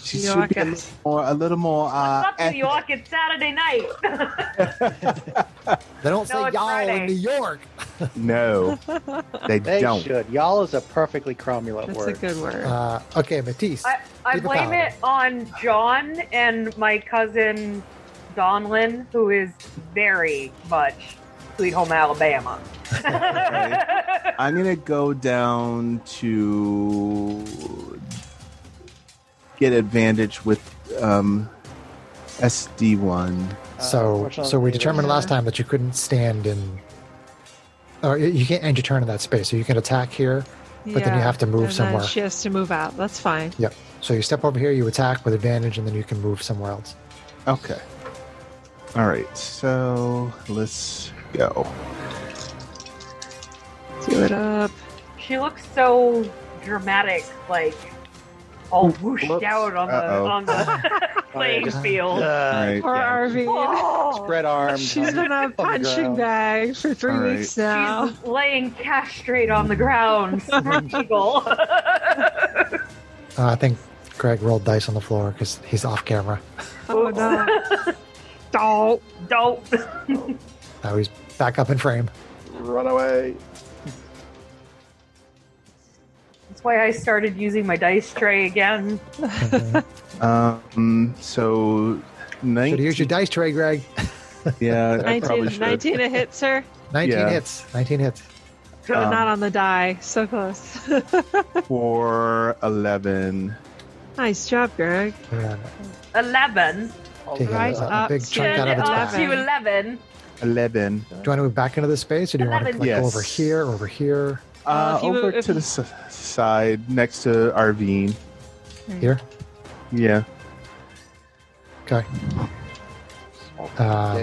[SPEAKER 4] She
[SPEAKER 3] New
[SPEAKER 4] should be a
[SPEAKER 3] Yorker.
[SPEAKER 4] little more. A little more. Uh,
[SPEAKER 6] Up New York, it's Saturday night.
[SPEAKER 1] They don't say
[SPEAKER 6] No, it's
[SPEAKER 1] y'all
[SPEAKER 6] Friday.
[SPEAKER 1] in New York.
[SPEAKER 4] eth- no, they,
[SPEAKER 2] They
[SPEAKER 4] don't.
[SPEAKER 2] should. Y'all is a perfectly cromulent
[SPEAKER 3] That's
[SPEAKER 2] word.
[SPEAKER 3] a good word.
[SPEAKER 1] Uh, okay, Matisse.
[SPEAKER 6] I, I
[SPEAKER 1] Keep it
[SPEAKER 6] blame
[SPEAKER 1] valid.
[SPEAKER 6] it on John and my cousin Donlin, who is very much Sweet Home Alabama.
[SPEAKER 4] I'm gonna go down to get advantage with um, SD one.
[SPEAKER 2] Uh,
[SPEAKER 1] so,
[SPEAKER 2] unfortunately,
[SPEAKER 1] so we
[SPEAKER 2] there's-
[SPEAKER 1] determined last time that you couldn't stand in, or you you can't end your turn in that space. So you can attack here. but then you have to move
[SPEAKER 3] and then
[SPEAKER 1] somewhere.
[SPEAKER 3] She has to move out. That's fine.
[SPEAKER 1] So you step over here, you attack with advantage, and then you can move somewhere else.
[SPEAKER 4] Okay. All right. So let's go.
[SPEAKER 3] Do it up.
[SPEAKER 6] She looks so dramatic, like all whooshed
[SPEAKER 4] Whoops.
[SPEAKER 6] out on
[SPEAKER 4] Uh-oh.
[SPEAKER 6] the on the playing
[SPEAKER 2] just-
[SPEAKER 6] field.
[SPEAKER 4] All
[SPEAKER 2] Uh,
[SPEAKER 4] right.
[SPEAKER 3] Poor
[SPEAKER 4] yeah.
[SPEAKER 3] RV.
[SPEAKER 6] Oh,
[SPEAKER 2] Spread arms.
[SPEAKER 3] She's
[SPEAKER 2] on-
[SPEAKER 3] been on a
[SPEAKER 2] on the
[SPEAKER 3] punching
[SPEAKER 2] ground.
[SPEAKER 3] bag for three
[SPEAKER 4] All right.
[SPEAKER 3] weeks now.
[SPEAKER 6] Oh, she's laying castrate on the ground, smirk eagle.
[SPEAKER 1] Uh, I think Greg rolled dice on the floor because he's off camera.
[SPEAKER 3] Oh no.
[SPEAKER 6] Dope, dope.
[SPEAKER 1] Now he's back up in frame.
[SPEAKER 8] Run away.
[SPEAKER 6] That's why I started using my dice tray again.
[SPEAKER 4] Um. So.
[SPEAKER 1] Should
[SPEAKER 4] 19,
[SPEAKER 1] use your dice tray, Greg.
[SPEAKER 4] yeah, I probably
[SPEAKER 3] 19,
[SPEAKER 4] should.
[SPEAKER 3] 19 a hit, sir.
[SPEAKER 1] 19
[SPEAKER 4] Yeah.
[SPEAKER 1] hits. 19 hits.
[SPEAKER 4] Um,
[SPEAKER 3] Not on the die. So close.
[SPEAKER 4] for 11.
[SPEAKER 3] nice job, Greg.
[SPEAKER 1] Yeah,
[SPEAKER 6] Eleven.
[SPEAKER 1] Take a-
[SPEAKER 3] Right
[SPEAKER 1] a,
[SPEAKER 3] up
[SPEAKER 1] big
[SPEAKER 3] to
[SPEAKER 1] chunk out
[SPEAKER 6] Turn
[SPEAKER 1] of
[SPEAKER 6] it
[SPEAKER 1] its
[SPEAKER 6] up
[SPEAKER 1] back.
[SPEAKER 6] to eleven.
[SPEAKER 4] 11.
[SPEAKER 1] Do you want to move back into the space, or do you want to
[SPEAKER 6] Eleven.
[SPEAKER 1] like,
[SPEAKER 4] Yes.
[SPEAKER 1] go over here, over here,
[SPEAKER 4] Uh,
[SPEAKER 3] if you-
[SPEAKER 4] over
[SPEAKER 3] if
[SPEAKER 4] to
[SPEAKER 3] you-
[SPEAKER 4] the s- side next to Arvine.
[SPEAKER 6] Hmm.
[SPEAKER 1] here?
[SPEAKER 4] Yeah.
[SPEAKER 1] Okay. Um,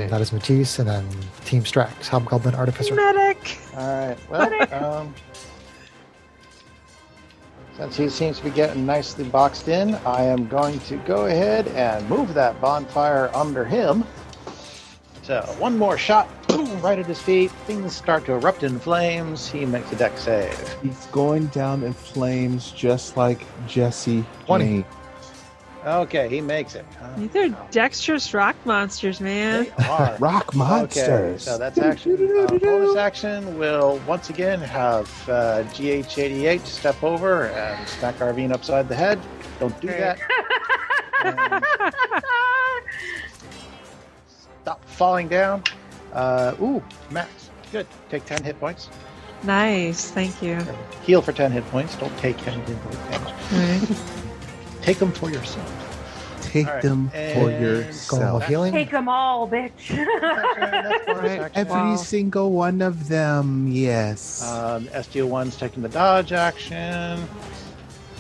[SPEAKER 1] That is Matisse, and then Team Strax, Hobgoblin Artificer.
[SPEAKER 3] Medic.
[SPEAKER 2] All right. Well, um, since he seems to be getting nicely boxed in, I am going to go ahead and move that bonfire under him. So one more shot, boom, right at his feet. Things start to erupt in flames. He makes a deck save.
[SPEAKER 4] He's going down in flames just like Jesse.
[SPEAKER 1] 20.
[SPEAKER 4] James.
[SPEAKER 2] Okay, he makes it. Uh,
[SPEAKER 3] These are dexterous rock monsters, man.
[SPEAKER 2] they are.
[SPEAKER 4] Rock
[SPEAKER 2] Okay,
[SPEAKER 4] monsters.
[SPEAKER 2] so that's action. Uh, bonus action will once again have uh, GH88 step over and smack Arvine upside the head. Don't do that. And stop falling down. Uh, ooh, max. Good. Take 10 hit points.
[SPEAKER 3] Nice. Thank you.
[SPEAKER 2] Heal for 10 hit points. Don't take 10 hit points.
[SPEAKER 3] Alright.
[SPEAKER 2] Take them for yourself.
[SPEAKER 4] Take
[SPEAKER 2] All right,
[SPEAKER 4] them for
[SPEAKER 2] and-
[SPEAKER 1] Golem
[SPEAKER 4] yourself.
[SPEAKER 1] of Healing.
[SPEAKER 6] Take them all, bitch.
[SPEAKER 2] That's bonus
[SPEAKER 3] Right.
[SPEAKER 2] action.
[SPEAKER 4] Every
[SPEAKER 3] Wow.
[SPEAKER 4] single one of them, yes.
[SPEAKER 2] Um, SDO1's taking the dodge action.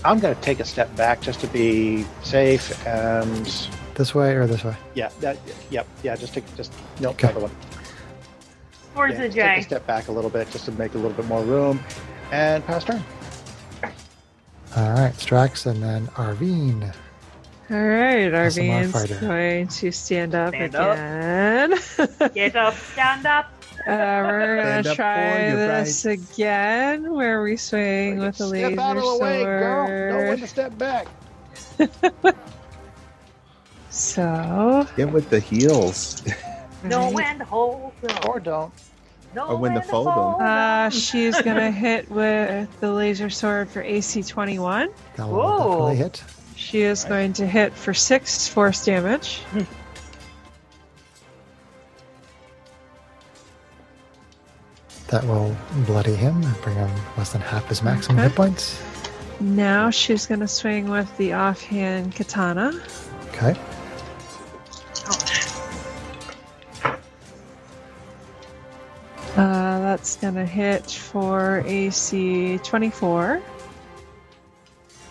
[SPEAKER 2] I'm going to take a step back just to be safe and
[SPEAKER 1] This way or this way?
[SPEAKER 2] Yeah, that, yep, yeah, just take, just, no,
[SPEAKER 1] Okay.
[SPEAKER 2] another one.
[SPEAKER 6] For
[SPEAKER 2] Yeah,
[SPEAKER 6] the
[SPEAKER 2] just take a
[SPEAKER 6] J.
[SPEAKER 2] step back a little bit just to make a little bit more room. And pass turn.
[SPEAKER 1] All right, Strax, and then Arvine.
[SPEAKER 3] All right,
[SPEAKER 1] That's a
[SPEAKER 3] Arvine's
[SPEAKER 1] modifier.
[SPEAKER 3] going to stand up
[SPEAKER 6] Stand up.
[SPEAKER 3] again.
[SPEAKER 6] Get up, stand up.
[SPEAKER 3] Uh, we're gonna
[SPEAKER 4] Stand up for
[SPEAKER 3] try
[SPEAKER 4] your
[SPEAKER 3] this again, where we swing with a laser
[SPEAKER 2] step out of the
[SPEAKER 3] sword.
[SPEAKER 2] way, girl. Know when to step back.
[SPEAKER 3] So,
[SPEAKER 4] Get with the heels.
[SPEAKER 6] No
[SPEAKER 3] right.
[SPEAKER 6] wind hold.
[SPEAKER 2] Or don't.
[SPEAKER 6] No
[SPEAKER 4] Or when to
[SPEAKER 6] wind
[SPEAKER 4] fold 'em.
[SPEAKER 6] hold.
[SPEAKER 3] uh, she's gonna hit with the laser sword for AC 21.
[SPEAKER 1] That will definitely hit.
[SPEAKER 3] She is
[SPEAKER 2] Right.
[SPEAKER 3] going to hit for six force damage.
[SPEAKER 1] That will bloody him and bring him less than half his maximum
[SPEAKER 3] Okay.
[SPEAKER 1] hit points.
[SPEAKER 3] Now she's gonna swing with the offhand katana.
[SPEAKER 1] Okay.
[SPEAKER 3] Uh, that's gonna hit for AC 24.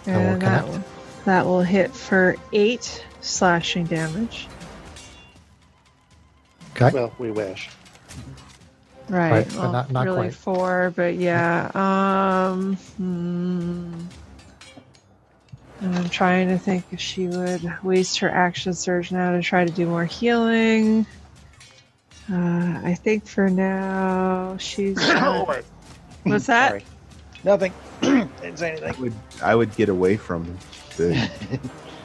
[SPEAKER 1] will
[SPEAKER 3] And that,
[SPEAKER 1] connect.
[SPEAKER 3] will- that will hit for 8 slashing damage.
[SPEAKER 1] Okay.
[SPEAKER 2] Well, we wish.
[SPEAKER 3] Right.
[SPEAKER 1] Right, but not- not
[SPEAKER 3] really
[SPEAKER 1] quite.
[SPEAKER 3] 4, but yeah. Um, hmm. And I'm trying to think if she would waste her action surge now to try to do more healing. Uh, I think for now she's.
[SPEAKER 2] oh,
[SPEAKER 3] not-
[SPEAKER 2] wait.
[SPEAKER 3] What's that?
[SPEAKER 2] Sorry. Nothing. Didn't say anything.
[SPEAKER 4] I would, I would get away from the.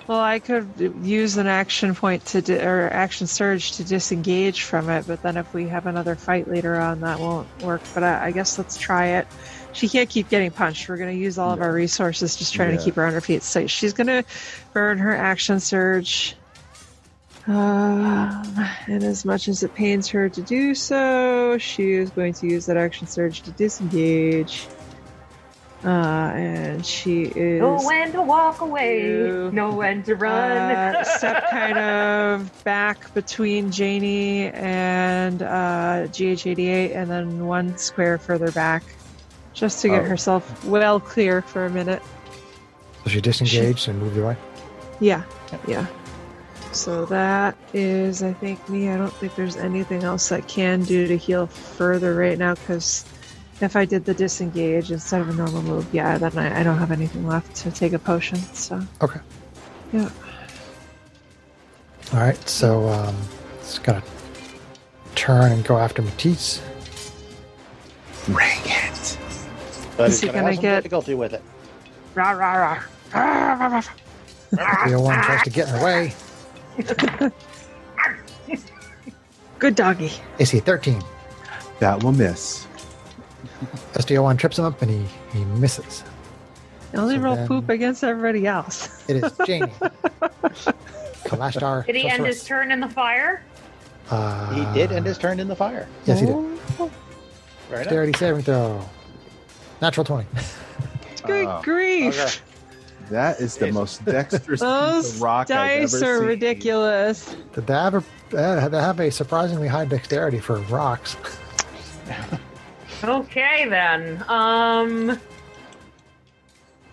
[SPEAKER 3] Well, I could use an action point to di- or action surge to disengage from it, but then if we have another fight later on, that won't work. But I, I guess let's try it. She can't keep getting punched. We're going to use all of our resources just trying
[SPEAKER 4] Yeah.
[SPEAKER 3] to keep her on her feet. So she's going to burn her action surge. Um, and as much as it pains her to do so, she is going to use that action surge to disengage. Uh, and she is
[SPEAKER 6] Know when to walk away.
[SPEAKER 3] Two.
[SPEAKER 6] Know when to run.
[SPEAKER 3] uh, step kind of back between Janie and uh, GH88, and then one square further back, just to get
[SPEAKER 4] Oh.
[SPEAKER 3] herself well clear for a minute.
[SPEAKER 1] So she disengaged and moved away.
[SPEAKER 3] Yeah, yeah. So that is, I think, me. I don't think there's anything else I can do to heal further right now because if I did the disengage instead of a normal move, yeah, then I, I don't have anything left to take a potion. So
[SPEAKER 1] Okay.
[SPEAKER 3] Yeah.
[SPEAKER 1] All right. So um, it's gonna turn and go after Matisse.
[SPEAKER 4] Ring it.
[SPEAKER 2] But he's
[SPEAKER 3] Is he
[SPEAKER 2] gonna
[SPEAKER 3] gonna
[SPEAKER 2] have some
[SPEAKER 3] get-
[SPEAKER 2] difficulty with it.
[SPEAKER 6] rah, rah, rah.
[SPEAKER 1] The one tries to get in the way.
[SPEAKER 3] good doggy.
[SPEAKER 1] AC 13.
[SPEAKER 4] That will miss.
[SPEAKER 1] SDO1 trips him up and he, he misses.
[SPEAKER 3] I only
[SPEAKER 1] So
[SPEAKER 3] roll
[SPEAKER 1] then-
[SPEAKER 3] poop against everybody else.
[SPEAKER 1] It is Janie. Kalashtar.
[SPEAKER 6] Did he end his
[SPEAKER 1] sorceress.
[SPEAKER 6] turn in the fire?
[SPEAKER 1] Uh,
[SPEAKER 2] He did end his turn in the fire.
[SPEAKER 1] Yes, he did.
[SPEAKER 3] Oh.
[SPEAKER 2] Right
[SPEAKER 1] Dexterity saving throw. Natural 20.
[SPEAKER 3] Good
[SPEAKER 4] Oh,
[SPEAKER 3] grief.
[SPEAKER 2] Okay.
[SPEAKER 4] That is the most dexterous piece
[SPEAKER 3] Those
[SPEAKER 4] of rock I've
[SPEAKER 3] dice
[SPEAKER 4] ever
[SPEAKER 3] are
[SPEAKER 4] seen.
[SPEAKER 3] ridiculous.
[SPEAKER 1] Did they have a, uh, they have a surprisingly high dexterity for rocks?
[SPEAKER 6] Okay then. Um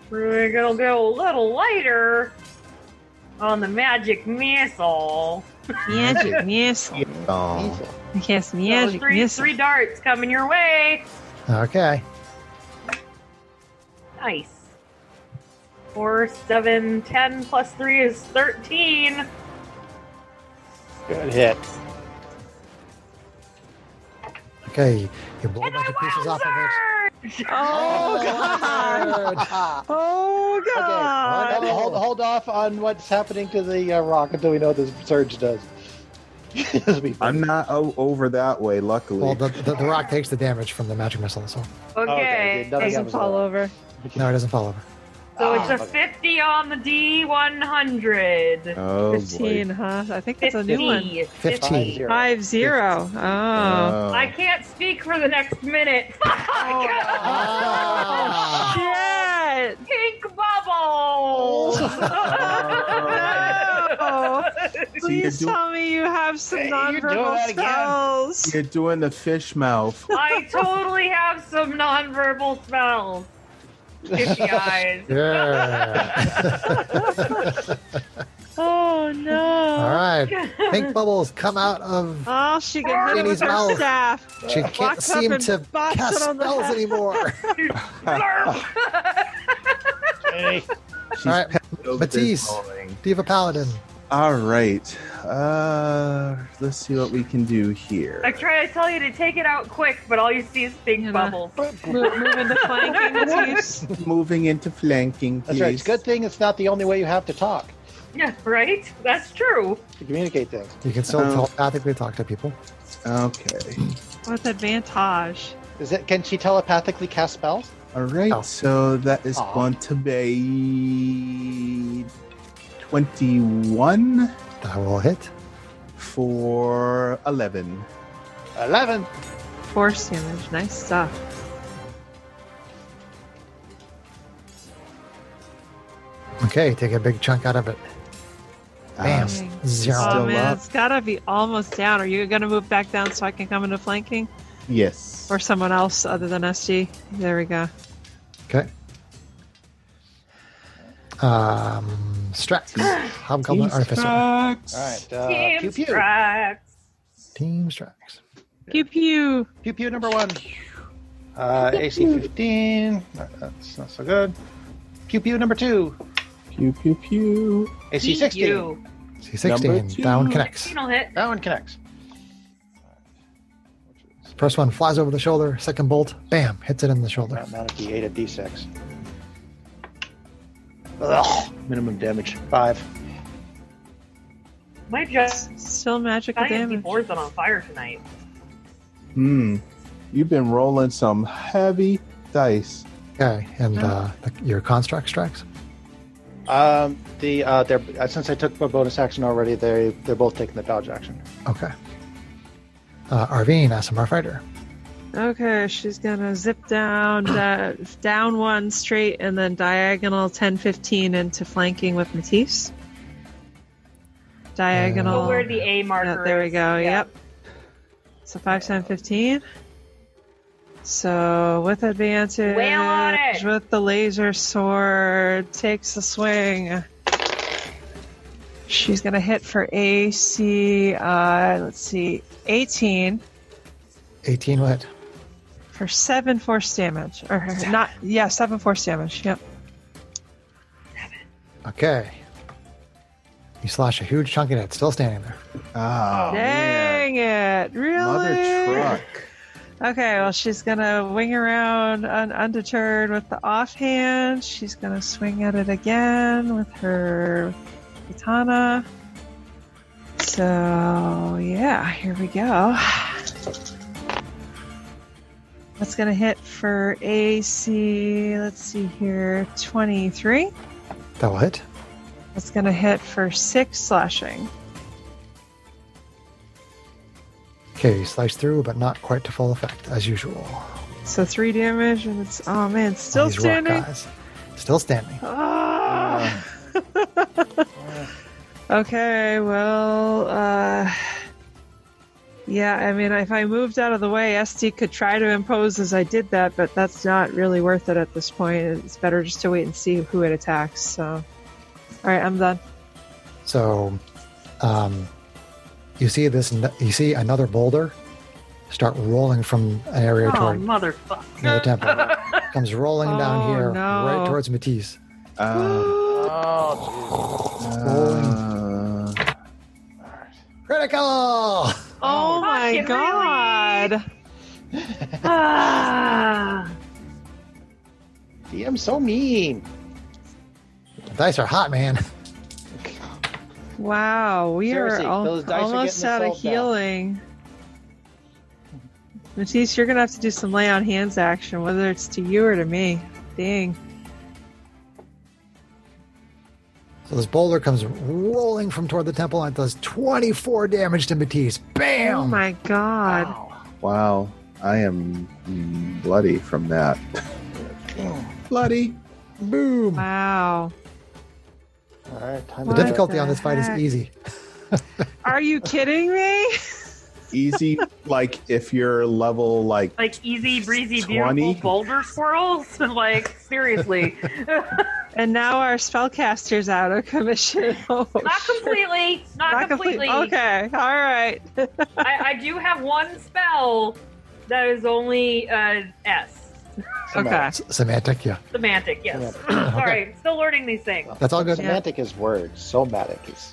[SPEAKER 6] we're gonna go a little lighter on the magic missile.
[SPEAKER 3] Magic, yes.
[SPEAKER 4] Oh.
[SPEAKER 3] Yes,
[SPEAKER 6] So
[SPEAKER 3] magic,
[SPEAKER 6] three,
[SPEAKER 3] yes.
[SPEAKER 6] three darts coming your way.
[SPEAKER 1] Okay.
[SPEAKER 6] Nice. Four, seven, ten plus three is thirteen.
[SPEAKER 2] Good hit.
[SPEAKER 1] Okay. You blow a bunch of pieces off of it.
[SPEAKER 6] Wowzer!
[SPEAKER 3] Oh, God. Oh, God.
[SPEAKER 2] Hold, hold, hold off on what's happening to the uh, rock until we know what the surge does. This'll be fun.
[SPEAKER 8] I'm not o- over that way, luckily.
[SPEAKER 1] Well, the, the, the rock takes the damage from the magic missile, so
[SPEAKER 2] Okay,
[SPEAKER 6] Okay.
[SPEAKER 2] good. Nothing
[SPEAKER 5] Doesn't
[SPEAKER 2] happens to
[SPEAKER 5] fall
[SPEAKER 2] that.
[SPEAKER 5] over.
[SPEAKER 1] no, it doesn't fall over.
[SPEAKER 6] So
[SPEAKER 2] Ah,
[SPEAKER 6] it's a
[SPEAKER 2] okay.
[SPEAKER 6] 50 on the D100.
[SPEAKER 8] oh, boy.
[SPEAKER 3] 15, huh? I think that's a new one.
[SPEAKER 6] 50.
[SPEAKER 1] 15.
[SPEAKER 2] Five, zero.
[SPEAKER 3] Five zero. Oh.
[SPEAKER 8] Oh.
[SPEAKER 6] I can't speak for the next minute.
[SPEAKER 3] Oh.
[SPEAKER 1] Ah.
[SPEAKER 3] Shit.
[SPEAKER 6] Pink bubbles. Oh,
[SPEAKER 3] No.
[SPEAKER 1] Oh.
[SPEAKER 4] So you're,
[SPEAKER 3] Please
[SPEAKER 4] do-
[SPEAKER 3] tell me you have some
[SPEAKER 2] Hey, you're doing
[SPEAKER 3] nonverbal
[SPEAKER 2] that again.
[SPEAKER 3] spells.
[SPEAKER 4] you're doing the fish mouth.
[SPEAKER 6] I totally have some nonverbal smells. Fishy eyes.
[SPEAKER 1] Yeah.
[SPEAKER 3] Oh
[SPEAKER 1] All
[SPEAKER 3] no.
[SPEAKER 1] right. Pink bubbles come out of.
[SPEAKER 3] Oh, she got hit
[SPEAKER 1] Jenny's
[SPEAKER 3] with her
[SPEAKER 1] mouth.
[SPEAKER 3] staff.
[SPEAKER 1] She
[SPEAKER 3] Walks
[SPEAKER 1] can't
[SPEAKER 3] Uh, up
[SPEAKER 1] seem
[SPEAKER 3] and
[SPEAKER 1] to
[SPEAKER 3] bops
[SPEAKER 1] cast
[SPEAKER 3] it on the
[SPEAKER 1] spells
[SPEAKER 3] head.
[SPEAKER 1] anymore.
[SPEAKER 2] Okay.
[SPEAKER 4] She's
[SPEAKER 1] All right,
[SPEAKER 4] pedo
[SPEAKER 1] Matisse.
[SPEAKER 4] bismoling.
[SPEAKER 1] Diva Paladin.
[SPEAKER 4] All right. Uh, let's see what we can do here.
[SPEAKER 6] I try to tell you to take it out quick, but all you see is big
[SPEAKER 3] You know.
[SPEAKER 6] bubbles.
[SPEAKER 3] Move, move into flanking Matisse.
[SPEAKER 4] Moving into flanking,
[SPEAKER 2] That's
[SPEAKER 4] please.
[SPEAKER 2] right. It's a good thing it's not the only way you have to talk
[SPEAKER 6] Yeah, right? That's true.
[SPEAKER 2] to communicate things.
[SPEAKER 1] You can still
[SPEAKER 4] Um,
[SPEAKER 1] telepathically talk to people.
[SPEAKER 4] Okay.
[SPEAKER 3] With advantage.
[SPEAKER 2] Is it? Can she telepathically cast spells?
[SPEAKER 4] All right.
[SPEAKER 1] Oh.
[SPEAKER 4] So that is
[SPEAKER 2] Aw.
[SPEAKER 4] going to be twenty-one
[SPEAKER 1] That will hit.
[SPEAKER 4] for eleven.
[SPEAKER 2] Eleven.
[SPEAKER 3] Force damage. Nice stuff.
[SPEAKER 1] Okay, take a big chunk out of it. Bam.
[SPEAKER 4] Uh,
[SPEAKER 1] Zero.
[SPEAKER 4] Still
[SPEAKER 3] Oh man,
[SPEAKER 4] up.
[SPEAKER 3] it's gotta be almost down. Are you gonna move back down so I can come into flanking?
[SPEAKER 4] yes.
[SPEAKER 3] Or someone else other than SD? There we go.
[SPEAKER 1] Okay. Um, Strax. Hobgoblin Artificer.
[SPEAKER 4] Instructs.
[SPEAKER 2] All right. Uh,
[SPEAKER 6] Team
[SPEAKER 2] pew pew.
[SPEAKER 6] strikes.
[SPEAKER 1] Team Strax.
[SPEAKER 3] Pew pew.
[SPEAKER 2] Pew pew number one. Uh, AC 15. Uh, That's not so good. Pew pew number two.
[SPEAKER 8] Pew, pew, pew.
[SPEAKER 2] AC 16.
[SPEAKER 6] You.
[SPEAKER 1] C16.
[SPEAKER 8] two.
[SPEAKER 1] Down connects.
[SPEAKER 6] 16 will hit.
[SPEAKER 2] That one connects.
[SPEAKER 1] First one flies over the shoulder. Second bolt. Bam. Hits it in the shoulder.
[SPEAKER 2] Not, not a D8, a D6. Ugh. Minimum damage. Five.
[SPEAKER 6] My just
[SPEAKER 3] Still magical
[SPEAKER 6] giant
[SPEAKER 3] damage.
[SPEAKER 6] D4's on fire tonight.
[SPEAKER 4] Hmm.
[SPEAKER 8] You've been rolling some heavy dice.
[SPEAKER 1] Okay. And uh, the, your construct strikes.
[SPEAKER 2] Um, the uh, they're, uh, since I took my bonus action already, they they're both taking the dodge action.
[SPEAKER 1] Okay. Uh, Arvine, SMR fighter.
[SPEAKER 3] Okay, she's gonna zip down da- down one straight and then diagonal 10 15 into flanking with Matisse. Diagonal.
[SPEAKER 6] But where
[SPEAKER 4] Oh,
[SPEAKER 6] the A marker
[SPEAKER 3] Yeah, there we
[SPEAKER 6] is. um,
[SPEAKER 3] go,
[SPEAKER 6] Yeah.
[SPEAKER 3] yep. So 5 10 15. So with advantage,
[SPEAKER 6] Wail on it.
[SPEAKER 3] with the laser sword, takes a swing. She's gonna hit for AC. Uh, let's see, 18
[SPEAKER 1] 18 will hit.
[SPEAKER 3] for seven force damage, or not? Yeah, seven force damage. Yep.
[SPEAKER 1] Okay. You slash a huge chunk in it. Still standing there.
[SPEAKER 4] Ah. man.
[SPEAKER 3] Dang it! Really?
[SPEAKER 4] Mother truck.
[SPEAKER 3] Okay, well, she's gonna wing around un- undeterred with the offhand. She's gonna swing at it again with her katana. So, yeah, here we go. That's gonna hit for AC, let's see here, 23.
[SPEAKER 1] That will hit.
[SPEAKER 3] That's gonna hit for six slashing.
[SPEAKER 1] Okay, you slice through, but not quite to full effect, as usual.
[SPEAKER 3] So three damage, and it's oh man, it's
[SPEAKER 1] on
[SPEAKER 3] still
[SPEAKER 1] these rock
[SPEAKER 3] standing.
[SPEAKER 1] guys. Still standing.
[SPEAKER 3] Ah. okay, well, uh, yeah, I mean, if I moved out of the way, SD could try to impose as I did that, but that's not really worth it at this point. It's better just to wait and see who it attacks. So, all right, I'm done.
[SPEAKER 1] So, um, you see this. You see another boulder start rolling from an area
[SPEAKER 6] Oh,
[SPEAKER 1] toward near the
[SPEAKER 6] motherfucker.
[SPEAKER 1] temple. Comes rolling
[SPEAKER 3] Oh,
[SPEAKER 1] down here,
[SPEAKER 3] no.
[SPEAKER 1] right towards Matisse.
[SPEAKER 4] Uh,
[SPEAKER 2] Oh,
[SPEAKER 4] uh,
[SPEAKER 1] Critical.
[SPEAKER 3] Oh my
[SPEAKER 6] fucking
[SPEAKER 3] god!
[SPEAKER 6] Ah.
[SPEAKER 2] dude. DM's so mean.
[SPEAKER 1] Dice are hot, man.
[SPEAKER 3] Wow, we
[SPEAKER 2] Seriously,
[SPEAKER 3] are al-
[SPEAKER 2] those dice are
[SPEAKER 3] almost
[SPEAKER 2] getting
[SPEAKER 3] out of
[SPEAKER 2] assault now.
[SPEAKER 3] healing. Matisse, you're gonna have to do some lay on hands action, whether it's to you or to me. Dang.
[SPEAKER 1] So this boulder comes rolling from toward the temple and does 24 damage to Matisse. Bam!
[SPEAKER 3] Oh my god.
[SPEAKER 4] wow. I am bloody from that. bloody.
[SPEAKER 1] Boom!
[SPEAKER 3] Wow.
[SPEAKER 2] All right, time
[SPEAKER 1] The
[SPEAKER 3] What
[SPEAKER 2] to
[SPEAKER 1] difficulty
[SPEAKER 3] the
[SPEAKER 1] on this fight
[SPEAKER 3] heck?
[SPEAKER 1] is easy.
[SPEAKER 3] Are you kidding me?
[SPEAKER 4] Easy. like if you're level like
[SPEAKER 6] like easy breezy
[SPEAKER 4] 20?
[SPEAKER 6] beautiful boulder swirls like seriously
[SPEAKER 3] And now our spellcaster's out of commission. Oh,
[SPEAKER 6] not
[SPEAKER 3] shit.
[SPEAKER 6] completely not,
[SPEAKER 3] Not complete-
[SPEAKER 6] completely
[SPEAKER 3] Okay, all right.
[SPEAKER 6] I, I do have one spell that is only uh, s
[SPEAKER 3] okay.
[SPEAKER 1] S- Semantic, yeah.
[SPEAKER 6] semantic yes sorry still learning these things
[SPEAKER 1] That's all good.
[SPEAKER 2] Semantic is words. Somatic is.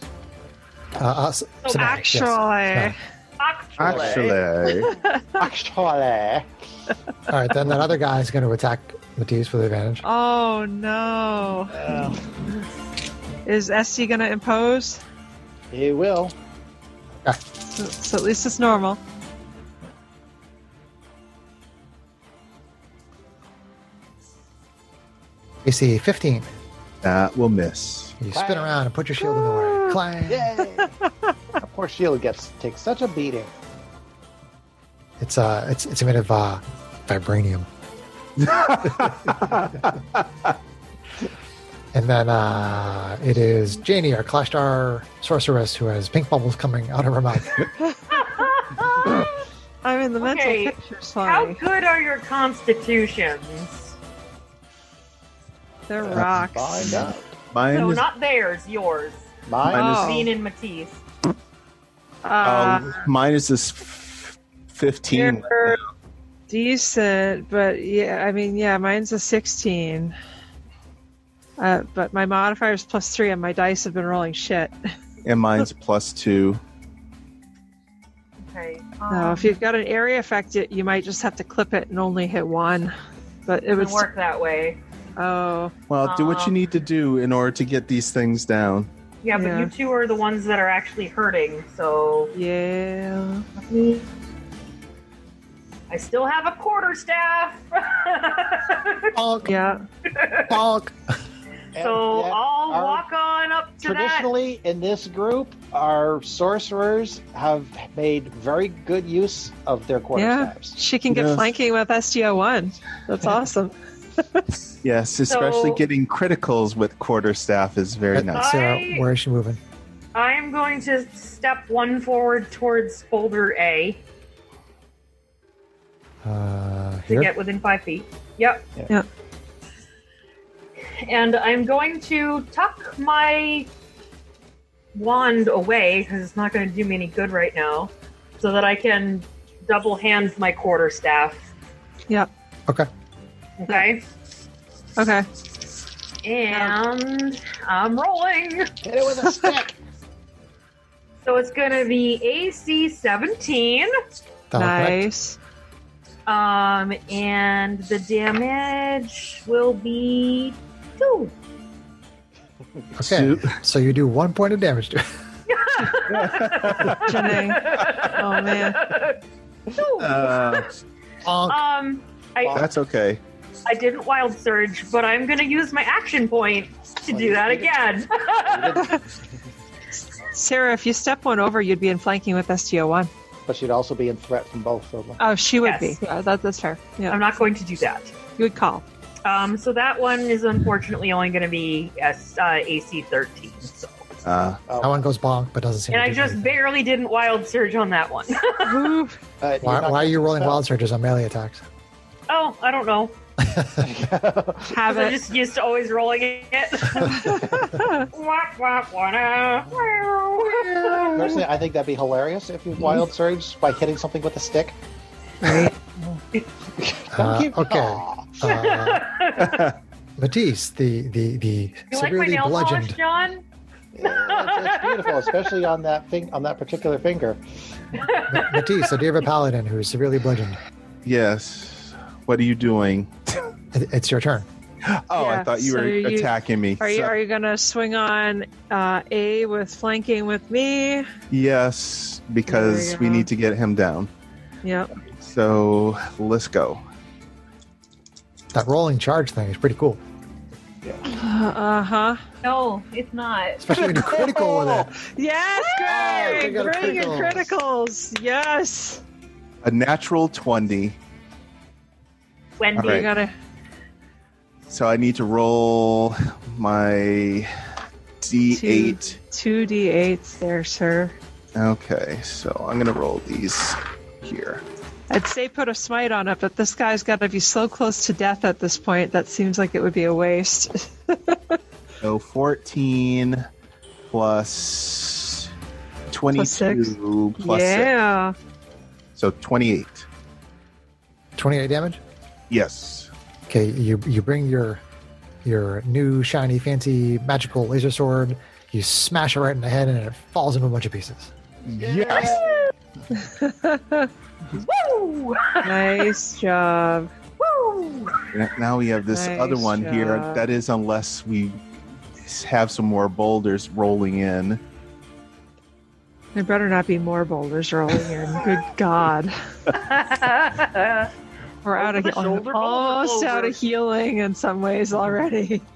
[SPEAKER 1] Uh, uh, s-
[SPEAKER 3] Oh,
[SPEAKER 1] semantic, yes.
[SPEAKER 3] Actually,
[SPEAKER 1] Yeah.
[SPEAKER 6] actually,
[SPEAKER 4] actually.
[SPEAKER 2] Actually.
[SPEAKER 1] All right, then that other guy is going to attack Matisse with advantage.
[SPEAKER 3] oh no. Is SC gonna impose?
[SPEAKER 2] He will.
[SPEAKER 3] So, so at least it's normal.
[SPEAKER 1] AC 15.
[SPEAKER 4] that will miss.
[SPEAKER 1] You
[SPEAKER 2] Clang.
[SPEAKER 1] spin around and put your shield in the way. Clang.
[SPEAKER 2] Yay! Poor shield gets takes such a beating.
[SPEAKER 1] It's uh, it's it's made of uh, vibranium. and then uh, it is Janie, our Clashtar sorceress, who has pink bubbles coming out of her mouth.
[SPEAKER 3] I'm in the mental
[SPEAKER 6] Okay,
[SPEAKER 3] picture
[SPEAKER 6] how
[SPEAKER 3] slide.
[SPEAKER 6] good are your constitutions
[SPEAKER 3] They're
[SPEAKER 2] Find
[SPEAKER 3] rocks.
[SPEAKER 2] out.
[SPEAKER 4] Mine
[SPEAKER 6] so
[SPEAKER 4] is
[SPEAKER 6] not theirs yours
[SPEAKER 2] Mine
[SPEAKER 4] Mine
[SPEAKER 2] is
[SPEAKER 3] Oh.
[SPEAKER 6] Bean and matisse
[SPEAKER 3] Uh,
[SPEAKER 4] um, mine is this f- fifteen.
[SPEAKER 3] they're decent, but yeah, I mean, yeah, mine's a 16. Uh, but my modifier is plus three, and my dice have been rolling shit.
[SPEAKER 4] and mine's plus two.
[SPEAKER 6] okay
[SPEAKER 3] So
[SPEAKER 6] um,
[SPEAKER 3] if you've got an area effect, it, you might just have to clip it and only hit one. But it would
[SPEAKER 6] doesn't work that way
[SPEAKER 3] Oh,
[SPEAKER 4] Well, do what you
[SPEAKER 6] Um,
[SPEAKER 4] need to do in order to get these things down.
[SPEAKER 6] yeah,
[SPEAKER 3] Yeah.
[SPEAKER 6] but you two are the ones that are actually hurting so
[SPEAKER 3] yeah.
[SPEAKER 6] i still have a quarter staff
[SPEAKER 1] bonk,
[SPEAKER 3] Yeah.
[SPEAKER 1] bonk.
[SPEAKER 2] And
[SPEAKER 6] So
[SPEAKER 2] yet
[SPEAKER 6] I'll
[SPEAKER 2] our-
[SPEAKER 6] walk on up to that.
[SPEAKER 2] Traditionally, in this group, our sorcerers have made very good use of their quarterstaffs.
[SPEAKER 3] She can get
[SPEAKER 4] Yes.
[SPEAKER 3] flanking with STO1. That's awesome.
[SPEAKER 4] Yes, especially
[SPEAKER 6] So-
[SPEAKER 4] getting criticals with quarterstaff is very nice.
[SPEAKER 1] Sarah,
[SPEAKER 6] I-
[SPEAKER 1] where is she moving?
[SPEAKER 6] I am going to step one forward towards boulder A
[SPEAKER 1] Uh,
[SPEAKER 6] to
[SPEAKER 1] here.
[SPEAKER 6] get within five feet. Yep.
[SPEAKER 2] Yeah.
[SPEAKER 3] Yeah.
[SPEAKER 6] And I'm going to tuck my wand away because it's not going to do me any good right now, so that I can double hand my quarter staff.
[SPEAKER 3] Yep.
[SPEAKER 1] Okay.
[SPEAKER 6] Okay.
[SPEAKER 3] Okay.
[SPEAKER 6] And I'm rolling.
[SPEAKER 2] Hit it with a stick.
[SPEAKER 6] So it's going to be AC 17.
[SPEAKER 1] That'll connect.
[SPEAKER 3] nice.
[SPEAKER 6] Um, and the damage will be two.
[SPEAKER 1] Okay. So you do one point of damage to it.
[SPEAKER 3] Oh, Jenny. Oh man.
[SPEAKER 6] Two.
[SPEAKER 4] Uh,
[SPEAKER 1] Bonk.
[SPEAKER 6] um, I,
[SPEAKER 4] that's okay.
[SPEAKER 6] I didn't wild surge, but I'm gonna use my action point to do that again.
[SPEAKER 3] Sarah, if you step one over, you'd be in flanking with STO1.
[SPEAKER 2] but she'd also be in threat from both of them.
[SPEAKER 3] Oh, she would
[SPEAKER 6] Yes.
[SPEAKER 3] be. Yeah, that, that's fair. Yeah,
[SPEAKER 6] I'm not going to do that.
[SPEAKER 3] good call.
[SPEAKER 6] Um, so that one is unfortunately only going to be S, uh, AC 13. So.
[SPEAKER 4] Uh,
[SPEAKER 1] That one goes bonk, but doesn't seem.
[SPEAKER 6] And
[SPEAKER 1] to
[SPEAKER 6] I
[SPEAKER 1] do
[SPEAKER 6] just
[SPEAKER 1] anything.
[SPEAKER 6] barely didn't wild surge on that one.
[SPEAKER 3] Ooh,
[SPEAKER 2] But Oh, uh, you're
[SPEAKER 1] Why,
[SPEAKER 2] not
[SPEAKER 1] why are you rolling
[SPEAKER 2] spell.
[SPEAKER 1] wild surges on melee attacks?
[SPEAKER 6] oh, I don't know.
[SPEAKER 3] have
[SPEAKER 6] 'Cause I'm
[SPEAKER 3] it.
[SPEAKER 6] just used to always rolling it. Wah, wah, wah, nah.
[SPEAKER 2] Personally, I think that'd be hilarious if you wild surge by hitting something with a stick.
[SPEAKER 1] Uh,
[SPEAKER 2] Don't you-
[SPEAKER 1] okay.
[SPEAKER 2] Aw.
[SPEAKER 1] Uh, Matisse, the the the
[SPEAKER 6] You like my
[SPEAKER 1] severely
[SPEAKER 6] nail polish,
[SPEAKER 1] bludgeoned.
[SPEAKER 6] John?
[SPEAKER 2] Yeah, it's, it's beautiful, especially on that thing on that particular finger.
[SPEAKER 1] Ma- Matisse, so do you have a paladin who is severely bludgeoned?
[SPEAKER 4] yes. What are you doing?
[SPEAKER 1] It- It's your turn.
[SPEAKER 4] Oh, I
[SPEAKER 3] Yeah,
[SPEAKER 4] thought you
[SPEAKER 3] so
[SPEAKER 4] were
[SPEAKER 3] you-
[SPEAKER 4] attacking me.
[SPEAKER 3] Are you
[SPEAKER 4] So-
[SPEAKER 3] are you gonna swing on uh, A with flanking with me?
[SPEAKER 4] yes,
[SPEAKER 3] There
[SPEAKER 4] because
[SPEAKER 3] you
[SPEAKER 4] we
[SPEAKER 3] go.
[SPEAKER 4] need to get him down.
[SPEAKER 3] Yep.
[SPEAKER 4] So let's go.
[SPEAKER 1] That rolling charge thing is pretty cool,
[SPEAKER 3] Uh huh.
[SPEAKER 5] No, it's not.
[SPEAKER 1] especially when you're critical with it.
[SPEAKER 3] Yes, Greg.
[SPEAKER 1] got a
[SPEAKER 3] Bring your criticals. Yes.
[SPEAKER 4] A natural 20.
[SPEAKER 6] Wendy.
[SPEAKER 4] All
[SPEAKER 3] You
[SPEAKER 4] right.
[SPEAKER 3] gotta.
[SPEAKER 4] So I need to roll my D8.
[SPEAKER 3] Two d8s there, sir.
[SPEAKER 4] Okay, so I'm going to roll these here.
[SPEAKER 3] I'd say put a smite on it, but this guy's got to be so close to death at this point. That seems like it would be a waste.
[SPEAKER 4] So 14 plus 22
[SPEAKER 3] Plus six.
[SPEAKER 4] plus
[SPEAKER 3] yeah.
[SPEAKER 4] 6. So 28.
[SPEAKER 1] Twenty-eight damage.
[SPEAKER 4] Yes.
[SPEAKER 1] Okay, you you bring your your new shiny fancy magical laser sword. You smash it right in the head, and it falls into a bunch of pieces.
[SPEAKER 4] Yes.
[SPEAKER 6] Woo!
[SPEAKER 3] Nice job.
[SPEAKER 6] Woo!
[SPEAKER 4] N- Now we have this
[SPEAKER 3] Nice
[SPEAKER 4] other one here.
[SPEAKER 3] job.
[SPEAKER 4] That is, unless we s- have some more boulders rolling in.
[SPEAKER 3] There better not be more boulders rolling in. Good God. We're out of healing.
[SPEAKER 6] Over the shoulder, over the
[SPEAKER 3] Almost
[SPEAKER 6] shoulder.
[SPEAKER 3] out of healing in some ways already.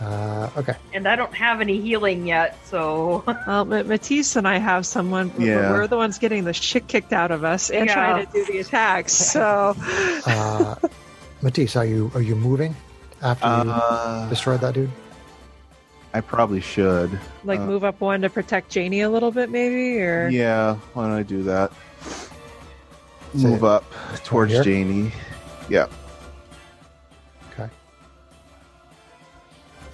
[SPEAKER 1] Uh, okay,
[SPEAKER 6] and I don't have any healing yet, so
[SPEAKER 3] well, Ma- Matisse and I have someone, but
[SPEAKER 4] Yeah.
[SPEAKER 3] we're the ones getting the shit kicked out of us and
[SPEAKER 6] Yeah.
[SPEAKER 3] trying to do the attacks. So,
[SPEAKER 1] uh, Matisse, are you are you moving after you
[SPEAKER 4] Uh,
[SPEAKER 1] destroyed that dude?
[SPEAKER 4] I probably should.
[SPEAKER 3] like,
[SPEAKER 4] Uh.
[SPEAKER 3] move up one to protect Janie a little bit, maybe? Or
[SPEAKER 4] Yeah, why don't I do that?
[SPEAKER 1] So-
[SPEAKER 4] Move up towards
[SPEAKER 1] here?
[SPEAKER 4] Janie. Yeah.
[SPEAKER 1] Okay.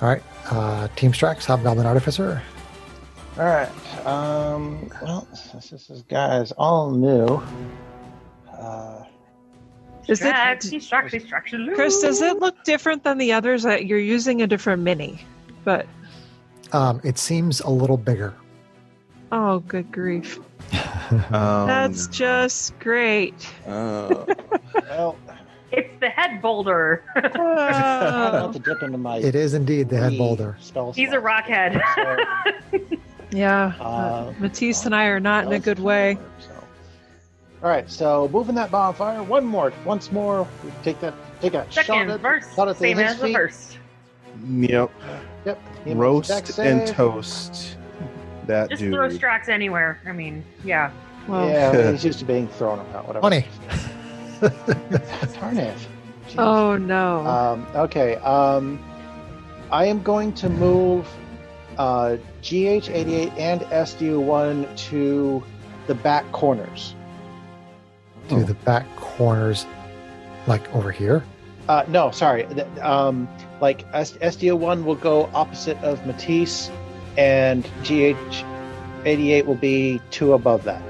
[SPEAKER 1] All right. Uh, team strikes. Hobgoblin Artificer.
[SPEAKER 2] All right. Um, well, since this is guys all new. Uh,
[SPEAKER 3] is it,
[SPEAKER 6] Distract, distract, distraction.
[SPEAKER 3] Chris, does it look different than the others? Uh, You're using a different mini, but
[SPEAKER 1] Um, it seems a little bigger.
[SPEAKER 3] oh, good grief.
[SPEAKER 4] Um,
[SPEAKER 3] That's just great.
[SPEAKER 4] uh,
[SPEAKER 2] well,
[SPEAKER 6] It's the head boulder.
[SPEAKER 2] I'm about
[SPEAKER 3] Oh,
[SPEAKER 2] to dip into my.
[SPEAKER 1] It is indeed the head
[SPEAKER 2] three
[SPEAKER 1] boulder.
[SPEAKER 2] Spell
[SPEAKER 6] He's a
[SPEAKER 2] slot.
[SPEAKER 6] rock head.
[SPEAKER 2] So-
[SPEAKER 3] yeah.
[SPEAKER 2] Uh,
[SPEAKER 3] Matisse and I are not in a good way.
[SPEAKER 2] So- All right, so moving that bonfire one more, once more. We take that, take a shot
[SPEAKER 6] Second
[SPEAKER 2] at,
[SPEAKER 6] verse,
[SPEAKER 2] shot at the
[SPEAKER 6] same
[SPEAKER 2] his
[SPEAKER 6] as the
[SPEAKER 2] feet.
[SPEAKER 6] first.
[SPEAKER 4] yep.
[SPEAKER 2] Yep. he makes dex
[SPEAKER 4] Roast
[SPEAKER 2] save.
[SPEAKER 4] and toast. That
[SPEAKER 6] Just
[SPEAKER 4] dude.
[SPEAKER 6] throw strikes anywhere. I mean, yeah.
[SPEAKER 3] Well,
[SPEAKER 2] Yeah, he's used to being thrown around. Whatever.
[SPEAKER 1] Funny.
[SPEAKER 2] Darn it. Jeez.
[SPEAKER 3] oh no.
[SPEAKER 6] Uh,
[SPEAKER 2] Um, okay. Um, I am going to move uh, GH88 and SDU1 to the back corners.
[SPEAKER 1] To the back corners, like over here.
[SPEAKER 2] Uh, no, sorry. Th- Um, like S- SDO1 will go opposite of Matisse, and GH88 will be two above that.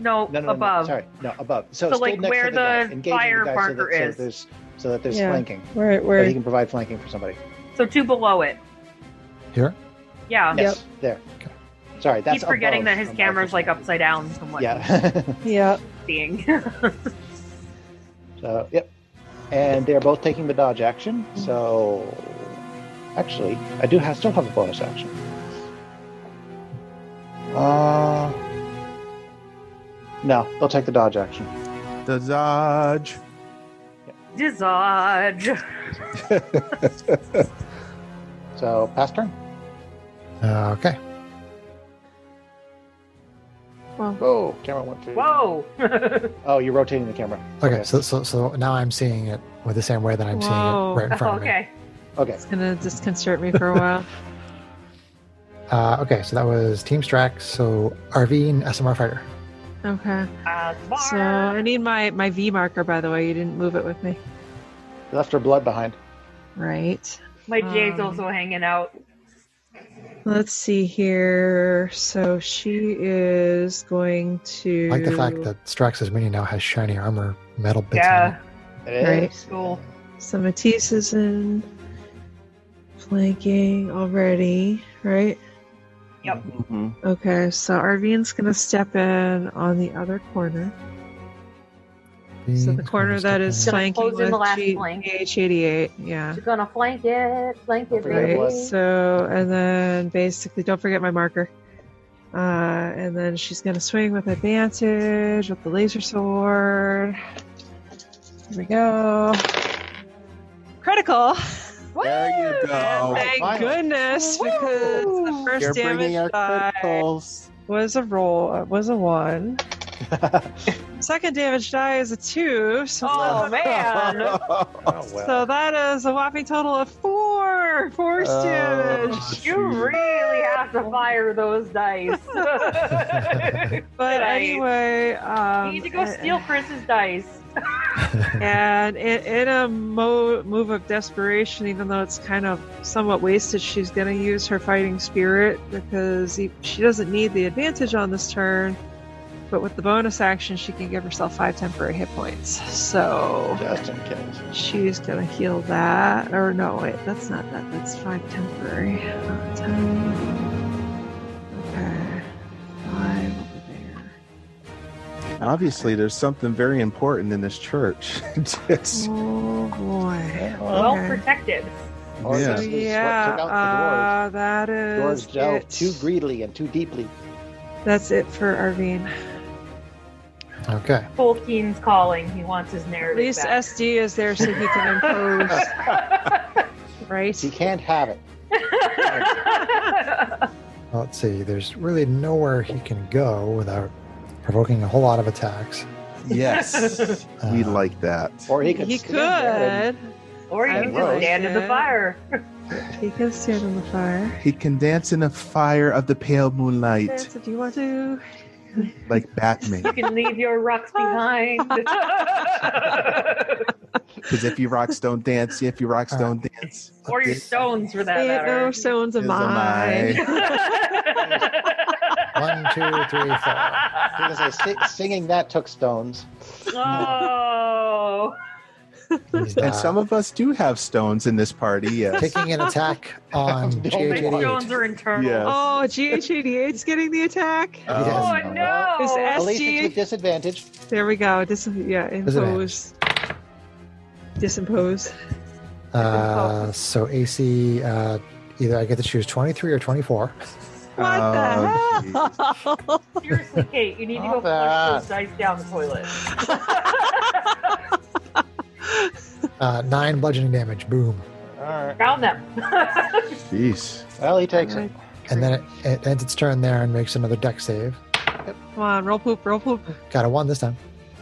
[SPEAKER 6] No,
[SPEAKER 2] No, no, no,
[SPEAKER 6] above.
[SPEAKER 2] No, sorry, no, above. So,
[SPEAKER 6] So,
[SPEAKER 2] still
[SPEAKER 6] like,
[SPEAKER 2] next
[SPEAKER 6] where
[SPEAKER 2] to the, guy,
[SPEAKER 6] the
[SPEAKER 2] engaging
[SPEAKER 6] fire
[SPEAKER 2] the guy so
[SPEAKER 6] marker
[SPEAKER 2] that,
[SPEAKER 6] is.
[SPEAKER 2] So there's, so that there's
[SPEAKER 3] Yeah.
[SPEAKER 2] flanking.
[SPEAKER 3] where
[SPEAKER 2] So
[SPEAKER 3] where
[SPEAKER 2] he can provide flanking for somebody.
[SPEAKER 6] So two below it.
[SPEAKER 1] Here?
[SPEAKER 6] Yeah.
[SPEAKER 2] Yes, there.
[SPEAKER 1] Okay.
[SPEAKER 2] Sorry, that's
[SPEAKER 6] Keep forgetting
[SPEAKER 2] above
[SPEAKER 6] that his
[SPEAKER 2] on my
[SPEAKER 6] camera's like
[SPEAKER 2] perspective.
[SPEAKER 6] upside down from what yeah.
[SPEAKER 2] Yeah.
[SPEAKER 3] yeah.
[SPEAKER 6] seeing.
[SPEAKER 2] So, yep. And they're both taking the dodge action. So, actually, I do have still have a bonus action. Uh, no, they'll take the dodge action.
[SPEAKER 4] The Dodge.
[SPEAKER 6] Dislodge.
[SPEAKER 2] So, pass turn.
[SPEAKER 1] Uh, Okay.
[SPEAKER 3] Well,
[SPEAKER 2] Whoa, camera went to.
[SPEAKER 6] Whoa!
[SPEAKER 2] Oh, you're rotating the camera.
[SPEAKER 1] Okay. So, so so now I'm seeing it with the same way that I'm
[SPEAKER 3] Whoa.
[SPEAKER 1] seeing it right in front of me.
[SPEAKER 6] okay.
[SPEAKER 2] Okay.
[SPEAKER 3] it's gonna disconcert me for a while.
[SPEAKER 1] Uh, okay, so that was Team Strax. So RV and SMR Fighter.
[SPEAKER 3] Okay.
[SPEAKER 6] Uh,
[SPEAKER 3] So I need my my V marker, by the way. You didn't move it with me,
[SPEAKER 2] You left her blood behind.
[SPEAKER 3] right?
[SPEAKER 6] my J's
[SPEAKER 3] um,
[SPEAKER 6] also hanging out.
[SPEAKER 3] Let's see here. So she is going to
[SPEAKER 1] I like the fact that Strax's mini now has shiny armor, metal bits.
[SPEAKER 6] Yeah,
[SPEAKER 2] It is.
[SPEAKER 3] Right.
[SPEAKER 6] cool.
[SPEAKER 3] So Matisse is in flanking already, right?
[SPEAKER 4] Mhm.
[SPEAKER 3] Okay, so Arvine's gonna step in on the other corner.
[SPEAKER 1] On it.
[SPEAKER 3] So the
[SPEAKER 1] Beans,
[SPEAKER 3] corner that is
[SPEAKER 1] stuff
[SPEAKER 3] flanking
[SPEAKER 6] Close in
[SPEAKER 3] with
[SPEAKER 6] the last
[SPEAKER 3] G-
[SPEAKER 6] flank.
[SPEAKER 3] GH88. Yeah.
[SPEAKER 6] She's gonna flank it, flank it,
[SPEAKER 2] Don't forget
[SPEAKER 6] baby.
[SPEAKER 2] what.
[SPEAKER 3] Right. So and then basically, don't forget my marker. Uh, and then she's gonna swing with advantage with the laser sword. Here we go. Critical.
[SPEAKER 4] There you
[SPEAKER 3] And
[SPEAKER 6] Oh,
[SPEAKER 4] go.
[SPEAKER 3] thank
[SPEAKER 2] finally.
[SPEAKER 3] goodness because the 1st
[SPEAKER 4] You're bringing
[SPEAKER 3] damage
[SPEAKER 4] out
[SPEAKER 3] die
[SPEAKER 4] criticals.
[SPEAKER 3] was a roll uh, was a one. Second damage die is a two. So,
[SPEAKER 6] Oh man!
[SPEAKER 2] Oh, well.
[SPEAKER 3] so that is a whopping total of four force
[SPEAKER 4] Oh,
[SPEAKER 3] damage.
[SPEAKER 6] You really have to fire those dice.
[SPEAKER 3] But
[SPEAKER 6] right.
[SPEAKER 3] anyway, um,
[SPEAKER 6] you need to go
[SPEAKER 3] a-
[SPEAKER 6] steal Chris's dice.
[SPEAKER 3] And in, in a mo- move of desperation, even though it's kind of somewhat wasted, she's going to use her fighting spirit because he, she doesn't need the advantage on this turn. But with the bonus action, she can give herself five temporary hit points. So
[SPEAKER 2] Just in case.
[SPEAKER 3] she's going to heal that. Or no, wait, that's not that. That's five temporary. Uh, ten. Okay. Five over there.
[SPEAKER 4] Obviously, there's something very important in this church. Just-
[SPEAKER 3] Oh, boy.
[SPEAKER 2] Yeah,
[SPEAKER 3] uh,
[SPEAKER 6] Well
[SPEAKER 3] Okay.
[SPEAKER 6] protected.
[SPEAKER 2] or
[SPEAKER 4] Yeah.
[SPEAKER 2] this is what took
[SPEAKER 3] Yeah,
[SPEAKER 2] out
[SPEAKER 3] uh, that
[SPEAKER 2] the
[SPEAKER 3] is.
[SPEAKER 2] dwarves. Dwarves delve
[SPEAKER 3] it.
[SPEAKER 2] too greedily and too deeply.
[SPEAKER 3] That's it for Arvine.
[SPEAKER 1] Okay.
[SPEAKER 6] Tolkien's calling. He wants his
[SPEAKER 3] At
[SPEAKER 6] narrative.
[SPEAKER 3] least
[SPEAKER 6] back.
[SPEAKER 3] SD is there so he can impose, right?
[SPEAKER 2] He can't have it.
[SPEAKER 1] Well, let's see. There's really nowhere he can go without provoking a whole lot of attacks.
[SPEAKER 4] yes, we
[SPEAKER 1] Uh,
[SPEAKER 4] like that.
[SPEAKER 2] Or he could.
[SPEAKER 3] He
[SPEAKER 2] stand there
[SPEAKER 3] could.
[SPEAKER 6] or you
[SPEAKER 2] I
[SPEAKER 6] can
[SPEAKER 2] would.
[SPEAKER 6] just stand in the fire.
[SPEAKER 3] He can stand in the fire.
[SPEAKER 4] He can dance in the fire of the pale moonlight
[SPEAKER 3] Dance if you want to.
[SPEAKER 4] like Batman.
[SPEAKER 6] You can leave your rocks behind.
[SPEAKER 4] Because if you rocks don't dance, if you
[SPEAKER 1] Uh,
[SPEAKER 4] rocks don't dance,
[SPEAKER 6] or your stones, for that
[SPEAKER 3] Ain't no
[SPEAKER 6] matter.
[SPEAKER 3] stones of
[SPEAKER 4] Is a
[SPEAKER 3] mine.
[SPEAKER 1] One, two, three, four.
[SPEAKER 2] and- Because I si- singing that took stones.
[SPEAKER 6] oh.
[SPEAKER 1] He's
[SPEAKER 4] and
[SPEAKER 1] uh,
[SPEAKER 4] some of us do have stones in this party. Yes,
[SPEAKER 1] taking an attack on
[SPEAKER 2] Don't
[SPEAKER 6] My
[SPEAKER 2] make
[SPEAKER 6] stones
[SPEAKER 1] GH88.
[SPEAKER 6] are internal.
[SPEAKER 4] Yes.
[SPEAKER 3] oh, GH88's getting the attack.
[SPEAKER 6] Oh,
[SPEAKER 1] Yes.
[SPEAKER 4] Um,
[SPEAKER 6] no.
[SPEAKER 3] Is
[SPEAKER 2] At least it's
[SPEAKER 3] SG?
[SPEAKER 2] with disadvantage.
[SPEAKER 3] There we go. Dis- yeah, impose.
[SPEAKER 1] Disadvantage.
[SPEAKER 3] Disimpose.
[SPEAKER 1] Uh, so AC, uh, either I get to choose 23 or 24.
[SPEAKER 3] What
[SPEAKER 4] Oh,
[SPEAKER 3] the hell?
[SPEAKER 6] Seriously, Kate, you need to go
[SPEAKER 2] Stop that.
[SPEAKER 6] flush those dice down the toilet.
[SPEAKER 1] Uh, nine bludgeoning damage. Boom.
[SPEAKER 2] All right.
[SPEAKER 6] Found them.
[SPEAKER 4] jeez.
[SPEAKER 2] Well, he takes it.
[SPEAKER 1] And then it, it ends its turn there and makes another deck save.
[SPEAKER 3] Come on, roll poop, roll poop.
[SPEAKER 1] Got a one this time.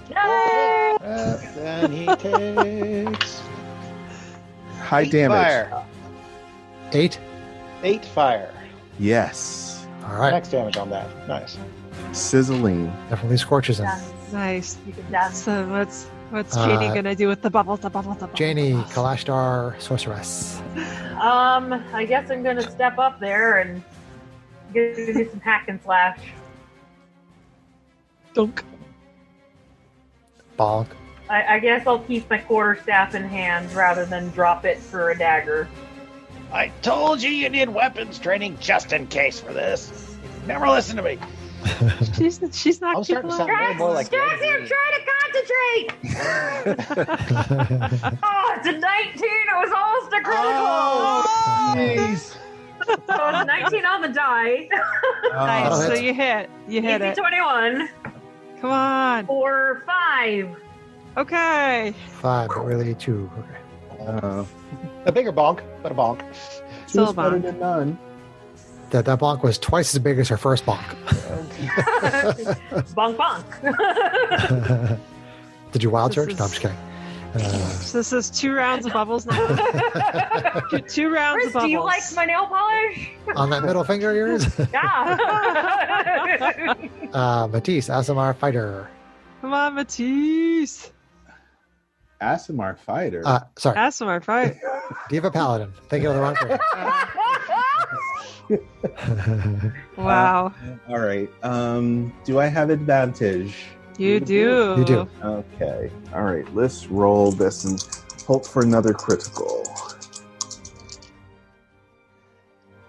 [SPEAKER 6] Yay!
[SPEAKER 2] Uh, then he takes
[SPEAKER 4] High
[SPEAKER 2] eight
[SPEAKER 4] damage.
[SPEAKER 2] Fire.
[SPEAKER 1] Eight.
[SPEAKER 2] Eight fire.
[SPEAKER 4] Yes,
[SPEAKER 1] All right.
[SPEAKER 2] Max damage on that. Nice.
[SPEAKER 4] sizzling.
[SPEAKER 1] Definitely scorches him.
[SPEAKER 3] Nice.
[SPEAKER 6] You can dance.
[SPEAKER 3] So what's what's
[SPEAKER 1] Uh,
[SPEAKER 3] Janie gonna do with the bubble? The bubble. The bubble.
[SPEAKER 1] Janie,
[SPEAKER 3] the bubble?
[SPEAKER 1] Kalashtar, Sorceress.
[SPEAKER 6] Um, I guess I'm gonna step up there and get, do some hack and slash.
[SPEAKER 3] Dunk.
[SPEAKER 1] Bonk.
[SPEAKER 6] I, I guess I'll keep my quarter staff in hand rather than drop it for a dagger.
[SPEAKER 2] I told you you need weapons training just in case for this. Never listen to me.
[SPEAKER 3] She's she's not.
[SPEAKER 2] I'm starting to sound way more like
[SPEAKER 6] Strax, I'm trying
[SPEAKER 2] Randy.
[SPEAKER 6] to concentrate.
[SPEAKER 1] All
[SPEAKER 6] Oh, it's a 19. It was almost a critical.
[SPEAKER 4] Oh, jeez.
[SPEAKER 6] So it's 19 on the die.
[SPEAKER 4] Uh,
[SPEAKER 3] nice.
[SPEAKER 1] Oh,
[SPEAKER 3] so
[SPEAKER 1] that's-
[SPEAKER 3] you hit. You hit
[SPEAKER 6] Easy
[SPEAKER 3] it.
[SPEAKER 6] 21
[SPEAKER 3] Come on.
[SPEAKER 6] or five.
[SPEAKER 3] Okay.
[SPEAKER 1] Five, but really two. Okay.
[SPEAKER 4] Oh.
[SPEAKER 2] A bigger bonk, but a bonk.
[SPEAKER 8] Two's
[SPEAKER 3] Still a
[SPEAKER 8] better
[SPEAKER 3] bonk.
[SPEAKER 8] than none.
[SPEAKER 1] that that bonk was twice as big as her first bonk.
[SPEAKER 6] bonk bonk.
[SPEAKER 1] Did you wild charge?
[SPEAKER 3] This
[SPEAKER 1] No, I'm
[SPEAKER 3] is-
[SPEAKER 1] just kidding. Uh,
[SPEAKER 3] So this is two rounds of bubbles now. two, two rounds
[SPEAKER 6] Chris,
[SPEAKER 3] of bubbles.
[SPEAKER 6] do you like my nail polish?
[SPEAKER 1] on that middle finger of yours,
[SPEAKER 6] Yeah.
[SPEAKER 1] uh, Matisse, Asimar Fighter.
[SPEAKER 3] Come on, Matisse.
[SPEAKER 4] Asimar fighter.
[SPEAKER 1] Uh, sorry,
[SPEAKER 3] Ask him our fight.
[SPEAKER 1] Diva Paladin. Thinking of the wrong thing.
[SPEAKER 3] Wow.
[SPEAKER 4] All right. Um, do I have advantage?
[SPEAKER 3] you do.
[SPEAKER 1] You do.
[SPEAKER 4] Okay. All right. Let's roll this and hope for another critical.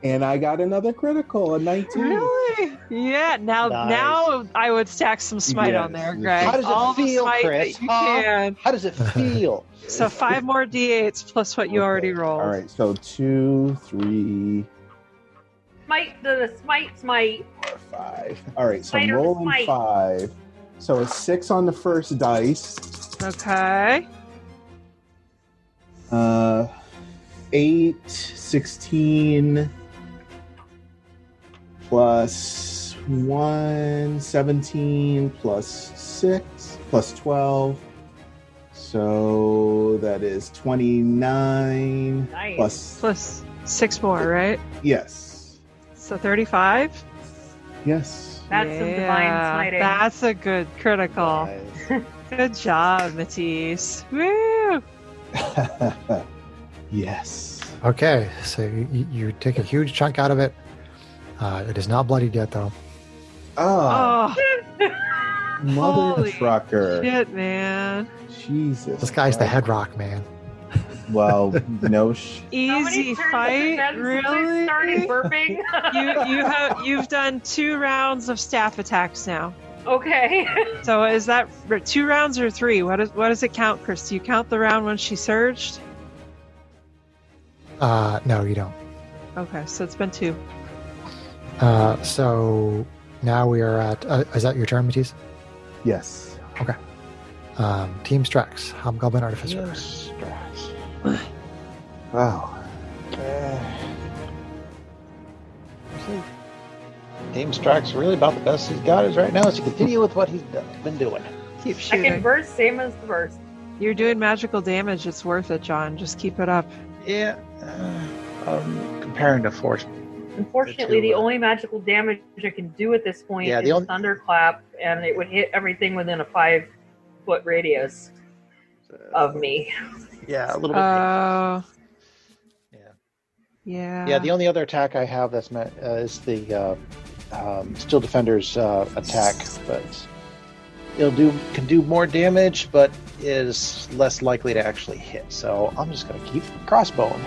[SPEAKER 4] And I got another critical, a 19.
[SPEAKER 3] Really? Yeah. Now,
[SPEAKER 2] Nice.
[SPEAKER 3] now I would stack some smite on
[SPEAKER 4] Yes.
[SPEAKER 3] there, Greg.
[SPEAKER 2] How does it
[SPEAKER 3] All
[SPEAKER 2] feel,
[SPEAKER 3] the smite
[SPEAKER 2] Chris,
[SPEAKER 3] that you
[SPEAKER 2] huh?
[SPEAKER 3] can.
[SPEAKER 2] How does it feel?
[SPEAKER 3] So five more d8s plus what you
[SPEAKER 4] Okay.
[SPEAKER 3] already rolled.
[SPEAKER 4] All right. So two, three,
[SPEAKER 6] smite the smite smite.
[SPEAKER 4] four, five. All right. So
[SPEAKER 6] Fighter
[SPEAKER 4] I'm rolling
[SPEAKER 6] flight.
[SPEAKER 4] five. So a six on the first dice.
[SPEAKER 3] Okay.
[SPEAKER 4] Uh, eight, 16, plus one, 17, plus six, plus 12. So that is 29
[SPEAKER 6] Nice.
[SPEAKER 4] plus,
[SPEAKER 3] Plus six more, right?
[SPEAKER 4] yes.
[SPEAKER 3] So 35?
[SPEAKER 4] Yes.
[SPEAKER 6] That's some divine smiting.
[SPEAKER 3] That's a good critical. Good job, Matisse. Woo!
[SPEAKER 4] yes.
[SPEAKER 1] Okay, so you, you take a huge chunk out of it. Uh, it is not bloodied yet, though.
[SPEAKER 4] Oh,
[SPEAKER 3] Oh,
[SPEAKER 4] mother
[SPEAKER 3] holy
[SPEAKER 4] trucker.
[SPEAKER 3] shit, man.
[SPEAKER 4] Jesus.
[SPEAKER 1] This guy's the
[SPEAKER 4] Christ.
[SPEAKER 1] head rock man.
[SPEAKER 4] Well, no. Sh-
[SPEAKER 6] How many
[SPEAKER 3] Easy
[SPEAKER 6] turns has it
[SPEAKER 3] fight,
[SPEAKER 6] been since I
[SPEAKER 3] really?
[SPEAKER 6] Started burping.
[SPEAKER 3] you you have you've done two rounds of staff attacks now.
[SPEAKER 6] okay.
[SPEAKER 3] So is that r- two rounds or three? What is what does it count, Chris? Do you count the round when she surged?
[SPEAKER 1] Uh, no, you don't.
[SPEAKER 3] Okay, so it's been two.
[SPEAKER 1] Uh, so now we are at. Uh, is that your turn, Matisse?
[SPEAKER 4] yes.
[SPEAKER 1] Um, Team Strax, Hobgoblin Artificer.
[SPEAKER 4] Wow.
[SPEAKER 2] Team Strike's really about the best he's got is right now is to continue with what he's done, been doing.
[SPEAKER 3] Keep
[SPEAKER 6] Second
[SPEAKER 3] shooting.
[SPEAKER 6] verse, same as the verse.
[SPEAKER 3] You're doing magical damage. It's worth it, John. Just keep it up.
[SPEAKER 2] Yeah. Uh, um, comparing to Forge.
[SPEAKER 6] Unfortunately,
[SPEAKER 2] The two,
[SPEAKER 6] the
[SPEAKER 2] uh,
[SPEAKER 6] only magical damage I can do at this point
[SPEAKER 2] Yeah, the
[SPEAKER 6] is
[SPEAKER 2] only-
[SPEAKER 6] thunderclap, and it would hit everything within a five foot radius of me.
[SPEAKER 2] Yeah, a little
[SPEAKER 3] Oh,
[SPEAKER 2] bit. yeah.
[SPEAKER 3] yeah.
[SPEAKER 2] Yeah, the only other attack I have that's meant uh, is the uh, um, Steel Defender's uh, attack, but it'll do can do more damage, but is less likely to actually hit. So I'm just gonna keep crossbone.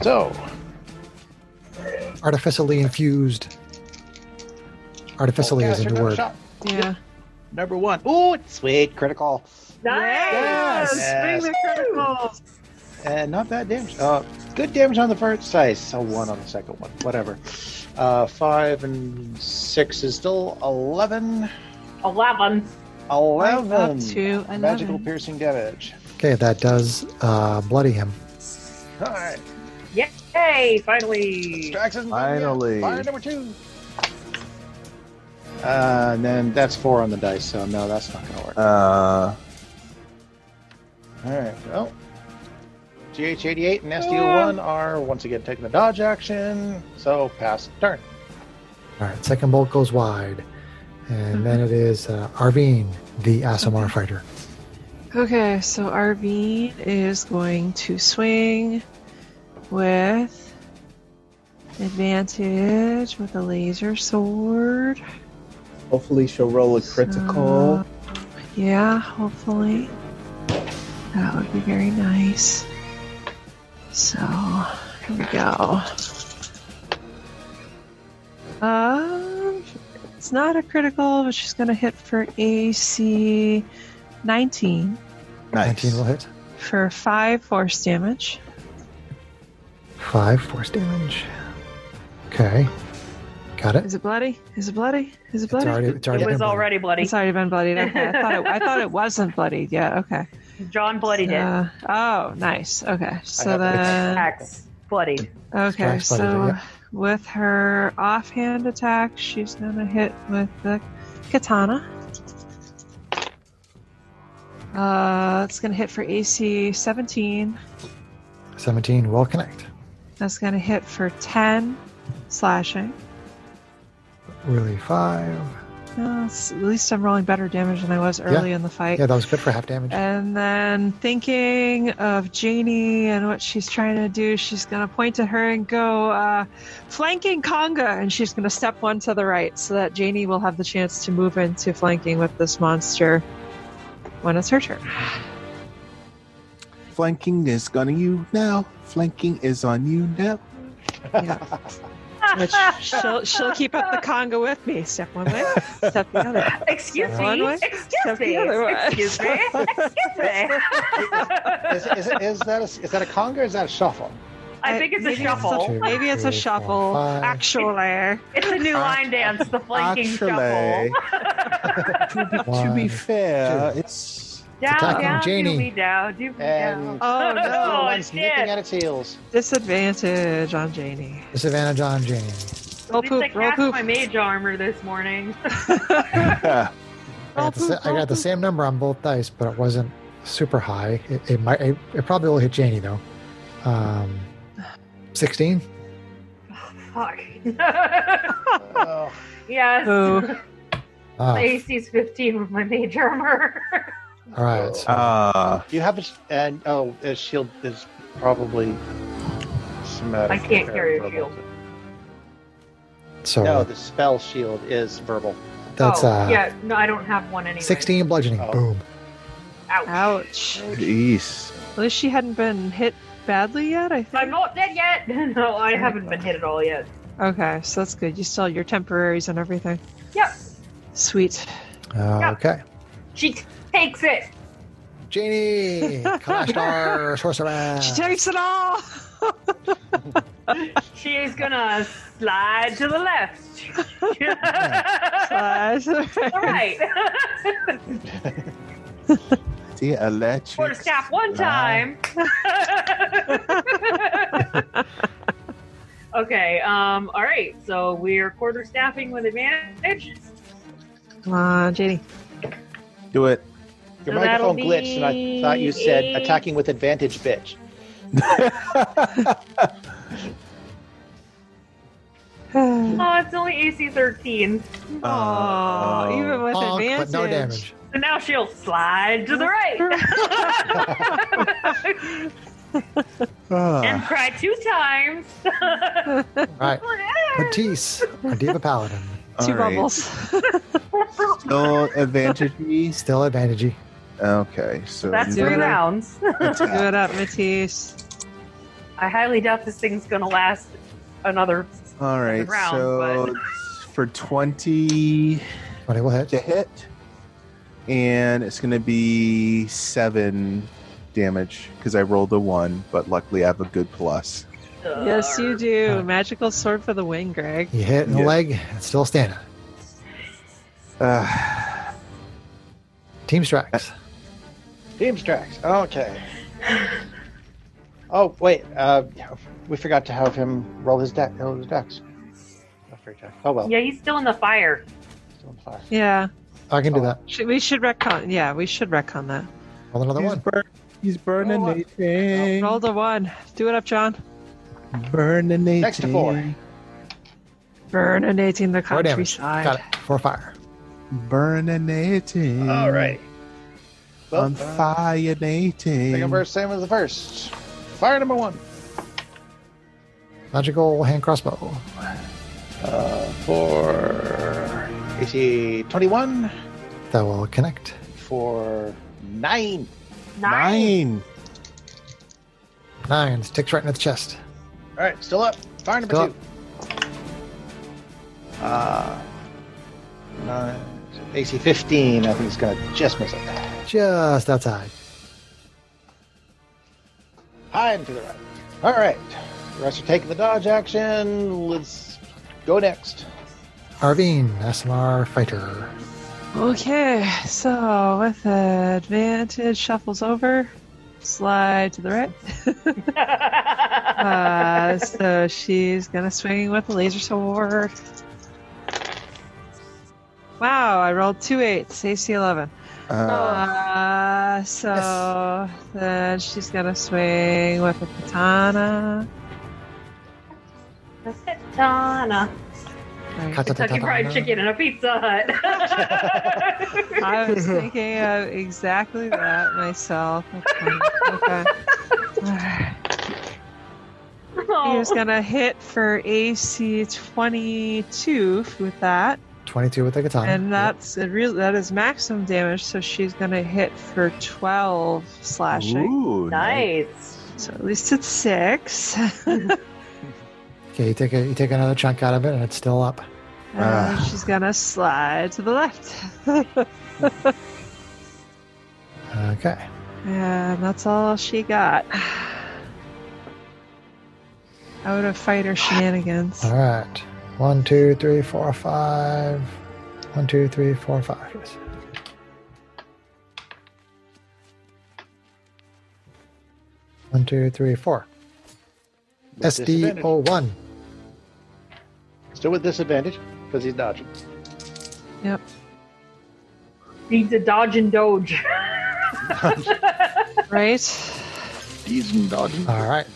[SPEAKER 2] So
[SPEAKER 1] Artificially infused. Artificially
[SPEAKER 2] Oh,
[SPEAKER 1] is a
[SPEAKER 2] gosh,
[SPEAKER 1] new
[SPEAKER 2] another
[SPEAKER 1] word.
[SPEAKER 2] shot.
[SPEAKER 3] yeah.
[SPEAKER 2] Number one. Ooh, sweet critical,
[SPEAKER 3] Yes!
[SPEAKER 2] Yes.
[SPEAKER 3] Swing the criticals.
[SPEAKER 2] and not bad damage. Uh, good damage on the first dice. So one on the second one. Whatever. Uh, five and six is still eleven.
[SPEAKER 6] 11.
[SPEAKER 2] Eleven.
[SPEAKER 3] Up to
[SPEAKER 2] Magical
[SPEAKER 3] 11.
[SPEAKER 2] piercing damage.
[SPEAKER 1] Okay, that does uh, bloody him.
[SPEAKER 2] Alright,
[SPEAKER 6] Yay, finally.
[SPEAKER 2] Strax isn't done yet.
[SPEAKER 4] Finally.
[SPEAKER 2] Fire number two. Uh, and then that's four on the dice, so no, that's not gonna work.
[SPEAKER 4] Uh,
[SPEAKER 2] Alright, well. GH88 and SDO1 are once again taking the dodge action, so pass turn.
[SPEAKER 1] All right, second bolt goes wide. And then it is uh, Arvine, the Asimar fighter.
[SPEAKER 3] Okay, so Arvine is going to swing with advantage with a laser sword.
[SPEAKER 4] hopefully she'll roll a critical.
[SPEAKER 3] So, yeah, hopefully. That would be very nice. So, here we go. Um, it's not a critical, but she's going to hit for AC 19
[SPEAKER 1] 19 will hit.
[SPEAKER 3] for 5 force damage.
[SPEAKER 1] Five force damage. Okay. Got it.
[SPEAKER 3] Is it bloody? Is it bloody? Is
[SPEAKER 1] It's
[SPEAKER 3] it bloody?
[SPEAKER 1] already, it's already
[SPEAKER 6] It was
[SPEAKER 1] been blown.
[SPEAKER 6] already bloody.
[SPEAKER 3] It's already been bloodied. Okay, I thought it, I thought it wasn't bloodied. Yeah, okay.
[SPEAKER 6] John bloodied it.
[SPEAKER 3] Uh, oh, nice. Okay, so
[SPEAKER 2] have it.
[SPEAKER 3] then
[SPEAKER 6] Axe bloodied.
[SPEAKER 3] okay,
[SPEAKER 1] Strike's bloodied,
[SPEAKER 3] so
[SPEAKER 1] yeah.
[SPEAKER 3] with her offhand attack, she's gonna hit with the katana. Uh, it's gonna hit for AC 17.
[SPEAKER 1] 17 will connect.
[SPEAKER 3] That's gonna hit for 10 slashing.
[SPEAKER 1] Really, five.
[SPEAKER 3] Uh, it's- at least I'm rolling better damage than I was early in the fight.
[SPEAKER 1] Yeah, that was good for half damage.
[SPEAKER 6] Uh,
[SPEAKER 3] And then thinking of Janie and what she's trying to do, she's going to point to her and go, uh, flanking Conga. And she's going to step one to the right so that Janie will have the chance to move into flanking with this monster when it's her turn.
[SPEAKER 4] Flanking is on you now. Flanking is on you now.
[SPEAKER 3] Which she'll, she'll keep up the Conga with me. Step one way, step the other.
[SPEAKER 6] Excuse
[SPEAKER 3] One
[SPEAKER 6] me.
[SPEAKER 3] way,
[SPEAKER 6] Excuse
[SPEAKER 3] step the
[SPEAKER 6] me.
[SPEAKER 3] other way.
[SPEAKER 6] Excuse me. Excuse me.
[SPEAKER 2] Is, is, is that a, is that a conga or is that a shuffle?
[SPEAKER 6] I think it's a
[SPEAKER 3] Maybe
[SPEAKER 6] shuffle.
[SPEAKER 1] Two,
[SPEAKER 3] Maybe it's a
[SPEAKER 1] three, four,
[SPEAKER 3] shuffle.
[SPEAKER 1] five.
[SPEAKER 3] Actually. oh,
[SPEAKER 6] It's a new line dance, the flanking
[SPEAKER 4] Actually,
[SPEAKER 6] shuffle.
[SPEAKER 4] to be, to
[SPEAKER 1] One,
[SPEAKER 4] be fair,
[SPEAKER 1] two.
[SPEAKER 4] it's
[SPEAKER 6] Down,
[SPEAKER 1] attacking
[SPEAKER 6] down,
[SPEAKER 1] Janie.
[SPEAKER 6] do me down, do me
[SPEAKER 2] And-
[SPEAKER 6] down.
[SPEAKER 3] Oh,
[SPEAKER 2] Little
[SPEAKER 3] no.
[SPEAKER 6] Oh,
[SPEAKER 2] one's nipping
[SPEAKER 6] shit.
[SPEAKER 2] at its heels.
[SPEAKER 3] Disadvantage on Janie.
[SPEAKER 1] Disadvantage on Janie.
[SPEAKER 3] Roll
[SPEAKER 6] At least I
[SPEAKER 3] poop, roll
[SPEAKER 6] cast
[SPEAKER 3] poop.
[SPEAKER 6] my mage armor this morning.
[SPEAKER 1] I got, the, sa- I got the same number on both dice, but it wasn't super high. It, it might. It, it probably will hit Janie though. Um, sixteen.
[SPEAKER 6] Fuck.
[SPEAKER 2] Oh,
[SPEAKER 6] yes.
[SPEAKER 3] Oh.
[SPEAKER 1] Oh,
[SPEAKER 6] My AC's 15 with my mage armor.
[SPEAKER 1] all right. So
[SPEAKER 4] uh,
[SPEAKER 2] you have a s- and oh, a shield is probably somatic.
[SPEAKER 6] I can't carry a
[SPEAKER 2] verbal.
[SPEAKER 6] shield.
[SPEAKER 1] so
[SPEAKER 2] No, the spell shield is verbal.
[SPEAKER 1] that's
[SPEAKER 6] oh,
[SPEAKER 1] uh,
[SPEAKER 6] yeah, no, I don't have one anyway.
[SPEAKER 1] sixteen bludgeoning.
[SPEAKER 2] Oh.
[SPEAKER 1] Boom.
[SPEAKER 6] Ouch.
[SPEAKER 3] Ouch.
[SPEAKER 4] jeez.
[SPEAKER 3] At least she hadn't been hit badly yet, I
[SPEAKER 6] I'm
[SPEAKER 3] think.
[SPEAKER 6] not dead yet. no,
[SPEAKER 3] Oh
[SPEAKER 6] I haven't been hit at all yet.
[SPEAKER 3] Okay, so that's good. You still have your temporaries and everything.
[SPEAKER 6] Yep.
[SPEAKER 3] Sweet.
[SPEAKER 1] Uh, okay.
[SPEAKER 6] She t- takes it.
[SPEAKER 1] Janie, Kalashtar, Sorcerer.
[SPEAKER 3] She takes it all!
[SPEAKER 6] She is gonna slide to the left. all right.
[SPEAKER 4] The
[SPEAKER 6] Quarter
[SPEAKER 4] electric.
[SPEAKER 6] staff one time. okay. Um. All right. So we're quarter staffing with advantage.
[SPEAKER 3] Come on, Janie.
[SPEAKER 4] Do it.
[SPEAKER 2] Your
[SPEAKER 6] So that'll
[SPEAKER 2] microphone glitched, and I thought you
[SPEAKER 6] be
[SPEAKER 2] said
[SPEAKER 6] eight.
[SPEAKER 2] attacking with advantage, bitch.
[SPEAKER 3] oh,
[SPEAKER 6] Oh, it's only AC thirteen.
[SPEAKER 4] Uh,
[SPEAKER 3] even with
[SPEAKER 1] Bonk,
[SPEAKER 3] advantage.
[SPEAKER 1] but no damage.
[SPEAKER 6] So now she'll slide to the right and
[SPEAKER 4] uh,
[SPEAKER 6] cry two times.
[SPEAKER 1] All right. Matisse, our Diva Paladin.
[SPEAKER 3] Two
[SPEAKER 4] all right.
[SPEAKER 3] bubbles.
[SPEAKER 4] Still advantage me.
[SPEAKER 1] Still advantagey.
[SPEAKER 4] Okay, so
[SPEAKER 6] That's
[SPEAKER 3] Do
[SPEAKER 6] three
[SPEAKER 3] it.
[SPEAKER 6] rounds.
[SPEAKER 3] Do it up, Matisse.
[SPEAKER 6] I highly doubt this thing's gonna last another.
[SPEAKER 4] All right,
[SPEAKER 6] round,
[SPEAKER 4] so for twenty
[SPEAKER 1] Twenty will hit.
[SPEAKER 4] to hit, and it's going to be seven damage because I rolled a one, but luckily I have a good plus.
[SPEAKER 3] Yes, you do.
[SPEAKER 1] Uh,
[SPEAKER 3] Magical sword for the win, Greg.
[SPEAKER 1] You hit in the
[SPEAKER 4] Yeah.
[SPEAKER 1] leg. It's still standing.
[SPEAKER 4] Uh,
[SPEAKER 1] Team strikes.
[SPEAKER 2] Team Strax. Okay. Oh wait, uh, we forgot to have him roll his deck. Roll his decks. Oh, free check. Oh, well.
[SPEAKER 6] Yeah, he's still in the fire.
[SPEAKER 2] Still on fire.
[SPEAKER 3] Yeah.
[SPEAKER 1] I can do that.
[SPEAKER 3] Should, we should retcon. Yeah, we should retcon that.
[SPEAKER 1] Roll another
[SPEAKER 4] he's,
[SPEAKER 1] one.
[SPEAKER 4] burn- he's burning
[SPEAKER 2] Oh,
[SPEAKER 4] a thing.
[SPEAKER 3] Roll the one. Do it up, John.
[SPEAKER 4] burning a
[SPEAKER 2] Next to
[SPEAKER 4] thing.
[SPEAKER 2] four.
[SPEAKER 3] Burninating the
[SPEAKER 1] Four damage.
[SPEAKER 3] countryside.
[SPEAKER 1] Got it. Four fire.
[SPEAKER 4] Burning a thing.
[SPEAKER 2] All right. Well,
[SPEAKER 4] on
[SPEAKER 2] uh,
[SPEAKER 4] fire nating.
[SPEAKER 2] Second verse, same as the first. Fire number one.
[SPEAKER 1] Magical hand crossbow.
[SPEAKER 2] Uh, for AC 21
[SPEAKER 1] That will connect.
[SPEAKER 2] for nine.
[SPEAKER 4] Nine.
[SPEAKER 1] Nine. Sticks right in the chest.
[SPEAKER 2] All right, still up. Fire number
[SPEAKER 1] Still
[SPEAKER 2] two. Uh, nine. AC 15. I think it's going to just miss it.
[SPEAKER 1] Just outside.
[SPEAKER 2] High and to the right. All right. The rest are taking the dodge action. Let's go next.
[SPEAKER 1] Arvine, SMR fighter.
[SPEAKER 3] Okay, so with advantage, shuffles over. slide to the right. uh, so she's gonna swing with the laser sword. Wow, I rolled two eights, AC eleven.
[SPEAKER 4] Uh,
[SPEAKER 3] Uh, so then she's gonna swing with a katana.
[SPEAKER 6] Katana.
[SPEAKER 3] Right.
[SPEAKER 6] Kentucky Fried Chicken and a Pizza Hut.
[SPEAKER 3] I was thinking of exactly that myself. Okay. okay.
[SPEAKER 6] Oh,
[SPEAKER 3] He was gonna hit for AC twenty-two with that,
[SPEAKER 1] 22 with the katana.
[SPEAKER 3] and
[SPEAKER 6] uh,
[SPEAKER 3] that's a real that is maximum damage. So she's gonna hit for twelve slashing.
[SPEAKER 4] ooh,
[SPEAKER 6] nice.
[SPEAKER 3] So at least it's six.
[SPEAKER 1] Okay, you take, a, you take another chunk out of it and it's still up.
[SPEAKER 3] And
[SPEAKER 4] Ah.
[SPEAKER 3] she's gonna slide to the left,
[SPEAKER 1] Okay.
[SPEAKER 3] and that's all she got. Out of fighter shenanigans.
[SPEAKER 1] All right. One, two, three, four, five. One, two, three, four, five. Yes. One, two, three, four.
[SPEAKER 2] With disadvantage.
[SPEAKER 1] SD01.
[SPEAKER 2] Still with disadvantage because he's dodging.
[SPEAKER 3] Yep.
[SPEAKER 6] Needs a dodge and doge.
[SPEAKER 3] Right.
[SPEAKER 4] These and dodging.
[SPEAKER 1] All right.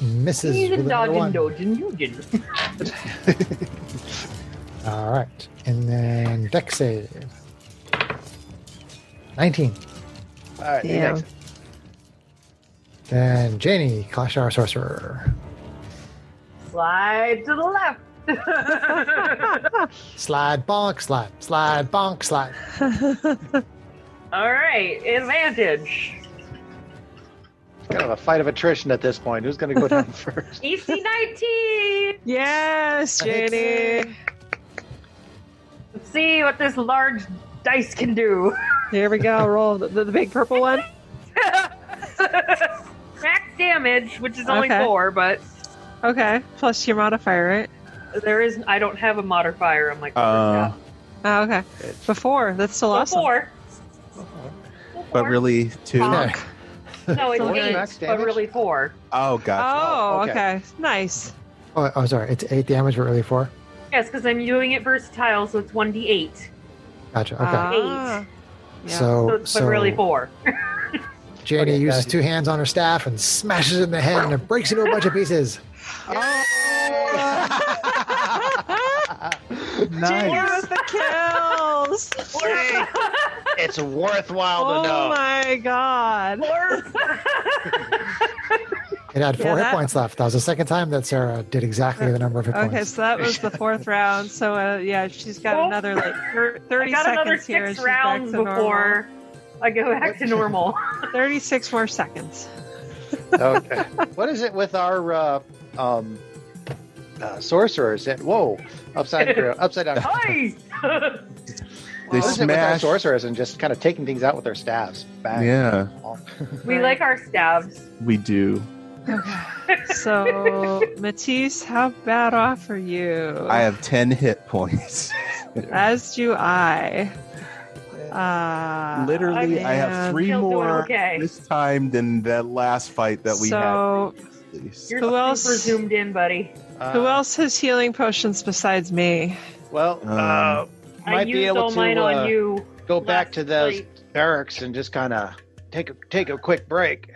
[SPEAKER 1] Misses
[SPEAKER 6] Needs a
[SPEAKER 1] with another
[SPEAKER 6] dodge and
[SPEAKER 1] one.
[SPEAKER 6] doge and doge.
[SPEAKER 1] All right. And then deck save. 19.
[SPEAKER 2] All right. he
[SPEAKER 3] Yeah.
[SPEAKER 2] makes it.
[SPEAKER 1] Then Janie, Clash Hour Sorcerer.
[SPEAKER 6] Slide to the left.
[SPEAKER 1] Slide, bonk, slide, slide, bonk, slide.
[SPEAKER 6] All right, advantage.
[SPEAKER 2] Kind of a fight of attrition at this point. Who's going to go down first?
[SPEAKER 6] EC 19.
[SPEAKER 3] Yes, Janie.
[SPEAKER 6] Let's see what this large dice can do.
[SPEAKER 3] Here we go. Roll the, the, big purple one.
[SPEAKER 6] Max damage, which is only
[SPEAKER 3] Okay.
[SPEAKER 6] four, but
[SPEAKER 3] Okay. Plus your modifier, right?
[SPEAKER 6] there is I don't have a modifier on my quarter
[SPEAKER 4] Uh,
[SPEAKER 6] staff.
[SPEAKER 3] Oh, okay. Before. That's still awesome.
[SPEAKER 6] So four.
[SPEAKER 4] but really two.
[SPEAKER 1] Okay.
[SPEAKER 6] No, it's
[SPEAKER 3] Four
[SPEAKER 6] eight,
[SPEAKER 2] max
[SPEAKER 6] but
[SPEAKER 2] damage?
[SPEAKER 6] really four.
[SPEAKER 4] Oh, gotcha.
[SPEAKER 3] Oh,
[SPEAKER 2] Oh,
[SPEAKER 3] okay.
[SPEAKER 2] okay.
[SPEAKER 3] Nice.
[SPEAKER 1] Oh, oh, sorry. It's eight damage, but really four.
[SPEAKER 6] Yes, because I'm doing it versatile, so it's one d eight.
[SPEAKER 1] Gotcha. Okay.
[SPEAKER 3] Ah. Yeah.
[SPEAKER 6] So,
[SPEAKER 2] Oh,
[SPEAKER 1] So,
[SPEAKER 6] it's
[SPEAKER 1] so
[SPEAKER 6] but really four.
[SPEAKER 1] Janie
[SPEAKER 2] Okay,
[SPEAKER 1] uses
[SPEAKER 2] gotcha.
[SPEAKER 1] two hands on her staff and smashes it in the head and it breaks into a bunch of pieces.
[SPEAKER 3] Janie
[SPEAKER 4] nice.
[SPEAKER 3] with the kills.
[SPEAKER 2] it's worthwhile
[SPEAKER 3] oh
[SPEAKER 2] to know.
[SPEAKER 3] my god.
[SPEAKER 1] It had four
[SPEAKER 3] Yeah,
[SPEAKER 1] hit
[SPEAKER 3] that-
[SPEAKER 1] points left. That was the second time that Sarah did exactly the number of hit
[SPEAKER 3] Okay,
[SPEAKER 1] points.
[SPEAKER 3] so that was the fourth round. So uh, yeah, she's got
[SPEAKER 6] Oh.
[SPEAKER 3] another like thir-
[SPEAKER 6] I
[SPEAKER 3] thirty
[SPEAKER 6] got
[SPEAKER 3] seconds
[SPEAKER 6] another
[SPEAKER 3] here. and
[SPEAKER 6] six
[SPEAKER 3] she's back
[SPEAKER 6] rounds
[SPEAKER 3] to normal.
[SPEAKER 6] before I go back to normal.
[SPEAKER 3] Thirty-six more seconds.
[SPEAKER 2] okay. What is it with our uh, um, uh, sorcerers? That whoa, upside upside down.
[SPEAKER 6] Hi!
[SPEAKER 4] They
[SPEAKER 2] What is it with our
[SPEAKER 4] smash.
[SPEAKER 2] sorcerers and just kind of taking things out with their staffs? Bang.
[SPEAKER 4] Yeah,
[SPEAKER 6] we like our staves.
[SPEAKER 4] we do.
[SPEAKER 3] So Matisse, how bad off are you?
[SPEAKER 4] I have ten hit points.
[SPEAKER 3] As do I. Uh,
[SPEAKER 4] Literally, I have
[SPEAKER 3] man.
[SPEAKER 4] three
[SPEAKER 6] Still doing
[SPEAKER 4] more
[SPEAKER 6] okay.
[SPEAKER 4] this time than that last fight that we
[SPEAKER 3] So-
[SPEAKER 4] had. previously.
[SPEAKER 6] You're
[SPEAKER 3] Who
[SPEAKER 6] super
[SPEAKER 3] else?
[SPEAKER 6] zoomed in, buddy.
[SPEAKER 2] Uh,
[SPEAKER 3] Who else has healing potions besides me?
[SPEAKER 2] Well, uh,
[SPEAKER 4] Um,
[SPEAKER 6] I
[SPEAKER 2] might
[SPEAKER 6] used
[SPEAKER 2] be able
[SPEAKER 6] all mine
[SPEAKER 2] to uh,
[SPEAKER 6] on you.
[SPEAKER 2] go back
[SPEAKER 6] last
[SPEAKER 2] to those
[SPEAKER 6] night.
[SPEAKER 2] barracks and just kind of take a, take a quick break.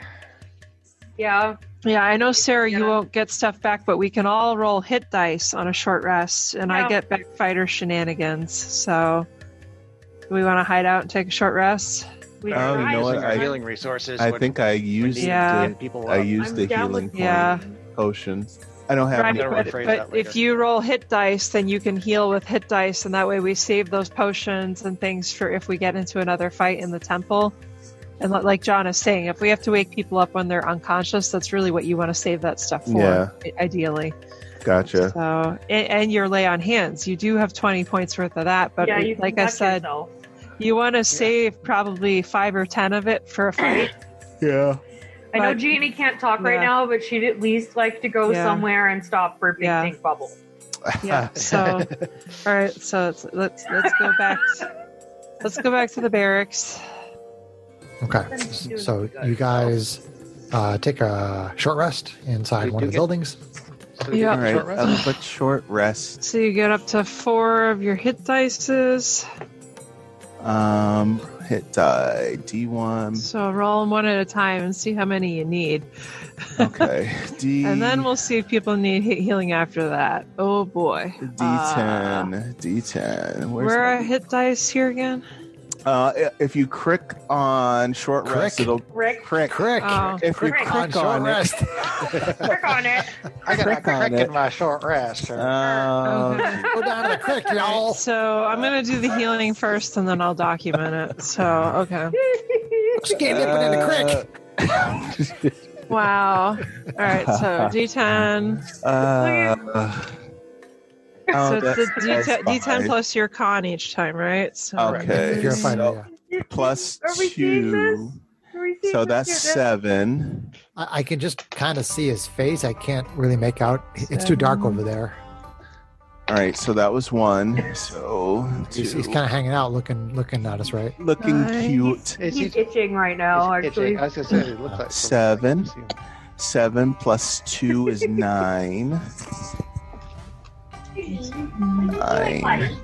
[SPEAKER 6] Yeah.
[SPEAKER 3] Yeah, I know, Sarah, you
[SPEAKER 6] Yeah.
[SPEAKER 3] won't get stuff back, but we can all roll hit dice on a short rest, and I
[SPEAKER 6] Yeah.
[SPEAKER 3] get back fighter shenanigans. So, do we want to hide out and take a short rest?
[SPEAKER 6] We
[SPEAKER 4] Oh, you know
[SPEAKER 6] tried.
[SPEAKER 4] what?
[SPEAKER 2] Using our
[SPEAKER 4] I-
[SPEAKER 2] healing resources.
[SPEAKER 4] I
[SPEAKER 2] when
[SPEAKER 4] think I
[SPEAKER 2] we
[SPEAKER 4] used
[SPEAKER 2] need to
[SPEAKER 3] Yeah.
[SPEAKER 4] the,
[SPEAKER 2] get people
[SPEAKER 4] I
[SPEAKER 2] up.
[SPEAKER 4] used the
[SPEAKER 6] I'm down
[SPEAKER 4] healing
[SPEAKER 6] with-
[SPEAKER 4] point
[SPEAKER 3] Yeah.
[SPEAKER 4] potions. I don't have
[SPEAKER 3] Right,
[SPEAKER 4] any.
[SPEAKER 2] I'm gonna
[SPEAKER 3] but,
[SPEAKER 2] rephrase
[SPEAKER 3] but
[SPEAKER 2] that later.
[SPEAKER 3] if you roll hit dice, then you can heal with hit dice, and that way we save those potions and things for if we get into another fight in the temple. And li- like John is saying, if we have to wake people up when they're unconscious, that's really what you want to save that stuff for,
[SPEAKER 4] Yeah.
[SPEAKER 3] i- ideally.
[SPEAKER 4] Gotcha.
[SPEAKER 3] So, and, and your lay on hands, you do have 20 points worth of that, but
[SPEAKER 6] yeah, you can
[SPEAKER 3] like I
[SPEAKER 6] touch
[SPEAKER 3] said,
[SPEAKER 6] yourself.
[SPEAKER 3] you want to save probably five or 10 of it for a fight.
[SPEAKER 4] Yeah.
[SPEAKER 6] I know
[SPEAKER 3] but-
[SPEAKER 6] Jeannie can't talk right
[SPEAKER 3] Yeah.
[SPEAKER 6] now, but she'd at least like to go
[SPEAKER 3] Yeah.
[SPEAKER 6] somewhere and stop for a big
[SPEAKER 3] Yeah.
[SPEAKER 6] pink bubble.
[SPEAKER 3] yeah so all right so let's let's, let's go back let's go back to the barracks
[SPEAKER 1] Okay. So you guys uh, take a short rest inside
[SPEAKER 2] We
[SPEAKER 1] one
[SPEAKER 2] do
[SPEAKER 1] of the
[SPEAKER 2] get-
[SPEAKER 1] buildings.
[SPEAKER 2] So we
[SPEAKER 3] Yeah.
[SPEAKER 2] take
[SPEAKER 4] All
[SPEAKER 2] a
[SPEAKER 4] right,
[SPEAKER 2] short rest?
[SPEAKER 4] uh, but short rest.
[SPEAKER 3] So you get up to four of your hit dices.
[SPEAKER 4] Um, hit die D1.
[SPEAKER 3] So roll them one at a time and see how many you need.
[SPEAKER 4] Okay, D.
[SPEAKER 3] And then we'll see if people need he- healing after that. Oh boy.
[SPEAKER 4] D10.
[SPEAKER 3] Uh,
[SPEAKER 4] D10. Where's
[SPEAKER 3] where
[SPEAKER 4] my-
[SPEAKER 3] are hit dice here again?
[SPEAKER 4] Uh, i- if you crick on short rest,
[SPEAKER 1] Crick?
[SPEAKER 4] it'll
[SPEAKER 6] Rick,
[SPEAKER 4] crick.
[SPEAKER 1] Crick!
[SPEAKER 3] Oh.
[SPEAKER 4] If you
[SPEAKER 6] Crick
[SPEAKER 4] crick
[SPEAKER 1] on
[SPEAKER 4] on,
[SPEAKER 1] short
[SPEAKER 4] it,
[SPEAKER 1] rest.
[SPEAKER 6] work on it.
[SPEAKER 2] I got
[SPEAKER 4] Crick
[SPEAKER 2] a
[SPEAKER 4] on
[SPEAKER 2] crick
[SPEAKER 4] it.
[SPEAKER 2] in my short rest.
[SPEAKER 4] um,
[SPEAKER 3] Okay.
[SPEAKER 1] Go down to the crick, y'all.
[SPEAKER 3] So I'm gonna do the healing first, and then I'll document it. So okay.
[SPEAKER 1] Just get dipping in
[SPEAKER 4] Uh,
[SPEAKER 1] the crick.
[SPEAKER 3] Wow. All right. So D10.
[SPEAKER 4] uh,
[SPEAKER 3] so
[SPEAKER 4] oh,
[SPEAKER 3] it's the D10,
[SPEAKER 4] that's- that's
[SPEAKER 3] D10
[SPEAKER 4] fine.
[SPEAKER 3] plus your con each time, right? So
[SPEAKER 4] Okay.
[SPEAKER 1] If you're a fighter,
[SPEAKER 4] so
[SPEAKER 1] yeah.
[SPEAKER 4] plus
[SPEAKER 6] Are we seeing
[SPEAKER 4] two.
[SPEAKER 6] Are we seeing
[SPEAKER 4] So
[SPEAKER 6] this
[SPEAKER 4] that's
[SPEAKER 6] here, Jeff?
[SPEAKER 4] seven.
[SPEAKER 1] I, I can just kind of see his face. I can't really make out. It's too dark over there.
[SPEAKER 4] All right, so that was one. So two.
[SPEAKER 1] He's, he's kind of hanging out, looking looking at us, right?
[SPEAKER 4] looking
[SPEAKER 3] Nice.
[SPEAKER 4] cute.
[SPEAKER 2] Is he-
[SPEAKER 6] He's itching right now,
[SPEAKER 2] is he
[SPEAKER 6] actually.
[SPEAKER 2] itching? I was gonna say it looks like
[SPEAKER 4] Seven. Seven plus two is nine.
[SPEAKER 6] Uh,
[SPEAKER 4] nine.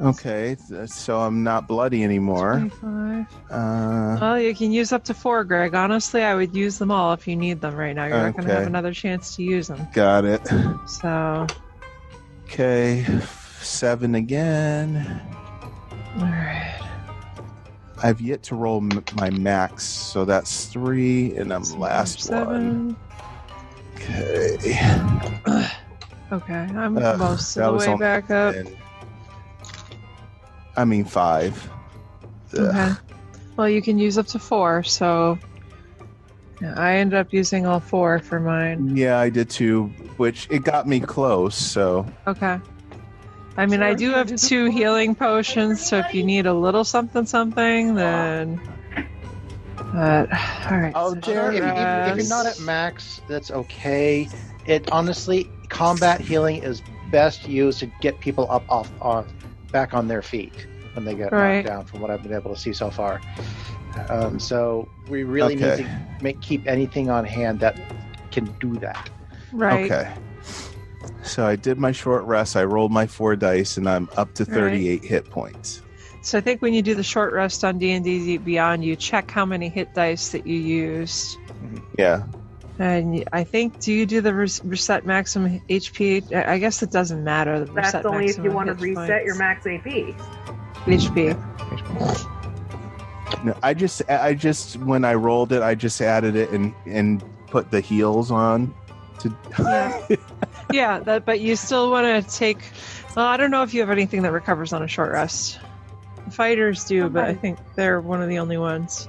[SPEAKER 4] Okay, th- so I'm not bloody anymore.
[SPEAKER 3] 25.
[SPEAKER 4] Uh,
[SPEAKER 3] Well, you can use up to four, Greg. Honestly, I would use them all if you need them right now. You're not going to have
[SPEAKER 4] Okay.
[SPEAKER 3] another chance to use them.
[SPEAKER 4] got it.
[SPEAKER 3] So, all
[SPEAKER 4] Okay, seven again.
[SPEAKER 3] right.
[SPEAKER 4] I've yet to roll m- my max, so that's three, and I'm last one. Okay.
[SPEAKER 3] Okay, I'm
[SPEAKER 4] Ugh,
[SPEAKER 3] most
[SPEAKER 4] Uh, that
[SPEAKER 3] of the
[SPEAKER 4] was
[SPEAKER 3] way
[SPEAKER 4] on-
[SPEAKER 3] back up.
[SPEAKER 4] And- I mean five.
[SPEAKER 3] Okay.
[SPEAKER 4] Ugh.
[SPEAKER 3] Well, you can use up to four, so yeah, I ended up using all four for mine.
[SPEAKER 4] Yeah, I did too, which it got me close. So
[SPEAKER 3] Okay. I mean, I do have two healing potions, so if you need a little something something, then. But, alright.
[SPEAKER 4] Oh,
[SPEAKER 3] so
[SPEAKER 4] dear.
[SPEAKER 2] If, if you're not at max, that's okay. It honestly, combat healing is best used to get people up off on back on their feet when they get
[SPEAKER 3] Right.
[SPEAKER 2] knocked down. From what I've been able to see so far, um, so we really
[SPEAKER 4] Okay.
[SPEAKER 2] need to make keep anything on hand that can do that.
[SPEAKER 3] Right.
[SPEAKER 4] okay. So I did my short rest. I rolled my four dice, and I'm up to
[SPEAKER 3] All right.
[SPEAKER 4] 38 hit points.
[SPEAKER 3] So I think when you do the short rest on D and D Beyond, you check how many hit dice that you used,
[SPEAKER 4] Yeah.
[SPEAKER 3] and you- I think do you do the res- reset maximum HP? I I guess it doesn't matter. The
[SPEAKER 6] That's
[SPEAKER 3] reset
[SPEAKER 6] only if you
[SPEAKER 3] maximum
[SPEAKER 6] want to
[SPEAKER 3] hit
[SPEAKER 6] reset
[SPEAKER 3] points.
[SPEAKER 6] your max AP.
[SPEAKER 3] HP.
[SPEAKER 4] No, I just, I just, when I rolled it, I just added it and and put the heels on. To
[SPEAKER 3] Yeah. yeah, that. But you still want to take. Well, I don't know if you have anything that recovers on a short rest. Fighters do, but I think they're one of the only ones.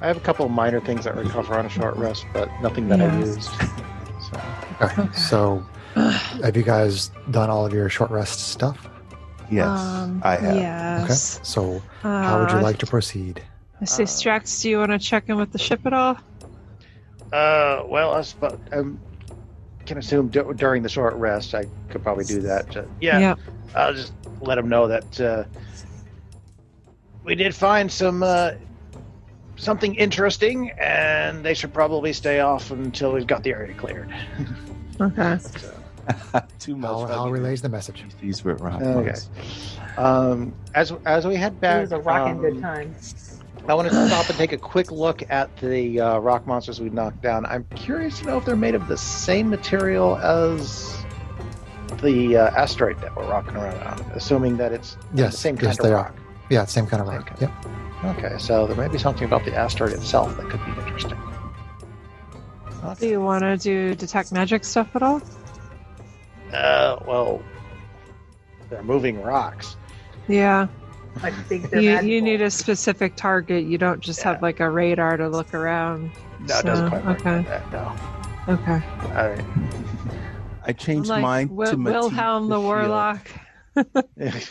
[SPEAKER 2] I have a couple of minor things that recover on a short rest, but nothing that I
[SPEAKER 3] Yeah.
[SPEAKER 2] used. So,
[SPEAKER 1] Okay. So, have you guys done all of your short rest stuff?
[SPEAKER 4] yes,
[SPEAKER 3] Um,
[SPEAKER 4] I have.
[SPEAKER 3] Yes.
[SPEAKER 1] Okay. So, how would you
[SPEAKER 3] Uh,
[SPEAKER 1] like to proceed?
[SPEAKER 3] I say, Strax, do you want to check in with the ship at all?
[SPEAKER 2] uh, well, I suppose, um, can assume d- during the short rest, I could probably do that. Uh, yeah, I'll just let them know that uh, we did find some uh, something interesting, and they should probably stay off until we've got the area cleared.
[SPEAKER 3] Okay.
[SPEAKER 4] Too much.
[SPEAKER 1] I'll, I'll relays the message.
[SPEAKER 4] These were rock
[SPEAKER 2] Okay.
[SPEAKER 4] ones.
[SPEAKER 2] Um, as as we head
[SPEAKER 6] It
[SPEAKER 2] back,
[SPEAKER 6] was a rocking
[SPEAKER 2] um,
[SPEAKER 6] good time.
[SPEAKER 2] I want to stop and take a quick look at the uh, rock monsters we knocked down. I'm curious to know if they're made of the same material as the uh, asteroid that we're rocking around on, assuming that it's the
[SPEAKER 1] Yes,
[SPEAKER 2] same kind
[SPEAKER 1] yes,
[SPEAKER 2] of
[SPEAKER 1] they
[SPEAKER 2] rock.
[SPEAKER 1] Yeah, same kind of rock.
[SPEAKER 2] Okay.
[SPEAKER 1] Yep.
[SPEAKER 2] Okay, so there might be something about the asteroid itself that could be interesting.
[SPEAKER 3] Do you want to do detect magic stuff at all?
[SPEAKER 2] Uh, well, they're moving rocks.
[SPEAKER 3] Yeah.
[SPEAKER 6] I think they're
[SPEAKER 3] You,
[SPEAKER 6] magical.
[SPEAKER 3] you need a specific target. You don't just
[SPEAKER 2] Yeah.
[SPEAKER 3] have like a radar to look around.
[SPEAKER 2] No, it doesn't
[SPEAKER 3] So,
[SPEAKER 2] quite work
[SPEAKER 3] okay.
[SPEAKER 2] like that. No.
[SPEAKER 3] Okay.
[SPEAKER 2] All right.
[SPEAKER 4] I changed
[SPEAKER 3] Like
[SPEAKER 4] mine to
[SPEAKER 3] Wil-
[SPEAKER 4] Matisse
[SPEAKER 3] Wilhelm the
[SPEAKER 4] Shield.
[SPEAKER 3] Warlock.
[SPEAKER 2] yes,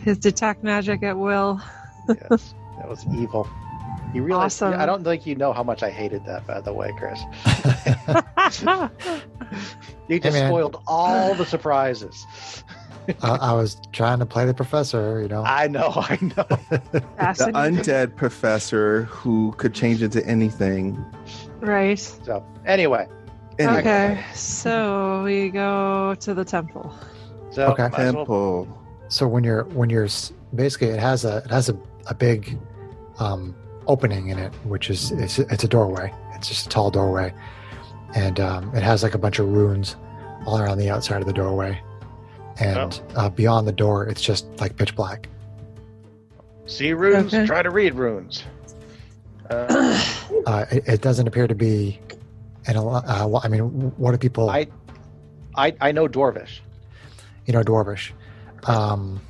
[SPEAKER 3] His detect magic at will.
[SPEAKER 2] that was evil. You realize?
[SPEAKER 3] Awesome.
[SPEAKER 2] I don't think you know how much I hated that, by the way, Chris.
[SPEAKER 3] yeah,
[SPEAKER 2] You just
[SPEAKER 1] man.
[SPEAKER 2] spoiled all the surprises.
[SPEAKER 1] I, I was trying to play the professor, you know.
[SPEAKER 2] I know, I know.
[SPEAKER 4] The
[SPEAKER 3] Fascinating.
[SPEAKER 4] undead professor who could change into anything.
[SPEAKER 3] right.
[SPEAKER 2] So anyway,
[SPEAKER 4] Anyway,
[SPEAKER 3] Okay, so we go to the temple.
[SPEAKER 2] so
[SPEAKER 1] Okay.
[SPEAKER 2] might as well-
[SPEAKER 4] Temple.
[SPEAKER 1] so when you're when you're s- basically it has a it has a, a big um, opening in it which is it's, it's a doorway it's just a tall doorway and um, it has like a bunch of runes all around the outside of the doorway and
[SPEAKER 2] Oh.
[SPEAKER 1] uh, beyond the door it's just like pitch black
[SPEAKER 2] see runes.
[SPEAKER 3] Okay.
[SPEAKER 2] Try to read runes. Uh,
[SPEAKER 1] uh, it, it doesn't appear to be an al- uh, wh- i mean what do people
[SPEAKER 2] I- I I know dwarvish.
[SPEAKER 1] you know dwarvish um,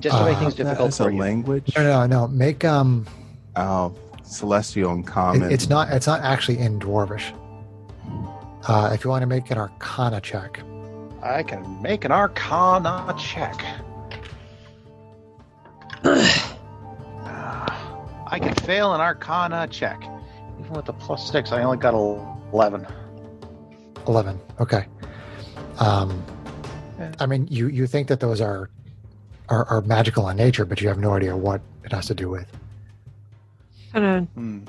[SPEAKER 2] Just to make
[SPEAKER 1] Uh,
[SPEAKER 2] things difficult
[SPEAKER 4] Ah, That's a
[SPEAKER 2] for you.
[SPEAKER 4] language.
[SPEAKER 1] no no no make um
[SPEAKER 4] Oh, celestial and
[SPEAKER 1] It-
[SPEAKER 4] common.
[SPEAKER 1] it's not. It's not actually in dwarvish. Uh, if you want to make an Arcana check,
[SPEAKER 2] I can make an Arcana check. Ah, I can fail an Arcana check. Even with the plus six, I only got eleven.
[SPEAKER 1] eleven. Okay. Um, I mean, you you think that those are, are are magical in nature, but you have no idea what it has to do with.
[SPEAKER 3] Kind
[SPEAKER 2] Hmm.
[SPEAKER 3] of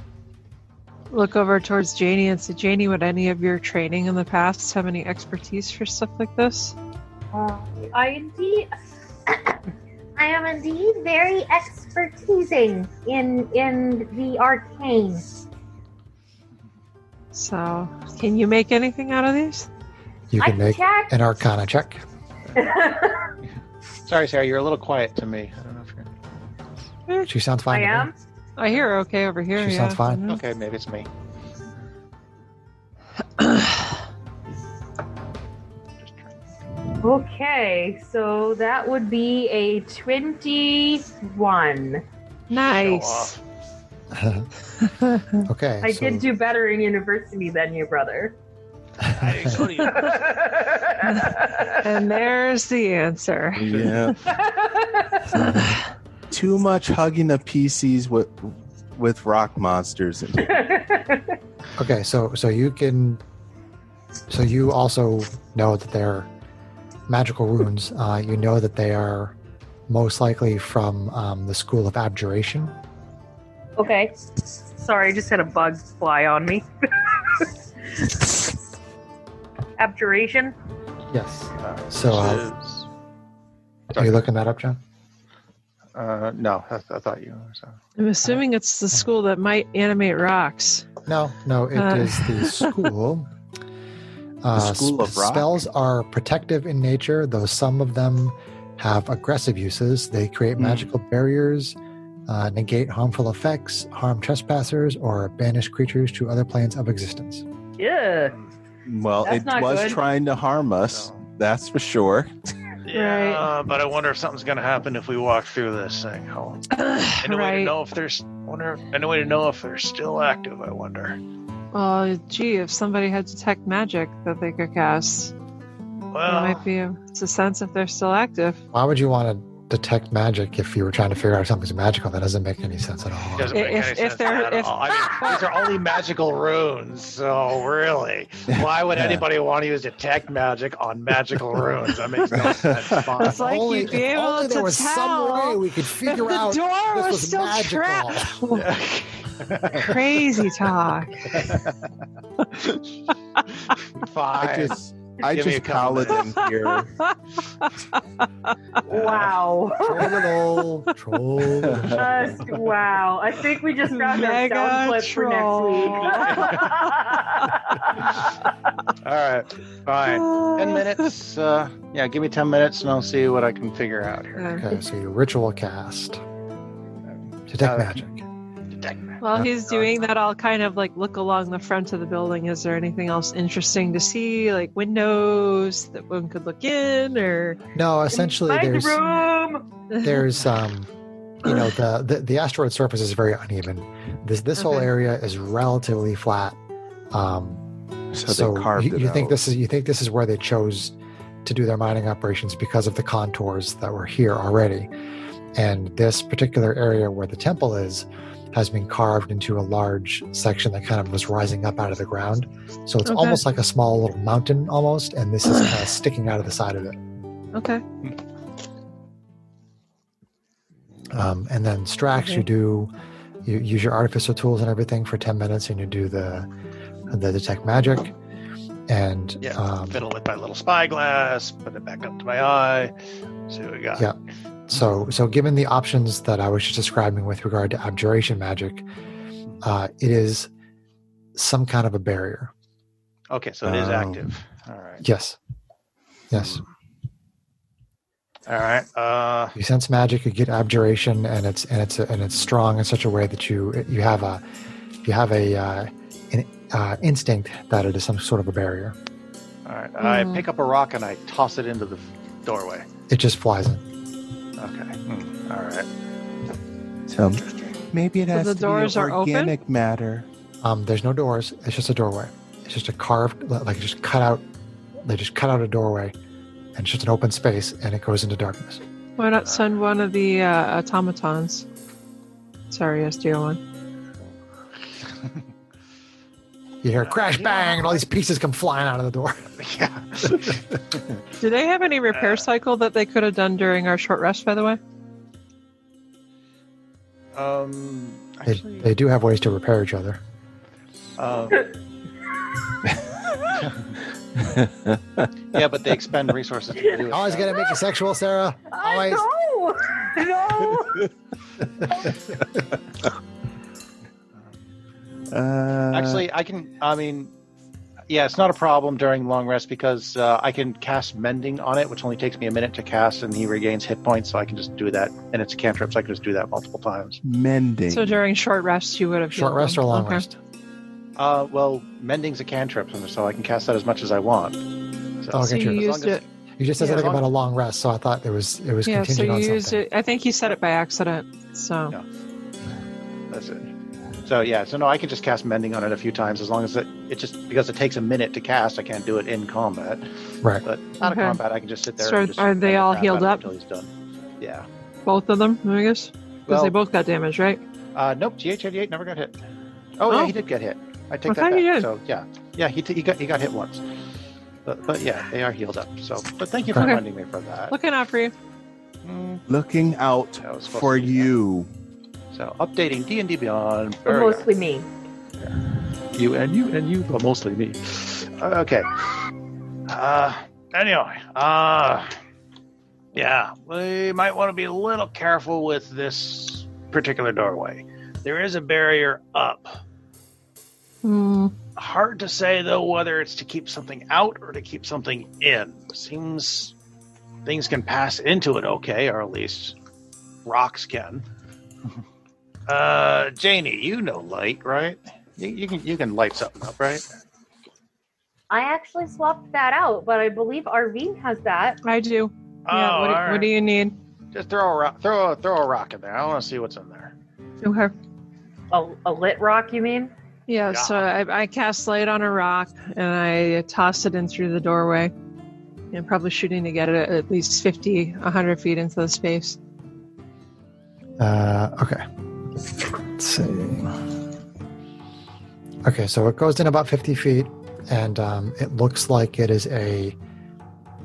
[SPEAKER 3] look over towards Janie and say, Janie, would any of your training in the past have any expertise for stuff like this?
[SPEAKER 6] Oh,
[SPEAKER 7] I indeed. I am indeed very expertising in in the arcane.
[SPEAKER 3] So, can you make anything out of these?
[SPEAKER 1] You
[SPEAKER 7] I
[SPEAKER 1] can
[SPEAKER 7] can
[SPEAKER 1] make
[SPEAKER 7] check.
[SPEAKER 1] an Arcana check.
[SPEAKER 2] Sorry, Sarah, you're a little quiet to me. I don't know if you're
[SPEAKER 1] She sounds fine.
[SPEAKER 6] I
[SPEAKER 1] to me.
[SPEAKER 6] am.
[SPEAKER 3] I hear okay over here.
[SPEAKER 1] She
[SPEAKER 3] yeah.
[SPEAKER 1] sounds fine.
[SPEAKER 9] Mm.
[SPEAKER 3] Mhm.
[SPEAKER 2] okay. Maybe it's me. Just trying.
[SPEAKER 6] Okay, so that would be a 21.
[SPEAKER 3] Nice.
[SPEAKER 1] okay.
[SPEAKER 6] I
[SPEAKER 1] so-
[SPEAKER 6] did do better in university than your brother.
[SPEAKER 3] and there's the answer.
[SPEAKER 4] Yeah. Too much hugging of PCs with with rock monsters.
[SPEAKER 1] Okay, so so you can, so you also know that they're magical runes. Uh, you know that they are most likely from um, the school of abjuration.
[SPEAKER 5] Okay.
[SPEAKER 6] Sorry, I just had a bug fly on me. Abjuration?
[SPEAKER 1] Yes.
[SPEAKER 2] Uh,
[SPEAKER 1] So uh,
[SPEAKER 2] is-
[SPEAKER 1] are you looking that up, John?
[SPEAKER 2] uh, no, I, I thought you. Were, so.
[SPEAKER 3] I'm assuming it's the school that might animate rocks.
[SPEAKER 1] No, no, it
[SPEAKER 3] Uh.
[SPEAKER 1] is the school. Uh,
[SPEAKER 4] school of rock?
[SPEAKER 1] Spells are protective in nature, though some of them have aggressive uses. They create
[SPEAKER 4] Hmm.
[SPEAKER 1] magical barriers, uh, negate harmful effects, harm trespassers, or banish creatures to other planes of existence.
[SPEAKER 6] Yeah.
[SPEAKER 4] Well,
[SPEAKER 5] That's
[SPEAKER 4] it
[SPEAKER 5] not
[SPEAKER 4] was
[SPEAKER 5] good.
[SPEAKER 4] trying to harm us. That's for sure.
[SPEAKER 9] Yeah, but I wonder if something's gonna happen if we walk through this thing. Oh, any way to
[SPEAKER 3] right.
[SPEAKER 9] know if there's wonder any way to know if they're still active? I wonder.
[SPEAKER 3] Well, gee, if somebody had detect magic that they could cast,
[SPEAKER 9] Well,
[SPEAKER 3] it might be a, it's a sense if they're still active.
[SPEAKER 1] Why would you want to detect magic if you were trying to figure out if something's magical? That doesn't make any sense at all.
[SPEAKER 9] doesn't make
[SPEAKER 3] If-
[SPEAKER 9] any
[SPEAKER 3] if
[SPEAKER 9] sense
[SPEAKER 3] they're-
[SPEAKER 9] at
[SPEAKER 3] if-
[SPEAKER 9] all. I mean, these are only magical runes, so really, why would
[SPEAKER 4] Yeah.
[SPEAKER 9] anybody want to use detect magic on magical runes? That makes no sense. Fine.
[SPEAKER 3] It's like
[SPEAKER 1] Only-
[SPEAKER 3] you'd be
[SPEAKER 1] if
[SPEAKER 3] able
[SPEAKER 1] only
[SPEAKER 3] to
[SPEAKER 1] there was
[SPEAKER 3] tell
[SPEAKER 1] some way we could
[SPEAKER 3] If
[SPEAKER 1] figure
[SPEAKER 3] the
[SPEAKER 1] out
[SPEAKER 3] door
[SPEAKER 1] this
[SPEAKER 3] was,
[SPEAKER 1] was
[SPEAKER 3] still
[SPEAKER 1] magical.
[SPEAKER 3] trapped. Crazy talk.
[SPEAKER 9] Fine.
[SPEAKER 4] I just I
[SPEAKER 9] Give me
[SPEAKER 4] just
[SPEAKER 9] a couple
[SPEAKER 4] paladin here.
[SPEAKER 6] Wow.
[SPEAKER 1] Troll, troll.
[SPEAKER 6] Just wow. I think we just found our
[SPEAKER 3] Mega
[SPEAKER 6] sound clip for next week.
[SPEAKER 2] All right, fine. Ten minutes. Uh, yeah, give me ten minutes, and I'll see what I can figure out here.
[SPEAKER 3] Yeah.
[SPEAKER 1] Okay, so you ritual cast. Detect
[SPEAKER 2] Uh,
[SPEAKER 1] magic.
[SPEAKER 9] detect magic.
[SPEAKER 3] While he's doing that, I'll kind of like look along the front of the building. Is there anything else interesting to see? Like windows that one could look in or.
[SPEAKER 1] No, essentially
[SPEAKER 6] Find
[SPEAKER 1] there's
[SPEAKER 6] room.
[SPEAKER 1] there's um you know the, the the asteroid surface is very uneven. This this whole
[SPEAKER 3] Okay.
[SPEAKER 1] area is relatively flat. Um
[SPEAKER 4] So,
[SPEAKER 1] so,
[SPEAKER 4] they carved
[SPEAKER 1] you,
[SPEAKER 4] it
[SPEAKER 1] you think
[SPEAKER 4] out.
[SPEAKER 1] this is you think this is where they chose to do their mining operations because of the contours that were here already. And this particular area where the temple is has been carved into a large section that kind of was rising up out of the ground. So it's
[SPEAKER 3] Okay.
[SPEAKER 1] almost like a small little mountain, almost, and this is kind of sticking out of the side of it.
[SPEAKER 3] Okay.
[SPEAKER 1] Um, and then Strax,
[SPEAKER 3] Okay.
[SPEAKER 1] you do you use your artificial tools and everything for ten minutes, and you do the the detect magic, and
[SPEAKER 2] Yeah,
[SPEAKER 1] um,
[SPEAKER 2] fiddle with my little spyglass, put it back up to my eye, see what we got.
[SPEAKER 1] Yeah. so so given the options that I was just describing with regard to abjuration magic, uh, it is some kind of a barrier.
[SPEAKER 2] Okay, so it is
[SPEAKER 4] Oh.
[SPEAKER 2] active. All right.
[SPEAKER 1] Yes, Um, yes.
[SPEAKER 2] All right. Uh,
[SPEAKER 1] You sense magic, you get abjuration, and it's and it's and it's strong in such a way that you you have a you have a uh, an uh, instinct that it is some sort of a barrier.
[SPEAKER 2] all right. I
[SPEAKER 3] Mhm.
[SPEAKER 2] pick up a rock and I toss it into the doorway.
[SPEAKER 1] It just flies in.
[SPEAKER 2] Okay. Hmm. All right.
[SPEAKER 4] So maybe it
[SPEAKER 3] So
[SPEAKER 4] has
[SPEAKER 3] the
[SPEAKER 4] to
[SPEAKER 3] doors
[SPEAKER 4] be
[SPEAKER 3] are open?
[SPEAKER 4] organic matter.
[SPEAKER 1] Um, there's no doors. It's just a doorway. It's just a carved, like it's just cut out. They just cut out a doorway, and it's just an open space, and it goes into darkness.
[SPEAKER 3] Why not send one of the uh, automatons? Sorry, SDO one.
[SPEAKER 1] You hear a crash, bang, and all these pieces come flying out of the door.
[SPEAKER 2] Yeah.
[SPEAKER 3] Do they have any repair
[SPEAKER 2] Uh,
[SPEAKER 3] cycle that they could have done during our short rest? By the way,
[SPEAKER 2] um.
[SPEAKER 1] They,
[SPEAKER 2] Actually,
[SPEAKER 1] they do have ways to repair each other.
[SPEAKER 3] uh,
[SPEAKER 2] um, yeah, but they expend resources to do it.
[SPEAKER 1] Always gonna make you sexual, Sarah. Always.
[SPEAKER 6] no, no.
[SPEAKER 4] Uh,
[SPEAKER 2] Actually, I can. I mean, yeah, it's not a problem during long rest because uh, I can cast mending on it, which only takes me a minute to cast, and he regains hit points, so I can just do that. And it's a cantrip, so I can just do that multiple times.
[SPEAKER 4] mending.
[SPEAKER 3] so during short rest you would have
[SPEAKER 1] Short
[SPEAKER 3] healed
[SPEAKER 1] rest or
[SPEAKER 3] them.
[SPEAKER 1] long
[SPEAKER 3] Okay.
[SPEAKER 1] rest?
[SPEAKER 2] Uh, well, mending's a cantrip, so I can cast that as much as I want. So,
[SPEAKER 1] Okay, true.
[SPEAKER 3] So
[SPEAKER 2] As
[SPEAKER 3] you
[SPEAKER 2] long
[SPEAKER 3] used
[SPEAKER 2] as-
[SPEAKER 3] it.
[SPEAKER 1] You just said
[SPEAKER 2] Yeah, as
[SPEAKER 1] something
[SPEAKER 2] long-
[SPEAKER 1] about a long rest, so I thought it was it was
[SPEAKER 3] Yeah. So
[SPEAKER 1] contingent
[SPEAKER 3] you
[SPEAKER 1] on something.
[SPEAKER 3] used it. I think you said it by accident. So
[SPEAKER 2] Yeah. That's it. So yeah, so no, I can just cast mending on it a few times as long as it. It just because it takes a minute to cast, I can't do it in combat.
[SPEAKER 1] Right.
[SPEAKER 2] But out
[SPEAKER 3] Okay.
[SPEAKER 2] of combat, I can just sit there.
[SPEAKER 3] So
[SPEAKER 2] and just
[SPEAKER 3] are they
[SPEAKER 2] mend the
[SPEAKER 3] all
[SPEAKER 2] crap out
[SPEAKER 3] healed
[SPEAKER 2] of it
[SPEAKER 3] up?
[SPEAKER 2] Until he's done. Yeah.
[SPEAKER 3] both of them, I guess, because
[SPEAKER 2] Well,
[SPEAKER 3] they both got damage, right?
[SPEAKER 2] Uh, nope, GH88 never got hit. Oh,
[SPEAKER 3] Oh.
[SPEAKER 2] yeah, he did get hit. I
[SPEAKER 3] I
[SPEAKER 2] take
[SPEAKER 3] thought
[SPEAKER 2] that back.
[SPEAKER 3] he did.
[SPEAKER 2] So yeah, yeah, he, t- he got he got hit once. But, but yeah, they are healed up. So, but thank you for
[SPEAKER 3] Okay.
[SPEAKER 2] reminding me for that.
[SPEAKER 3] Looking out for you.
[SPEAKER 2] Mm,
[SPEAKER 4] looking out
[SPEAKER 2] I was supposed
[SPEAKER 4] for
[SPEAKER 2] to do that.
[SPEAKER 4] you.
[SPEAKER 2] So updating D and D Beyond.
[SPEAKER 10] But
[SPEAKER 2] Burial.
[SPEAKER 10] mostly me.
[SPEAKER 2] you and you and you, but mostly me. Okay. Uh, anyway, uh, yeah, we might want to be a little careful with this particular doorway. There is a barrier up.
[SPEAKER 3] Hmm.
[SPEAKER 2] Hard to say though whether it's to keep something out or to keep something in. Seems things can pass into it, okay, or at least rocks can. Uh, Janie, you know light, right? You, you can you can light something up, right?
[SPEAKER 11] I actually swapped that out, but I believe Arvine has that.
[SPEAKER 3] I do. yeah.
[SPEAKER 2] Oh,
[SPEAKER 3] What, do-
[SPEAKER 2] all
[SPEAKER 3] what
[SPEAKER 2] right.
[SPEAKER 3] do you need?
[SPEAKER 2] Just throw a rock, throw a, throw a rock in there. I want to see what's in there.
[SPEAKER 3] Okay.
[SPEAKER 6] A, a lit rock, you mean?
[SPEAKER 3] Yeah, so I, I cast light on a rock and I toss it in through the doorway. And probably shooting to get it at least 50, 100 feet into the space.
[SPEAKER 1] Uh, okay. Let's see. Okay, so it goes in about 50 feet, and um, it looks like it is a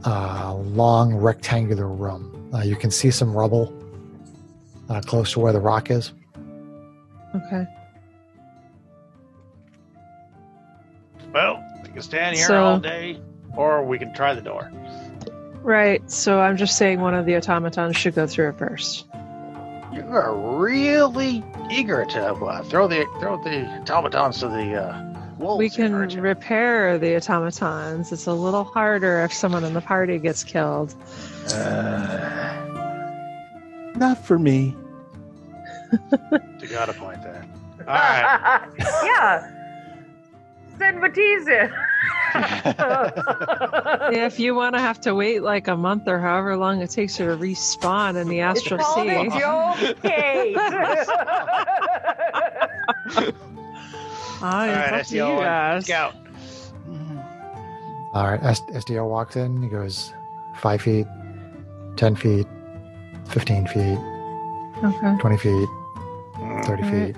[SPEAKER 1] uh, long rectangular room. Uh, you can see some rubble uh, close to where the rock is.
[SPEAKER 3] Okay.
[SPEAKER 2] Well, we can stand here
[SPEAKER 3] So-
[SPEAKER 2] all day, or we can try the door.
[SPEAKER 3] Right, so I'm just saying one of the automatons should go through it first.
[SPEAKER 2] You are really eager to uh, throw the throw the automatons to the uh, wolves.
[SPEAKER 3] We
[SPEAKER 2] here,
[SPEAKER 3] can
[SPEAKER 2] aren't you?
[SPEAKER 3] repair the automatons. It's a little harder if someone in the party gets killed.
[SPEAKER 2] Uh,
[SPEAKER 4] Not for me.
[SPEAKER 2] you got a point there. All right.
[SPEAKER 6] yeah. Send Matisse.
[SPEAKER 3] if you want to have to wait like a month or however long it takes her to respawn in the
[SPEAKER 6] It's
[SPEAKER 3] astral
[SPEAKER 6] called
[SPEAKER 3] sea.
[SPEAKER 6] a joke case.
[SPEAKER 3] Ah,
[SPEAKER 2] All right,
[SPEAKER 3] it's up to you
[SPEAKER 2] SEO and
[SPEAKER 3] guys.
[SPEAKER 2] Scout.
[SPEAKER 3] Mm-hmm.
[SPEAKER 1] All right, S- SDL walks in. He goes 5 feet, 10 feet, 15 feet,
[SPEAKER 3] Okay.
[SPEAKER 1] 20 feet,
[SPEAKER 2] Mm,
[SPEAKER 1] 30
[SPEAKER 3] All right.
[SPEAKER 1] feet.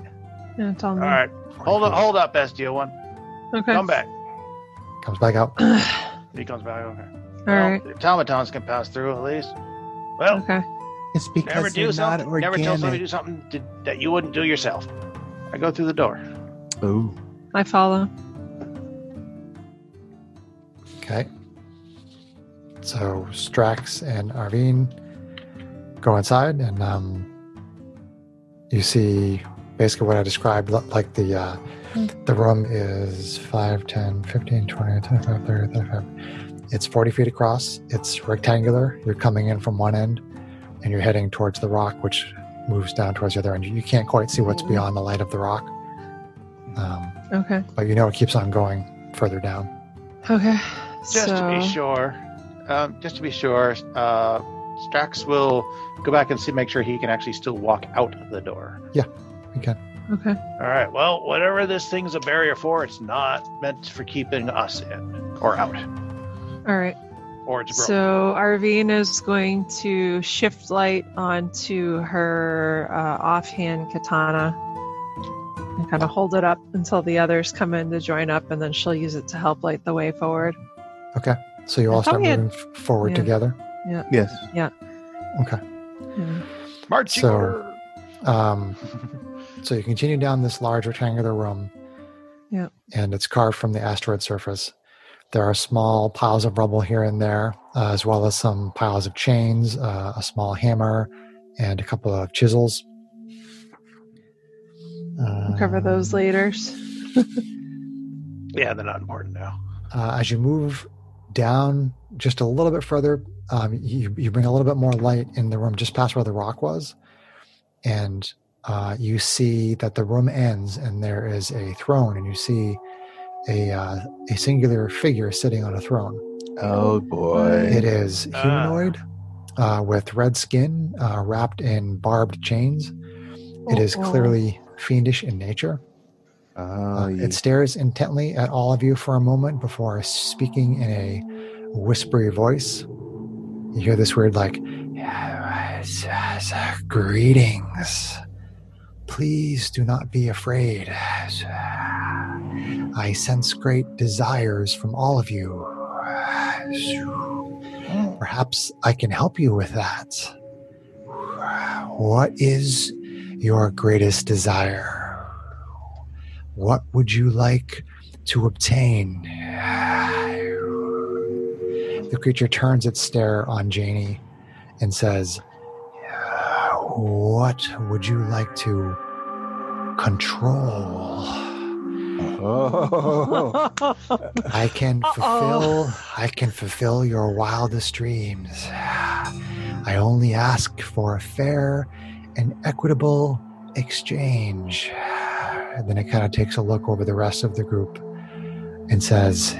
[SPEAKER 3] Yeah, it's on me.
[SPEAKER 9] All right, hold up, hold up, Bestia one.
[SPEAKER 3] Okay.
[SPEAKER 9] Come back.
[SPEAKER 1] Comes back out.
[SPEAKER 9] He comes back. Okay.
[SPEAKER 3] All right.
[SPEAKER 9] The automatons can pass through at least. Well,
[SPEAKER 3] Okay.
[SPEAKER 4] It's
[SPEAKER 9] never
[SPEAKER 4] because
[SPEAKER 9] do
[SPEAKER 4] they're not
[SPEAKER 9] something. Never tell somebody
[SPEAKER 4] organic.
[SPEAKER 9] to do something to, that you wouldn't do yourself. I go through the door.
[SPEAKER 4] Oh,
[SPEAKER 3] I follow.
[SPEAKER 1] Okay. So Strax and Arvine go inside, and um, you see basically what I described. li- Like the uh, the room is 5, 10, 15, 20, 25, 30, 35. It's 40 feet across. It's rectangular. You're coming in from one end, and you're heading towards the rock, which moves down towards the other end. You you can't quite see what's beyond the light of the rock, um,
[SPEAKER 3] Okay.
[SPEAKER 1] but you know it keeps on going further down.
[SPEAKER 3] Okay.
[SPEAKER 9] Just
[SPEAKER 3] so,
[SPEAKER 9] to be sure, um, just to be sure, uh, Strax will go back and see, make sure he can actually still walk out the door.
[SPEAKER 3] Okay.
[SPEAKER 9] All right. Well, whatever this thing's a barrier for, it's not meant for keeping us in or out,
[SPEAKER 3] All right.
[SPEAKER 9] or it's broken.
[SPEAKER 3] So Arvine is going to shift light onto her uh, offhand katana and kind of hold it up until the others come in to join up, and then she'll use it to help light the way forward.
[SPEAKER 1] So you
[SPEAKER 3] I
[SPEAKER 1] all
[SPEAKER 3] thought
[SPEAKER 1] start
[SPEAKER 3] we had-
[SPEAKER 1] moving f forward
[SPEAKER 3] yeah.
[SPEAKER 1] together.
[SPEAKER 4] yes.
[SPEAKER 1] Okay.
[SPEAKER 3] And
[SPEAKER 9] Marching
[SPEAKER 1] so-
[SPEAKER 9] order.
[SPEAKER 1] Um, so you continue down this large rectangular room.
[SPEAKER 3] Yeah.
[SPEAKER 1] And it's carved from the asteroid surface. There are small piles of rubble here and there, uh, as well as some piles of chains, uh, a small hammer, and a couple of chisels.
[SPEAKER 3] we'll cover those
[SPEAKER 1] Um,
[SPEAKER 3] later.
[SPEAKER 9] Yeah, they're not important now.
[SPEAKER 1] uh, as you move down just a little bit further, um, you, you bring a little bit more light in the room just past where the rock was. And uh, you see that the room ends and there is a throne, and you see a, uh, a singular figure sitting on a throne.
[SPEAKER 4] Oh boy.
[SPEAKER 1] It is
[SPEAKER 9] Ah.
[SPEAKER 1] humanoid uh, with red skin uh, wrapped in barbed chains. It is
[SPEAKER 3] Uh-oh.
[SPEAKER 1] clearly fiendish in nature.
[SPEAKER 4] Oh,
[SPEAKER 1] Uh,
[SPEAKER 4] ye-
[SPEAKER 1] it stares intently at all of you for a moment before speaking in a whispery voice. You hear this word like, Greetings. Please do not be afraid. I sense great desires from all of you. Perhaps I can help you with that. What is your greatest desire? What would you like to obtain? The creature turns its stare on Janie and says, What would you like to control?
[SPEAKER 4] oh.
[SPEAKER 1] I can
[SPEAKER 3] Uh-oh.
[SPEAKER 1] fulfill I can fulfill your wildest dreams. I only ask for a fair and equitable exchange. And then it kind of takes a look over the rest of the group and says,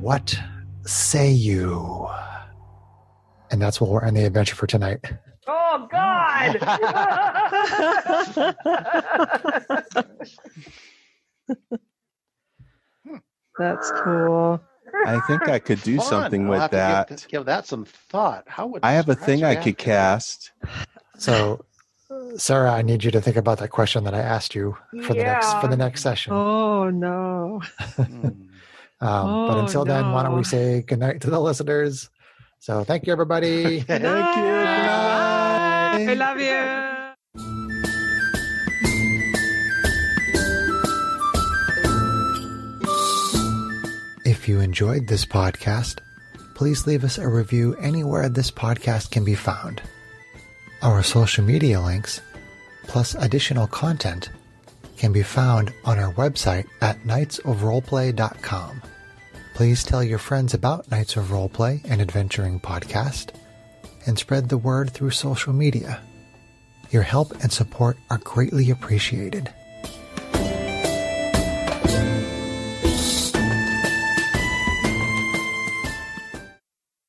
[SPEAKER 1] "What say you?" And that's where we'll end the adventure for tonight.
[SPEAKER 6] Oh God!
[SPEAKER 3] That's cool.
[SPEAKER 4] I think I could do
[SPEAKER 9] Fun.
[SPEAKER 4] something
[SPEAKER 9] I'll
[SPEAKER 4] with
[SPEAKER 9] have to
[SPEAKER 4] that.
[SPEAKER 9] Give, give that some thought. How would
[SPEAKER 4] I have a
[SPEAKER 9] Strax
[SPEAKER 4] thing I
[SPEAKER 9] react
[SPEAKER 4] could
[SPEAKER 9] to
[SPEAKER 4] cast.
[SPEAKER 1] So, Sarah, I need you to think about that question that I asked you for the next for the next session.
[SPEAKER 3] Oh no.
[SPEAKER 9] that? Hmm.
[SPEAKER 1] Um, but
[SPEAKER 3] Oh,
[SPEAKER 1] until then, why don't we
[SPEAKER 3] no.
[SPEAKER 1] say goodnight to the listeners? So thank you, everybody.
[SPEAKER 4] Thank you. Good night.
[SPEAKER 3] I love you.
[SPEAKER 1] If you enjoyed this podcast, please leave us a review anywhere this podcast can be found. Our social media links, plus additional content, can be found on our website at knightsofroleplay.com. Please tell your friends about Knights of Roleplay and Adventuring Podcast and spread the word through social media. Your help and support are greatly appreciated.